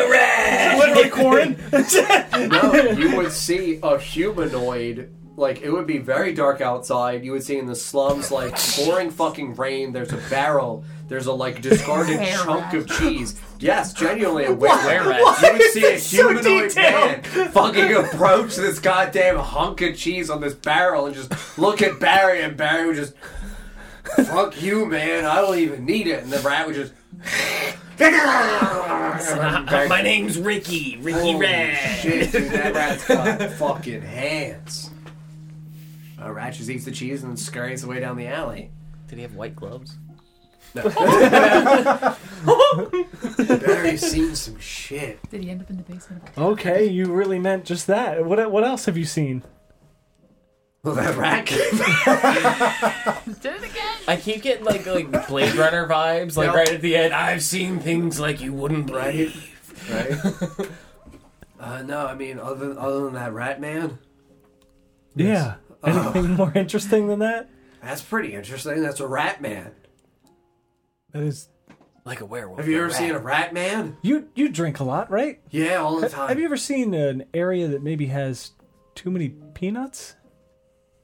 Literally, Corin. no, you would see a humanoid. Like it would be very dark outside. You would see in the slums, like pouring fucking rain. There's a barrel. There's a like discarded Hair chunk rat. of cheese. Yes, genuinely a wet where rat. why You would is see a this so humanoid man detailed? fucking approach this goddamn hunk of cheese on this barrel and just look at Barry, and Barry would just fuck you, man. I don't even need it. And the rat would just. My name's Ricky. Ricky Oh. Holy Red. Shit, dude, that rat's got fucking hands. Uh, rat just eats the cheese and scurries away down the alley. Did he have white gloves? Barry's seen some shit. Did he end up in the basement? Okay, you really meant just that. What what else have you seen? Well, that rat came Oh. Did it again? I keep getting like like Blade Runner vibes, like Yep. right at the end. I I've seen things like you wouldn't right, believe. right. Uh, no, I mean, other other than that rat man, Yeah. Uh, Anything more interesting than that? that's pretty interesting. That's a rat man. That is Like a werewolf. Have you a ever rat. seen a rat man? You you drink a lot, right? Yeah, all the Have, time. have you ever seen an area that maybe has too many peanuts?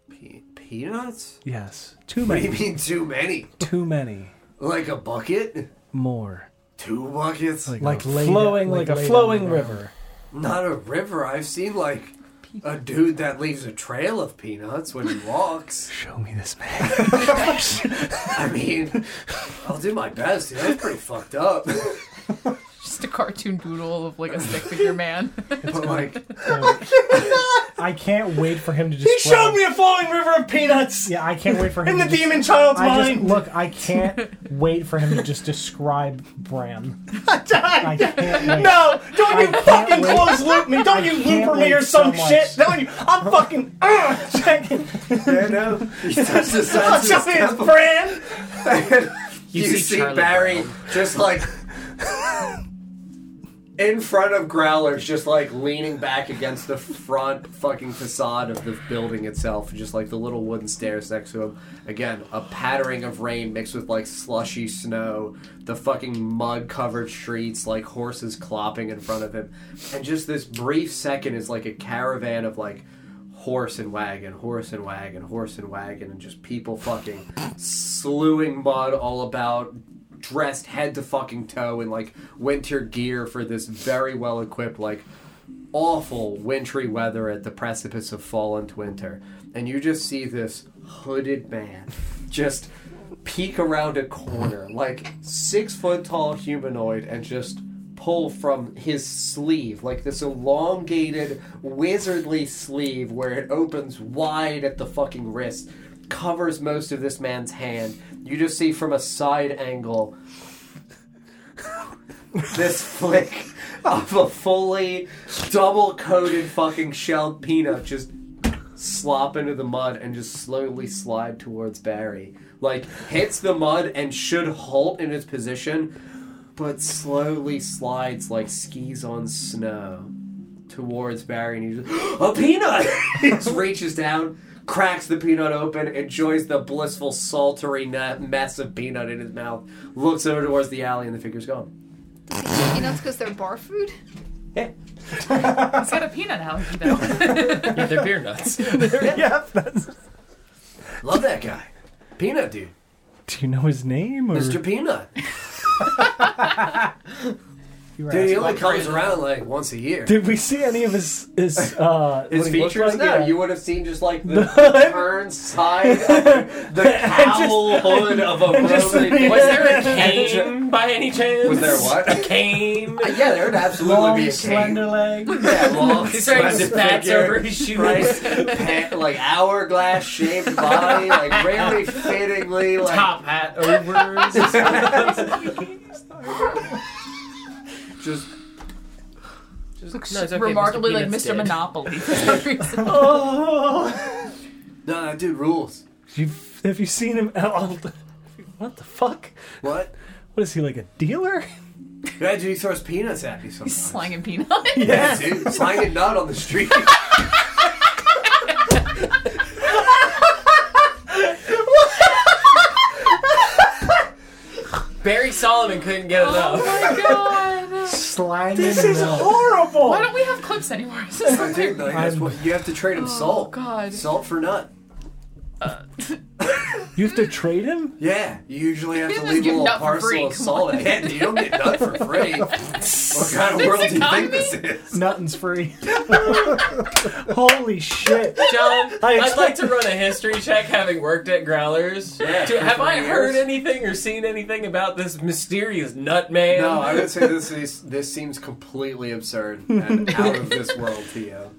Pe- peanuts? Yes, too What do you many. mean too many? Too many Like a bucket? more. Two buckets? Like Like laid- flowing like like, a laid flowing on the ground. river. Not a river. I've seen like a dude that leaves a trail of peanuts when he walks. Show me this man. I mean, I'll do my best. Dude. That's pretty fucked up. Just a cartoon doodle of like a stick figure man. But like, I can't wait for him to He just showed me a falling river of peanuts Yeah, I can't wait for him in the to just- demon child's I just, mind. look, I can't wait for him to just describe Bran. I can't wait. No, don't you I can't fucking wait. close loop me. Don't you can't looper me or wait some so much. shit. Don't you. I'm fucking. Uh, checking. yeah, no. He's such a I'll show you his brand. You, see see, Charlie Barry just like in front of Growlers, just like leaning back against the front fucking facade of the building itself, just like the little wooden stairs next to him. Again, a pattering of rain mixed with like slushy snow, the fucking mud covered streets, like horses clopping in front of him. And just this brief second is like a caravan of like horse and wagon, horse and wagon, horse and wagon, and just people fucking slewing mud all about, dressed head to fucking toe in like winter gear for this very well equipped, like awful wintry weather at the precipice of fall into winter. And you just see this hooded man just peek around a corner, like six foot tall humanoid, and just pull from his sleeve, like this elongated, wizardly sleeve where it opens wide at the fucking wrist, covers most of this man's hand. You just see from a side angle this flick of a fully double coated fucking shelled peanut just slop into the mud and just slowly slide towards Barry. Like hits the mud and should halt in its position, but slowly slides like skis on snow towards Barry and he just a peanut he just reaches down, cracks the peanut open, enjoys the blissful, saltery nut, mess of peanut in his mouth, looks over towards the alley, and the figure's gone. Peanuts because they're bar food? He's got a peanut allergy though. Yeah, they're beer nuts. yeah, that's. Love that guy. Peanut dude. Do you know his name? Or? Mr. Peanut. You were Dude, he asking- only comes around like once a year. Did we see any of his his uh? His what he looked features like? now, Yeah. you would have seen just like the, the turned side, of the, the cowl hood of a and just roman. the- Was there a And ju- cane by any chance? Was there what? A cane? Yeah, there would absolutely be Long, a slender cane. legs. Yeah, long, He's wearing slender spats figure, over his shoes. right? Pa- like hourglass shaped body, like very fittingly, like Top hat over. just Looks No, it's okay, remarkably Mr. like Peanut's Mr. dead. Monopoly for some reason. no, that dude rules. You've, have you seen him? At all? What the fuck? What? What is he like a dealer? That dude throws peanuts at me sometimes. He's slanging peanuts. Yeah, dude, slanging nut on the street. Barry Solomon couldn't get Oh enough. my god. Sliding This is milk. horrible. Why don't we have clips anymore? It's just But like- dude, like, that's what you have to trade him salt. Oh, God. Salt for nut. You have to trade him? Yeah, you usually have You to just leave a give little nut for parcel free, of come salt. on. Yeah, dude, you don't get nut for free. what kind of world do you think this is? Nothing's free. Holy shit! John, I I'd like expect- to run a history check having worked at Growlers. Yeah, Do- for have I three heard years. anything or seen anything about this mysterious nut man? No, I would say this is, this seems completely absurd and out of this world, Theo.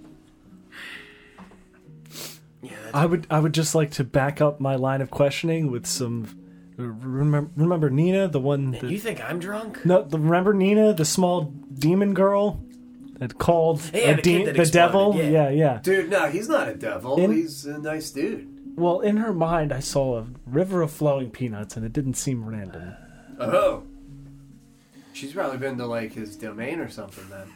I would I would just like to back up my line of questioning with some. Remember, remember Nina, the one. That, You think I'm drunk? no, the, remember Nina, the small demon girl that called Yeah, a the kid de- that the exploded, devil. yeah. yeah. yeah. Dude, no, he's not a devil. In- he's a nice dude. Well, in her mind, I saw a river of flowing peanuts, and it didn't seem random. Oh. She's probably been to like his domain or something then.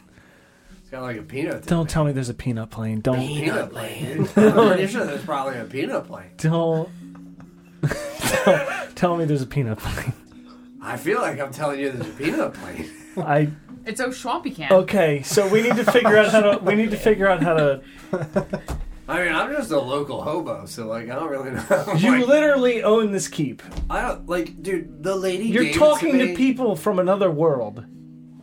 He's got like a peanut. Don't tell me there's a peanut plane. Don't. peanut plane. dude. I'm pretty sure there's probably a peanut plane. Don't. don't tell me there's a peanut plane. I feel like I'm telling you there's a peanut plane. I It's O'Swampy Camp. okay. So we need to figure out how to. We need to figure out how to. I mean, I'm just a local hobo, so like I don't really know. You like, literally own this keep. I don't like, dude. The lady. You're gave it talking to, to, me, people from another world.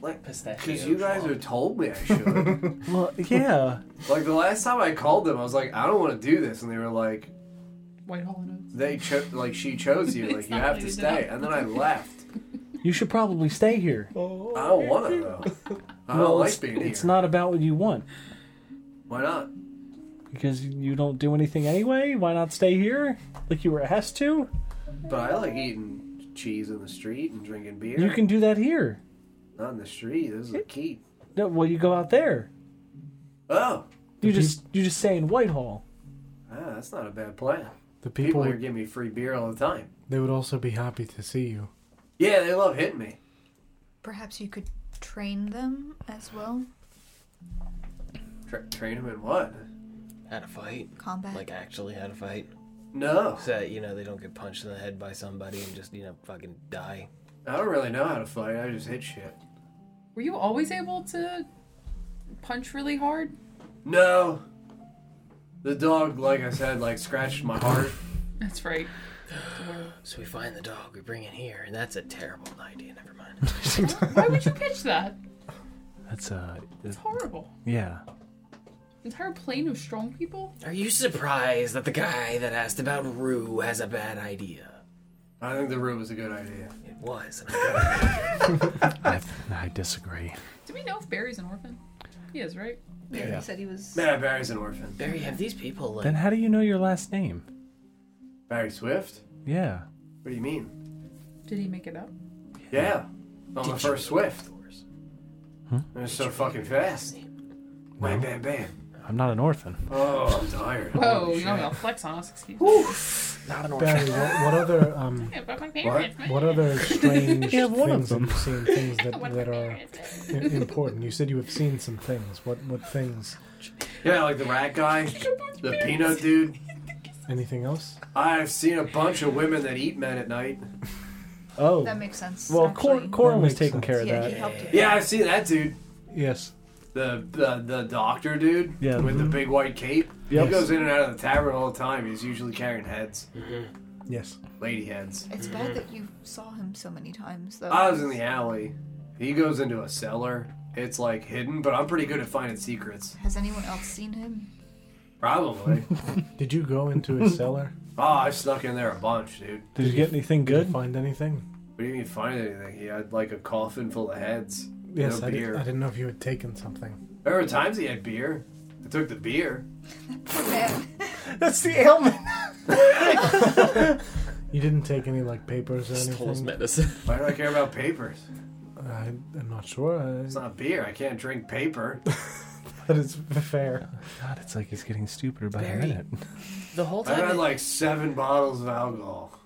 Like, Pistachio because you guys Schwab. are told me I should. Well, yeah. like the last time I called them, I was like, I don't want to do this, and they were like, Whitehall and Oats. they cho- like she chose you, like you not have to leaving stay, it and then I left. You should probably stay here. I don't want to though. I don't well, like it's, being here. it's not about what you want Why not? because you don't do anything anyway. Why not stay here? Like you were asked to. But I like eating cheese in the street and drinking beer. You can do that here. not in the street. This is a keep. No, well, you go out there. Oh, You just you just stay in Whitehall. ah, that's not a bad plan. The people, People here would, give me free beer all the time. they would also be happy to see you. Yeah, they love hitting me. Perhaps you could train them as well? Tra- train them in what? Had a fight? Combat? Like actually had a fight? No, So that, you know they don't get punched in the head by somebody and just you know fucking die. I don't really know how to fight. I just hit shit. Were you always able to punch really hard? No, the dog, like I said, like scratched my heart. That's right. So we find the dog, we bring it here, and that's a terrible idea. Never mind. Why would you pitch that? That's uh, It's horrible. yeah. Entire plane of strong people? Are you surprised that the guy that asked about Rue has a bad idea? I think the room was a good idea. It was. I I disagree. Do we know if Barry's an orphan? He is, right? yeah. He said he was. Man, Barry's an orphan. Barry, have these people like Then how do you know your last name? Barry Swift? Yeah. What do you mean? Did he make it up? Yeah, I'm the Did you first open the Swift. doors? It was so fucking fast. Bam, bam, bam. I'm not an orphan. Oh, I'm tired. Whoa, Holy you don't shit. know, flex on us, excuse me. Barry, what, what other um, Yeah, but my parents, my what other strange Yeah, one of things have you seen? Things that, What that my are parents- i- important. You said you have seen some things. What what things? Yeah, like the rat guy, the peanut dude. Anything else? I've seen a bunch of women that eat men at night. Oh, That makes sense. well, Cor- actually. Corin That was makes taking sense. care of yeah, that. he helped. with Yeah, that. I've seen that dude. Yes. The the, the doctor dude Yeah. with Mm-hmm. the big white cape. Yep. He goes in and out of the tavern all the time. He's usually carrying heads, Yes. lady heads. It's bad that you saw him so many times, though. I was in the alley. He goes into a cellar. It's like hidden, but I'm pretty good at finding secrets. Has anyone else seen him? Probably. Did you go into a cellar? oh, I snuck in there a bunch, dude. Did you get anything good? Find anything? What do you mean find anything? He had like a coffin full of heads. Yes, no I, beer. did, I didn't know if you had taken something. There were times he had beer. I took the beer. Man, That's the ailment. You didn't take any like papers or Stole his anything. medicine. Why do I care about papers? I, I'm not sure. I, It's not beer. I can't drink paper. That is fair. God, it's like he's getting stupider by Barry. minute. The whole I've time. had like seven bottles of alcohol.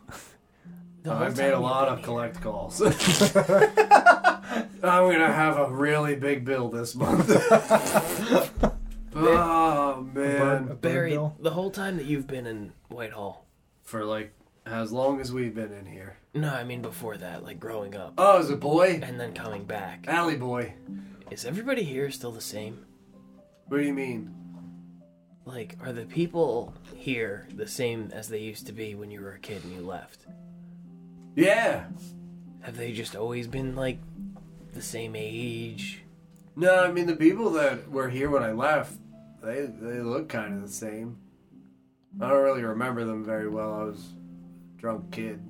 the whole I've made a time lot you've of been collect calls. I'm gonna have a really big bill this month. oh man! Barry, Bill. the whole time that you've been in Whitehall. For like as long as we've been in here. No, I mean before that, like growing up Oh, as a boy, and then coming back. alley boy. Is everybody here still the same? What do you mean? Like, are the people here the same as they used to be when you were a kid and you left? Yeah. Have they just always been like the same age? No, I mean the people that were here when I left, they they look kind of the same. I don't really remember them very well. I was a drunk kid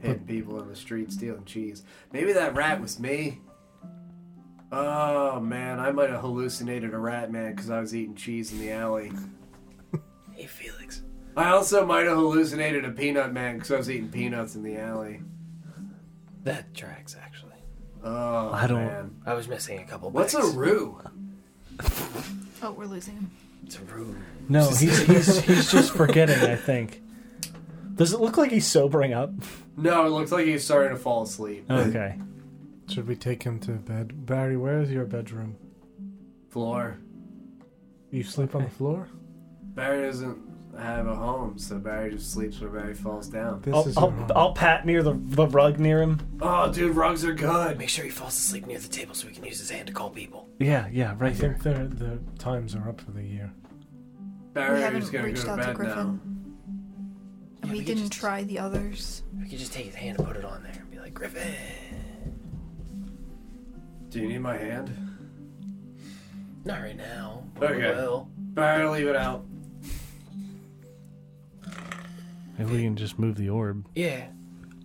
Hmm. hitting people in the street stealing cheese. Maybe that rat was me. Oh man, I might have hallucinated a rat man because I was eating cheese in the alley. Hey, Felix. I also might have hallucinated a peanut man because I was eating peanuts in the alley. That tracks, actually. Oh I don't- man, I was missing a couple. what's a bits. roo? oh, we're losing him. It's a room. No, he's, he's he's just forgetting. I think. Does it look like he's sobering up? No, it looks like he's starting to fall asleep. Okay. Should we take him to bed? Barry, where is your bedroom? Floor. You sleep on the floor? Barry doesn't have a home, so Barry just sleeps where Barry falls down. This I'll, is your I'll, home. I'll pat near the, the rug near him. Oh, dude, rugs are good. Make sure he falls asleep near the table so we can use his hand to call people. Yeah, yeah, I right there. think the the times are up for the year. We Barry's haven't gonna go reached to out bed to now. Griffin. Yeah, we we didn't just- try the others. We could just take his hand and put it on there and be like, Griffin. Do you need my hand? Not right now. but we Okay. will. Barry, leave it out. Maybe we can just move the orb. Yeah.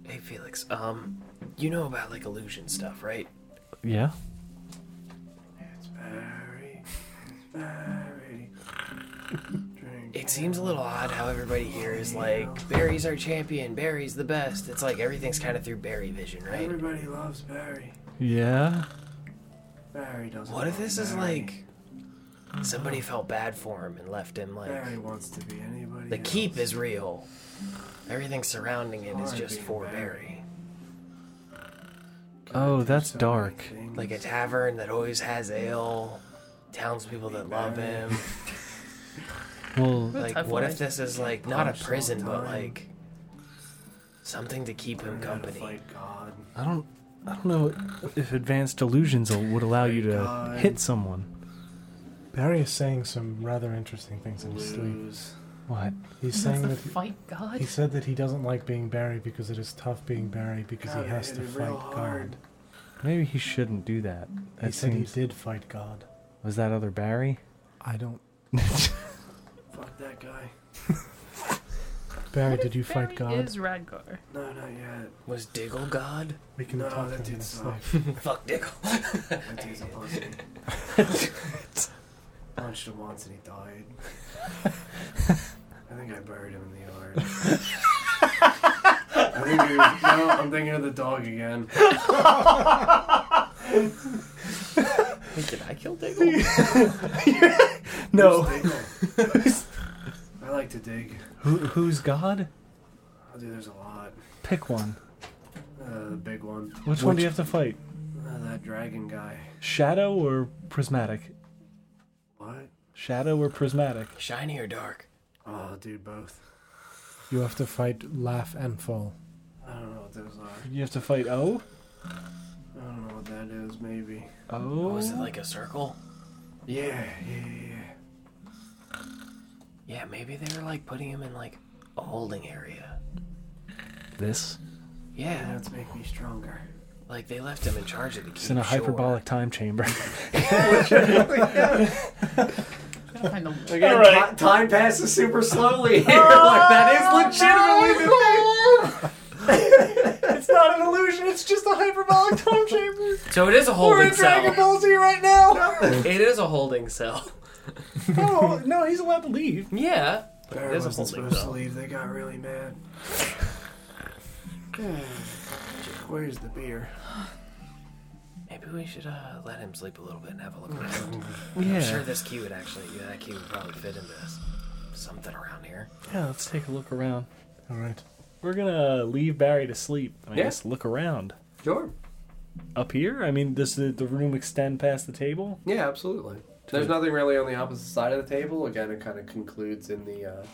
Hey, Felix. Um, you know about like illusion stuff, right? Yeah. Barry, Barry. Drink. It seems a little odd how everybody here is like, Barry's our champion, Barry's the best. It's like everything's kind of through Barry vision, right? Everybody loves Barry. Yeah. Barry doesn't. What if love this is Barry. like somebody felt bad for him and left him like Barry wants to be anybody. the else. keep is real. Everything surrounding it is Hard just being for Barry. Barry. Oh, that's So dark. many things. Like a tavern that always has ale, townspeople that love him. Well, Like, I've what if learned. this is like not a Punch prison, but sometime. like something to keep him Learn how to company? Fight God. I don't, I don't know if advanced illusions al- would allow you to God. hit someone. Barry is saying some rather interesting things in his sleep. Lose. What? He's That's saying the that fight god. he said that he doesn't like being Barry because it is tough being Barry because God, he has it to is fight real hard. God. Maybe he shouldn't do that. He That said seems. he did fight God. Was that other Barry? I don't. Fuck that guy. Barry, What did if you fight Barry God? Is Radgar? No, not yet. Was Diggle God? We can No, talk that to him in dude's his not. sleep. Fuck Diggle. That dude's a pussy. Punched him once and he died. I think I buried him in the yard. I think he was, no, I'm thinking of the dog again. Hey, did I kill Diggle? No. Who's Diggle? I like to dig. Who, who's God? Oh, dude, there's a lot. Pick one. Uh, the big one. Which one do you have to fight? Uh, that dragon guy. Shadow or prismatic? What? Shadow or prismatic? Shiny or dark? Oh, dude, both. You have to fight Laugh and Fall. I don't know what those are. You have to fight O. I don't know what that is. Maybe. O. Was Oh, it like a circle? Yeah, yeah, yeah. Yeah, maybe they were like putting him in like a holding area. this? Yeah, Let's make me stronger. like they left him in charge of the It's in a hyperbolic time chamber. Gotta find the Again, ti- time passes super slowly here. like that is legitimately the It's not an illusion. It's just a hyperbolic time chamber. So it is a We're holding in Dragon cell. Ball Z right now. It is a holding cell. Oh, no, he's allowed to leave. Yeah. But Bear it is a wasn't holding supposed to cell. leave. They got really mad. Where's the beer? Maybe we should uh, let him sleep a little bit and have a look around. yeah. I'm sure this key would actually, yeah, that key would probably fit into s- something around here. Yeah, let's take a look around. All right. We're gonna leave Barry to sleep. I Yeah. guess look around. Sure. Up here? I mean, does the, the room extend past the table? Yeah, absolutely. There's nothing really on the opposite side of the table. Again, it kind of concludes in the uh,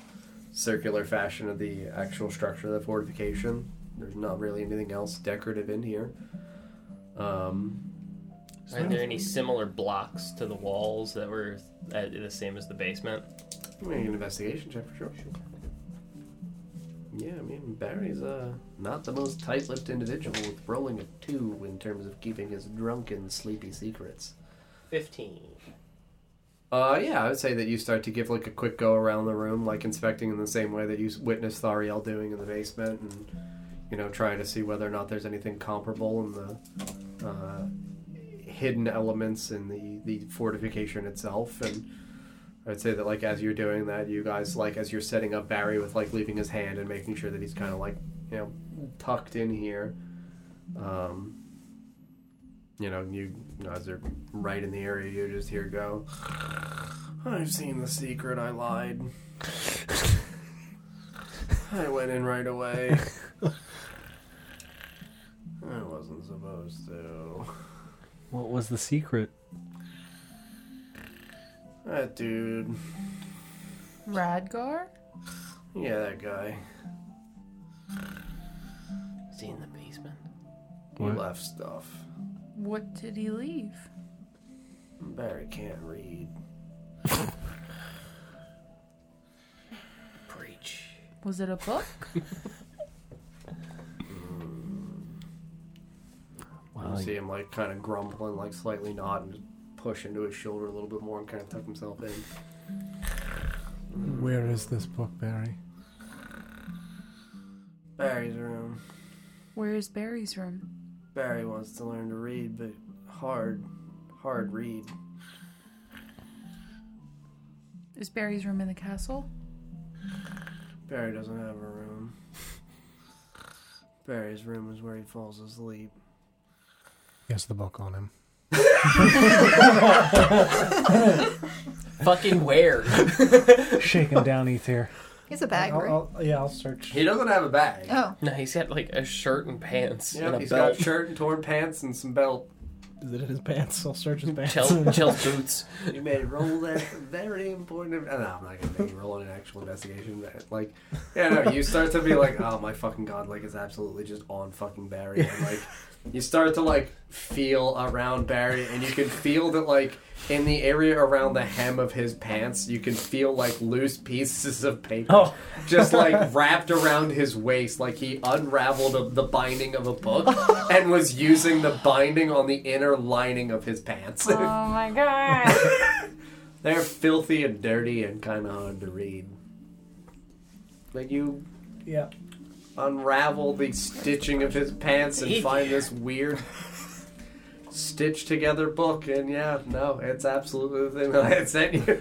circular fashion of the actual structure of the fortification. There's not really anything else decorative in here. Um, Are there any similar blocks to the walls that were uh, the same as the basement? make an investigation check for sure. Yeah, I mean Barry's uh, not the most tight-lipped individual with rolling a two in terms of keeping his drunken, sleepy secrets. 15. Uh, yeah, I would say that you start to give like a quick go around the room, like inspecting in the same way that you s- witnessed Thariel doing in the basement, and you know, trying to see whether or not there's anything comparable in the uh, hidden elements in the the fortification itself. And I would say that like as you're doing that, you guys like as you're setting up Barry with like leaving his hand and making sure that he's kind of like you know tucked in here. Um, you know, you, you know, as they're right in the area, you just hear go. I've seen the secret. I lied. I went in right away. I wasn't supposed to. What was the secret? That dude. Radgar? Yeah, that guy. Is he in the basement? He What? left stuff. What did he leave? Barry can't read. Preach. Was it a book? You Mm. see him like kind of grumbling, like slightly nod and just push into his shoulder a little bit more and kind of tuck himself in. Hmm. Where is this book, Barry? Barry's room. Where is Barry's room? Barry wants to learn to read, but hard, hard read. Is Barry's room in the castle? Barry doesn't have a room. Barry's room is where he falls asleep. He has the book on him. Fucking where? Shaking down Ether. It's a bag, right? I'll, I'll, yeah, I'll search. He doesn't have a bag. Oh, No, he's got like a shirt and pants Yeah, Uh, and a he's belt. got a shirt and torn pants and some belt. Is it in his pants? I'll search his pants. Chell, Chell's boots. You may roll that very important. No, I'm not gonna make you roll an actual investigation. But like, yeah, no, you start to be like, oh my fucking god, like it's absolutely just on fucking Barry. And like, you start to like feel around Barry, and you can feel that like in the area around the hem of his pants, you can feel like loose pieces of paper Oh. just like wrapped around his waist, like he unraveled a, the binding of a book and was using the binding on the inner lining of his pants. Oh my god. They're filthy and dirty and kind of hard to read. But you Yeah. unravel the stitching of his pants and find this weird stitched together book, and yeah, no, it's absolutely the thing that I had sent you.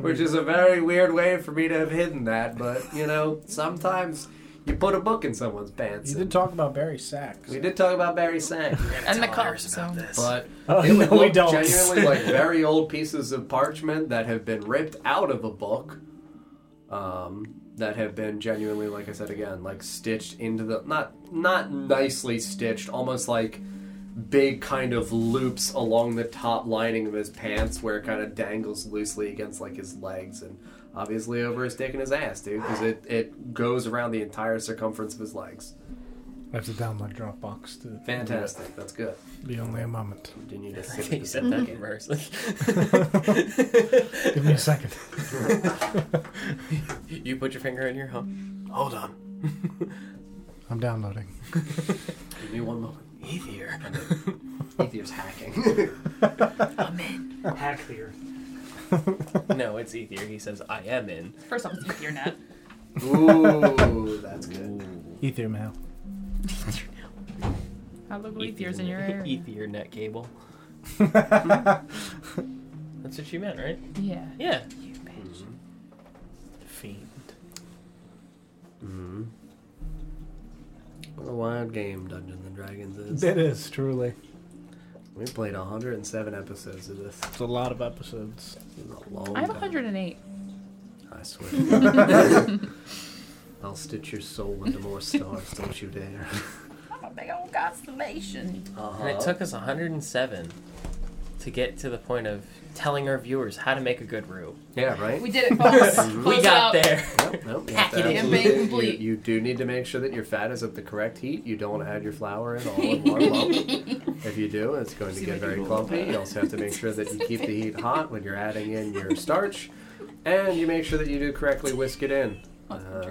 Which is a very weird way for me to have hidden that, but you know, sometimes you put a book in someone's pants. You did talk about Barry Sachs. we did talk about Barry Sang. and the cup. So. But Oh, it would no, we look don't. genuinely like very old pieces of parchment that have been ripped out of a book. Um, that have been genuinely, like I said again, like stitched into the not not nicely stitched, almost like big kind of loops along the top lining of his pants where it kind of dangles loosely against like his legs and obviously over his dick and his ass, dude, because it, it goes around the entire circumference of his legs. I have to download Dropbox to Fantastic. That's good. be only a moment. Do you need a I think sip? you said that in verse. Give me a second. you put your finger in your home. Hold on. I'm downloading. Give me one moment. Ethier. Ethiop's hacking. Hack the earth. no, it's Ethier. He says, I am in. First off, it's your net. Ooh, that's good. Ether mail. How little Ethier's in your area. Ethier net cable. That's what you meant, right? Yeah. Yeah. You bitch. Mm-hmm. Fiend. Mm-hmm. What a wild game Dungeons and Dragons is. It is truly. We played 107 episodes of this. It's a lot of episodes. This is a long I have time. 108. I swear. to God. I'll stitch your soul into more stars, don't you dare. I'm a big old constellation. And it took us 107 to get to the point of telling our viewers how to make a good roux. Yeah, right? We did it, folks. We Close got it out. there. Yep, nope, you have to Packet it in, absolutely- being complete. You, you do need to make sure that your fat is at the correct heat. You don't add your flour in all in one lump. If you do, it's going to get very clumpy. You also have to make sure that you keep the heat hot when you're adding in your starch, and you make sure that you do correctly whisk it in. Uh,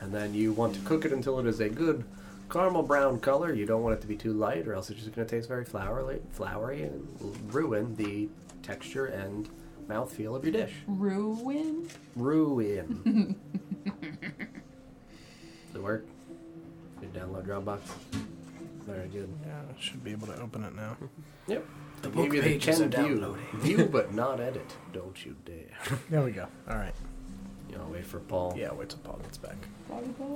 and then you want to cook it until it is a good caramel brown color. You don't want it to be too light, or else it's just going to taste very flowery, flowery, and will ruin the texture and mouthfeel of your dish. Ruin? Ruin. Does it work? Did you download Dropbox? Very good. Yeah, I should be able to open it now. Yep. The book pages are view. downloading. view but not edit. Don't you dare. There we go. All right. You know, wait for Paul. Yeah, wait till Paul gets back.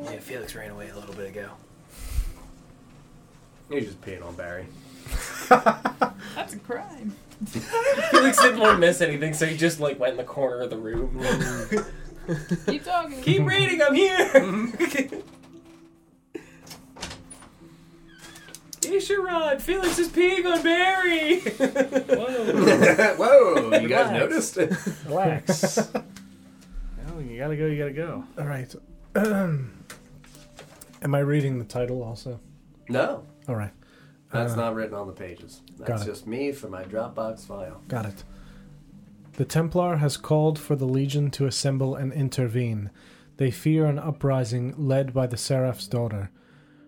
Yeah, Felix ran away a little bit ago. He's just peeing on Barry. That's a crime. Felix didn't want to miss anything, so he just like went in the corner of the room. Keep talking. Keep reading, I'm here. Isherod, Felix is peeing on Barry. Whoa, you guys Relax. noticed? Relax. no, you gotta go, you gotta go. All right. Am I reading the title also? no, All right. that's not written on the pages. That's it. just me for my Dropbox file. Got it. The Templar has called for the Legion to assemble and intervene. They fear an uprising led by the Seraph's daughter.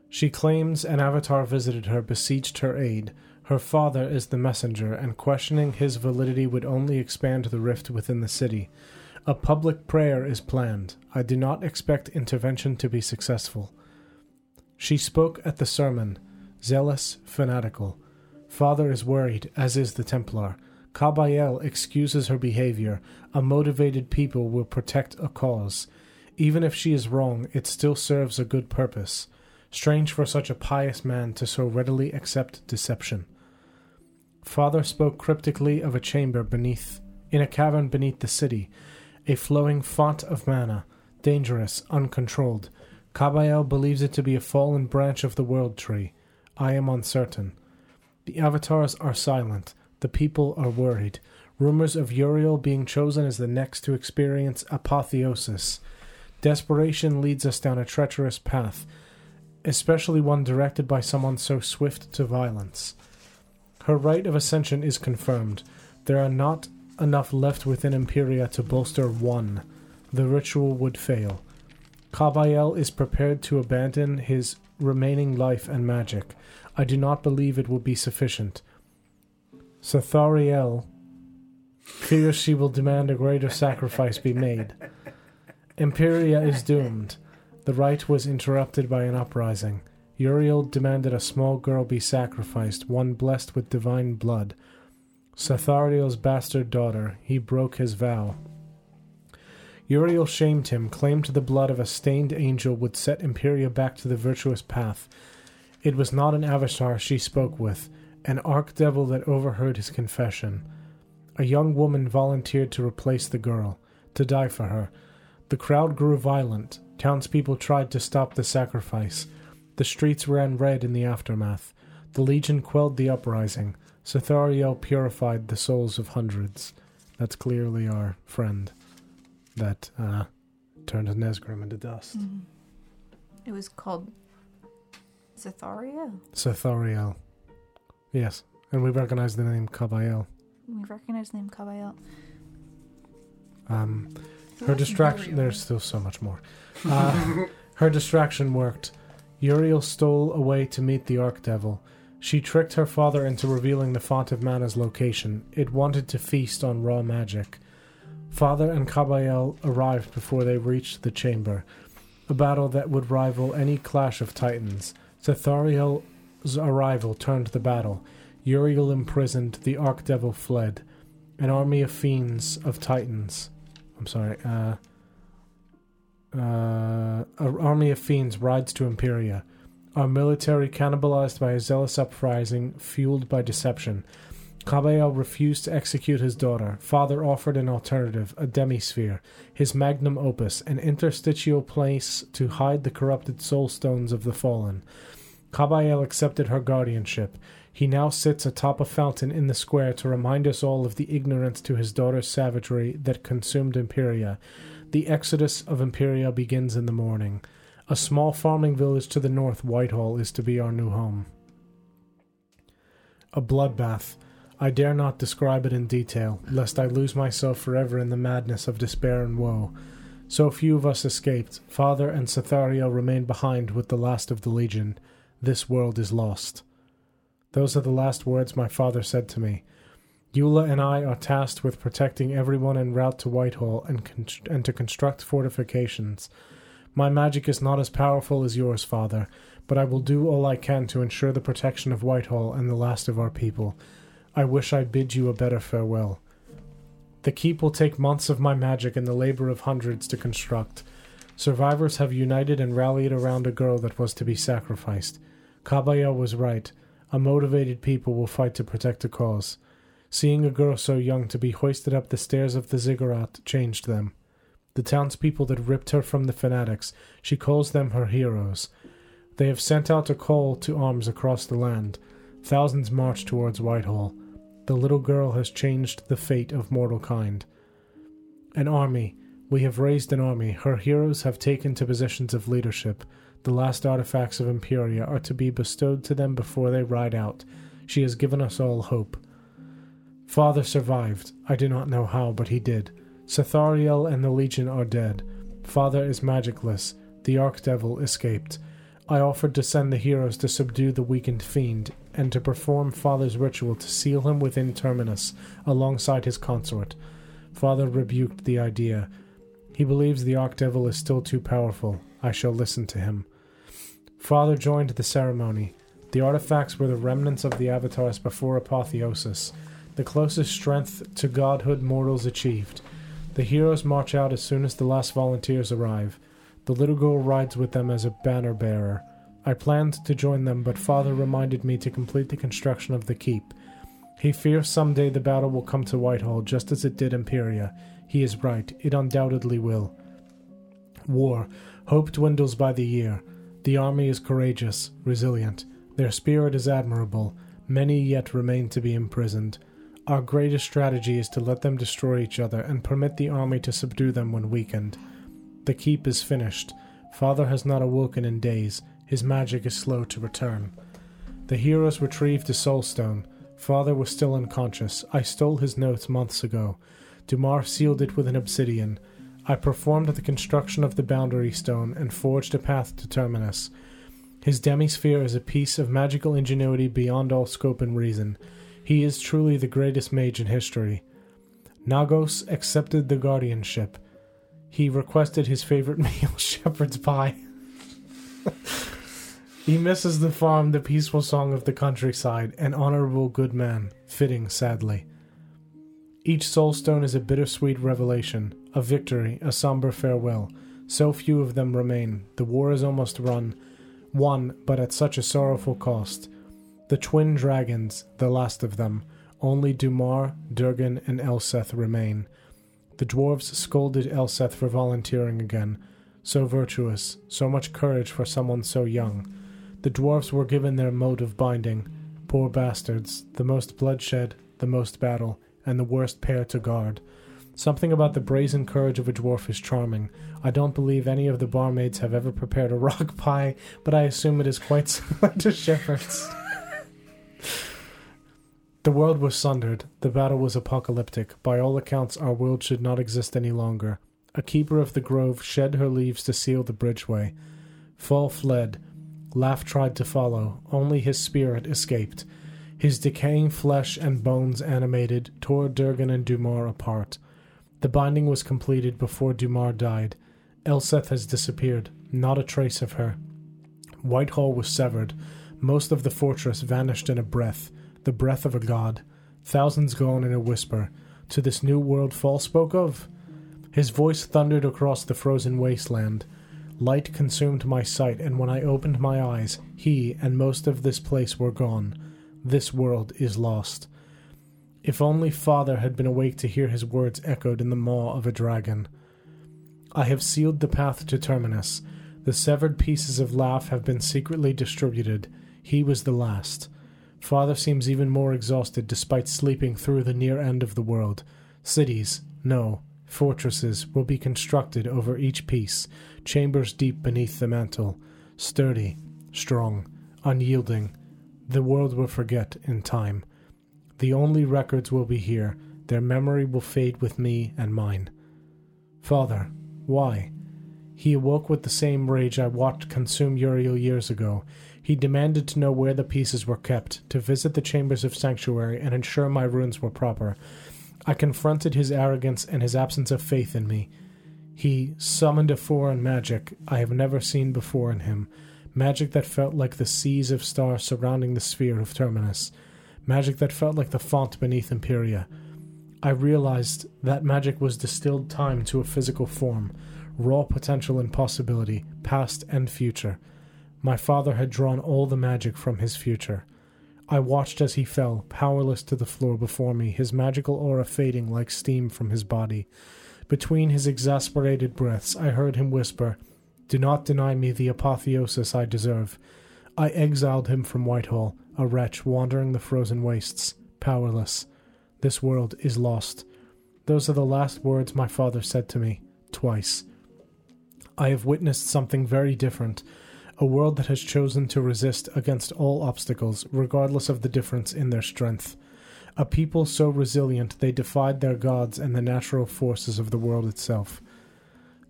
She claims an avatar visited her, beseeched her aid. Her father is the messenger, and questioning his validity would only expand the rift within the city. A public prayer is planned. I do not expect intervention to be successful. She spoke at the sermon, zealous, fanatical. Father is worried, as is the Templar. Caballel excuses her behavior. A motivated people will protect a cause. Even if she is wrong, it still serves a good purpose. Strange for such a pious man to so readily accept deception. Father spoke cryptically of a chamber beneath, in a cavern beneath the city, a flowing font of mana, dangerous, uncontrolled. Caballel believes it to be a fallen branch of the world tree. I am uncertain. The avatars are silent. The people are worried. Rumors of Uriel being chosen as the next to experience apotheosis. Desperation leads us down a treacherous path, especially one directed by someone so swift to violence. Her right of ascension is confirmed. There are not enough left within Imperia to bolster one. The ritual would fail. Kabael is prepared to abandon his remaining life and magic. I do not believe it will be sufficient. Sathariel fears she will demand a greater sacrifice be made. Imperia is doomed. The rite was interrupted by an uprising. Uriel demanded a small girl be sacrificed, one blessed with divine blood. Sathariel's bastard daughter, he broke his vow. Uriel shamed him, claimed the blood of a stained angel would set Imperia back to the virtuous path. It was not an avatar she spoke with, an archdevil that overheard his confession. A young woman volunteered to replace the girl, to die for her. The crowd grew violent. Townspeople tried to stop the sacrifice. The streets ran red in the aftermath. The Legion quelled the uprising. Cethario purified the souls of hundreds. That's clearly our friend. that uh, turned Nesgrim into dust. Oh. Mm-hmm. It was called Zatharia. Sethoriel. Yes, and we recognize the name Kabael. We recognize the name Kabael. Um, her distraction. There's still so much more. Uh, her distraction worked. Uriel stole away to meet the Archdevil. She tricked her father into revealing the Font of Mana's location. It wanted to feast on raw magic. Father and Kabael arrived before they reached the chamber. A battle that would rival any clash of titans. Cethariel's arrival turned the battle. Uriel imprisoned, the Archdevil fled. An army of fiends, of titans. I'm sorry, uh, uh, an army of fiends rides to Imperia. Our military cannibalized by a zealous uprising, fueled by deception. Caballel refused to execute his daughter. Father offered an alternative, a demisphere, his magnum opus, an interstitial place to hide the corrupted soul stones of the fallen. Caballel accepted her guardianship. He now sits atop a fountain in the square to remind us all of the ignorance to his daughter's savagery that consumed Imperia. The exodus of Imperia begins in the morning. A small farming village to the north, Whitehall, is to be our new home. A bloodbath. I dare not describe it in detail, lest I lose myself forever in the madness of despair and woe. So few of us escaped. Father and Cethario remain behind with the last of the Legion. This world is lost. Those are the last words my father said to me. Eula and I are tasked with protecting everyone en route to Whitehall and, con- and to construct fortifications. My magic is not as powerful as yours, father, but I will do all I can to ensure the protection of Whitehall and the last of our people. I wish I bid you a better farewell. The keep will take months of my magic and the labor of hundreds to construct. Survivors have united and rallied around a girl that was to be sacrificed. Caballero was right. A motivated people will fight to protect a cause. Seeing a girl so young to be hoisted up the stairs of the ziggurat changed them. The townspeople that ripped her from the fanatics, she calls them her heroes. They have sent out a call to arms across the land. Thousands march towards Whitehall. The little girl has changed the fate of mortal kind. An army. We have raised an army. Her heroes have taken to positions of leadership. The last artifacts of Imperia are to be bestowed to them before they ride out. She has given us all hope. Father survived. I do not know how, but he did. Cethariel and the Legion are dead. Father is magicless. The Archdevil escaped. I offered to send the heroes to subdue the weakened fiend and to perform Father's ritual to seal him within Terminus alongside his consort. Father rebuked the idea. He believes the Archdevil is still too powerful. I shall listen to him. Father joined the ceremony. The artifacts were the remnants of the avatars before apotheosis, the closest strength to godhood mortals achieved. The heroes march out as soon as the last volunteers arrive. The little girl rides with them as a banner bearer. I planned to join them, but father reminded me to complete the construction of the keep. He fears someday the battle will come to Whitehall just as it did Imperia. He is right, it undoubtedly will. War. Hope dwindles by the year. The army is courageous, resilient. Their spirit is admirable. Many yet remain to be imprisoned. Our greatest strategy is to let them destroy each other and permit the army to subdue them when weakened. The keep is finished. Father has not awoken in days. His magic is slow to return. The heroes retrieved the soulstone. Father was still unconscious. I stole his notes months ago. Dumar sealed it with an obsidian. I performed the construction of the boundary stone and forged a path to Terminus. His demisphere is a piece of magical ingenuity beyond all scope and reason. He is truly the greatest mage in history. Nagos accepted the guardianship. He requested his favorite meal, shepherd's pie. He misses the farm, the peaceful song of the countryside, an honorable good man, fitting sadly. Each soulstone is a bittersweet revelation, a victory, a somber farewell. So few of them remain. The war is almost run, won, but at such a sorrowful cost. The twin dragons, the last of them, only Dumar, Durgan, and Elseth remain. The dwarves scolded Elseth for volunteering again. So virtuous, so much courage for someone so young. The dwarves were given their mode of binding. Poor bastards, the most bloodshed, the most battle, and the worst pair to guard. Something about the brazen courage of a dwarf is charming. I don't believe any of the barmaids have ever prepared a rock pie, but I assume it is quite similar to Shepherd's. the world was sundered. The battle was apocalyptic. By all accounts, our world should not exist any longer. A keeper of the grove shed her leaves to seal the bridgeway. Fall fled. Laugh tried to follow. Only his spirit escaped. His decaying flesh and bones animated tore Durgan and Dumar apart. The binding was completed before Dumar died. Elseth has disappeared, not a trace of her. Whitehall was severed. Most of the fortress vanished in a breath, the breath of a god. Thousands gone in a whisper. To this new world Fall spoke of? His voice thundered across the frozen wasteland. Light consumed my sight, and when I opened my eyes, he and most of this place were gone. This world is lost. If only father had been awake to hear his words echoed in the maw of a dragon. I have sealed the path to Terminus. The severed pieces of laugh have been secretly distributed. He was the last. Father seems even more exhausted despite sleeping through the near end of the world. Cities, no, fortresses, will be constructed over each piece, chambers deep beneath the mantle, sturdy, strong, unyielding. The world will forget in time. The only records will be here. Their memory will fade with me and mine. Father, why? He awoke with the same rage I watched consume Uriel years ago. He demanded to know where the pieces were kept, to visit the chambers of sanctuary and ensure my runes were proper. I confronted his arrogance and his absence of faith in me. He summoned a foreign magic I have never seen before in him, magic that felt like the seas of stars surrounding the sphere of Terminus magic that felt like the font beneath Imperia. I realized that magic was distilled time to a physical form, raw potential and possibility, past and future. My father had drawn all the magic from his future. I watched as he fell, powerless to the floor before me, his magical aura fading like steam from his body. Between his exasperated breaths, I heard him whisper, Do not deny me the apotheosis I deserve. I exiled him from Whitehall, a wretch wandering the frozen wastes, powerless. This world is lost. Those are the last words my father said to me, twice. I have witnessed something very different, a world that has chosen to resist against all obstacles, regardless of the difference in their strength. A people so resilient they defied their gods and the natural forces of the world itself.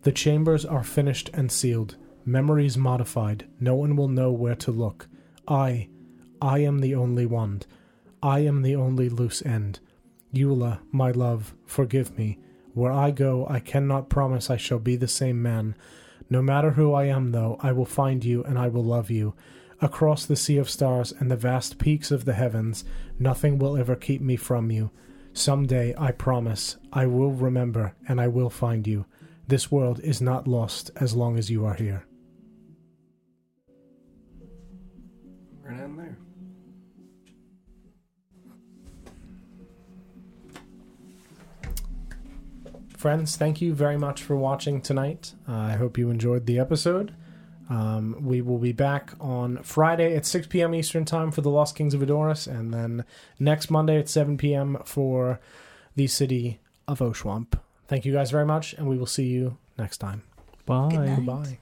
The chambers are finished and sealed, memories modified, no one will know where to look. I, I am the only one. I am the only loose end. Eula, my love, forgive me. Where I go, I cannot promise I shall be the same man. No matter who I am, though, I will find you and I will love you. Across the sea of stars and the vast peaks of the heavens, nothing will ever keep me from you. Some day, I promise, I will remember and I will find you. This world is not lost as long as you are here. We're gonna end there. friends, thank you very much for watching tonight. Uh, I hope you enjoyed the episode. Um, we will be back on Friday at 6 p.m. Eastern Time for The Lost Kings of Adorus, and then next Monday at 7 p.m. for The City of Oshwamp. Thank you guys very much, and we will see you next time. Bye. Good night. Goodbye.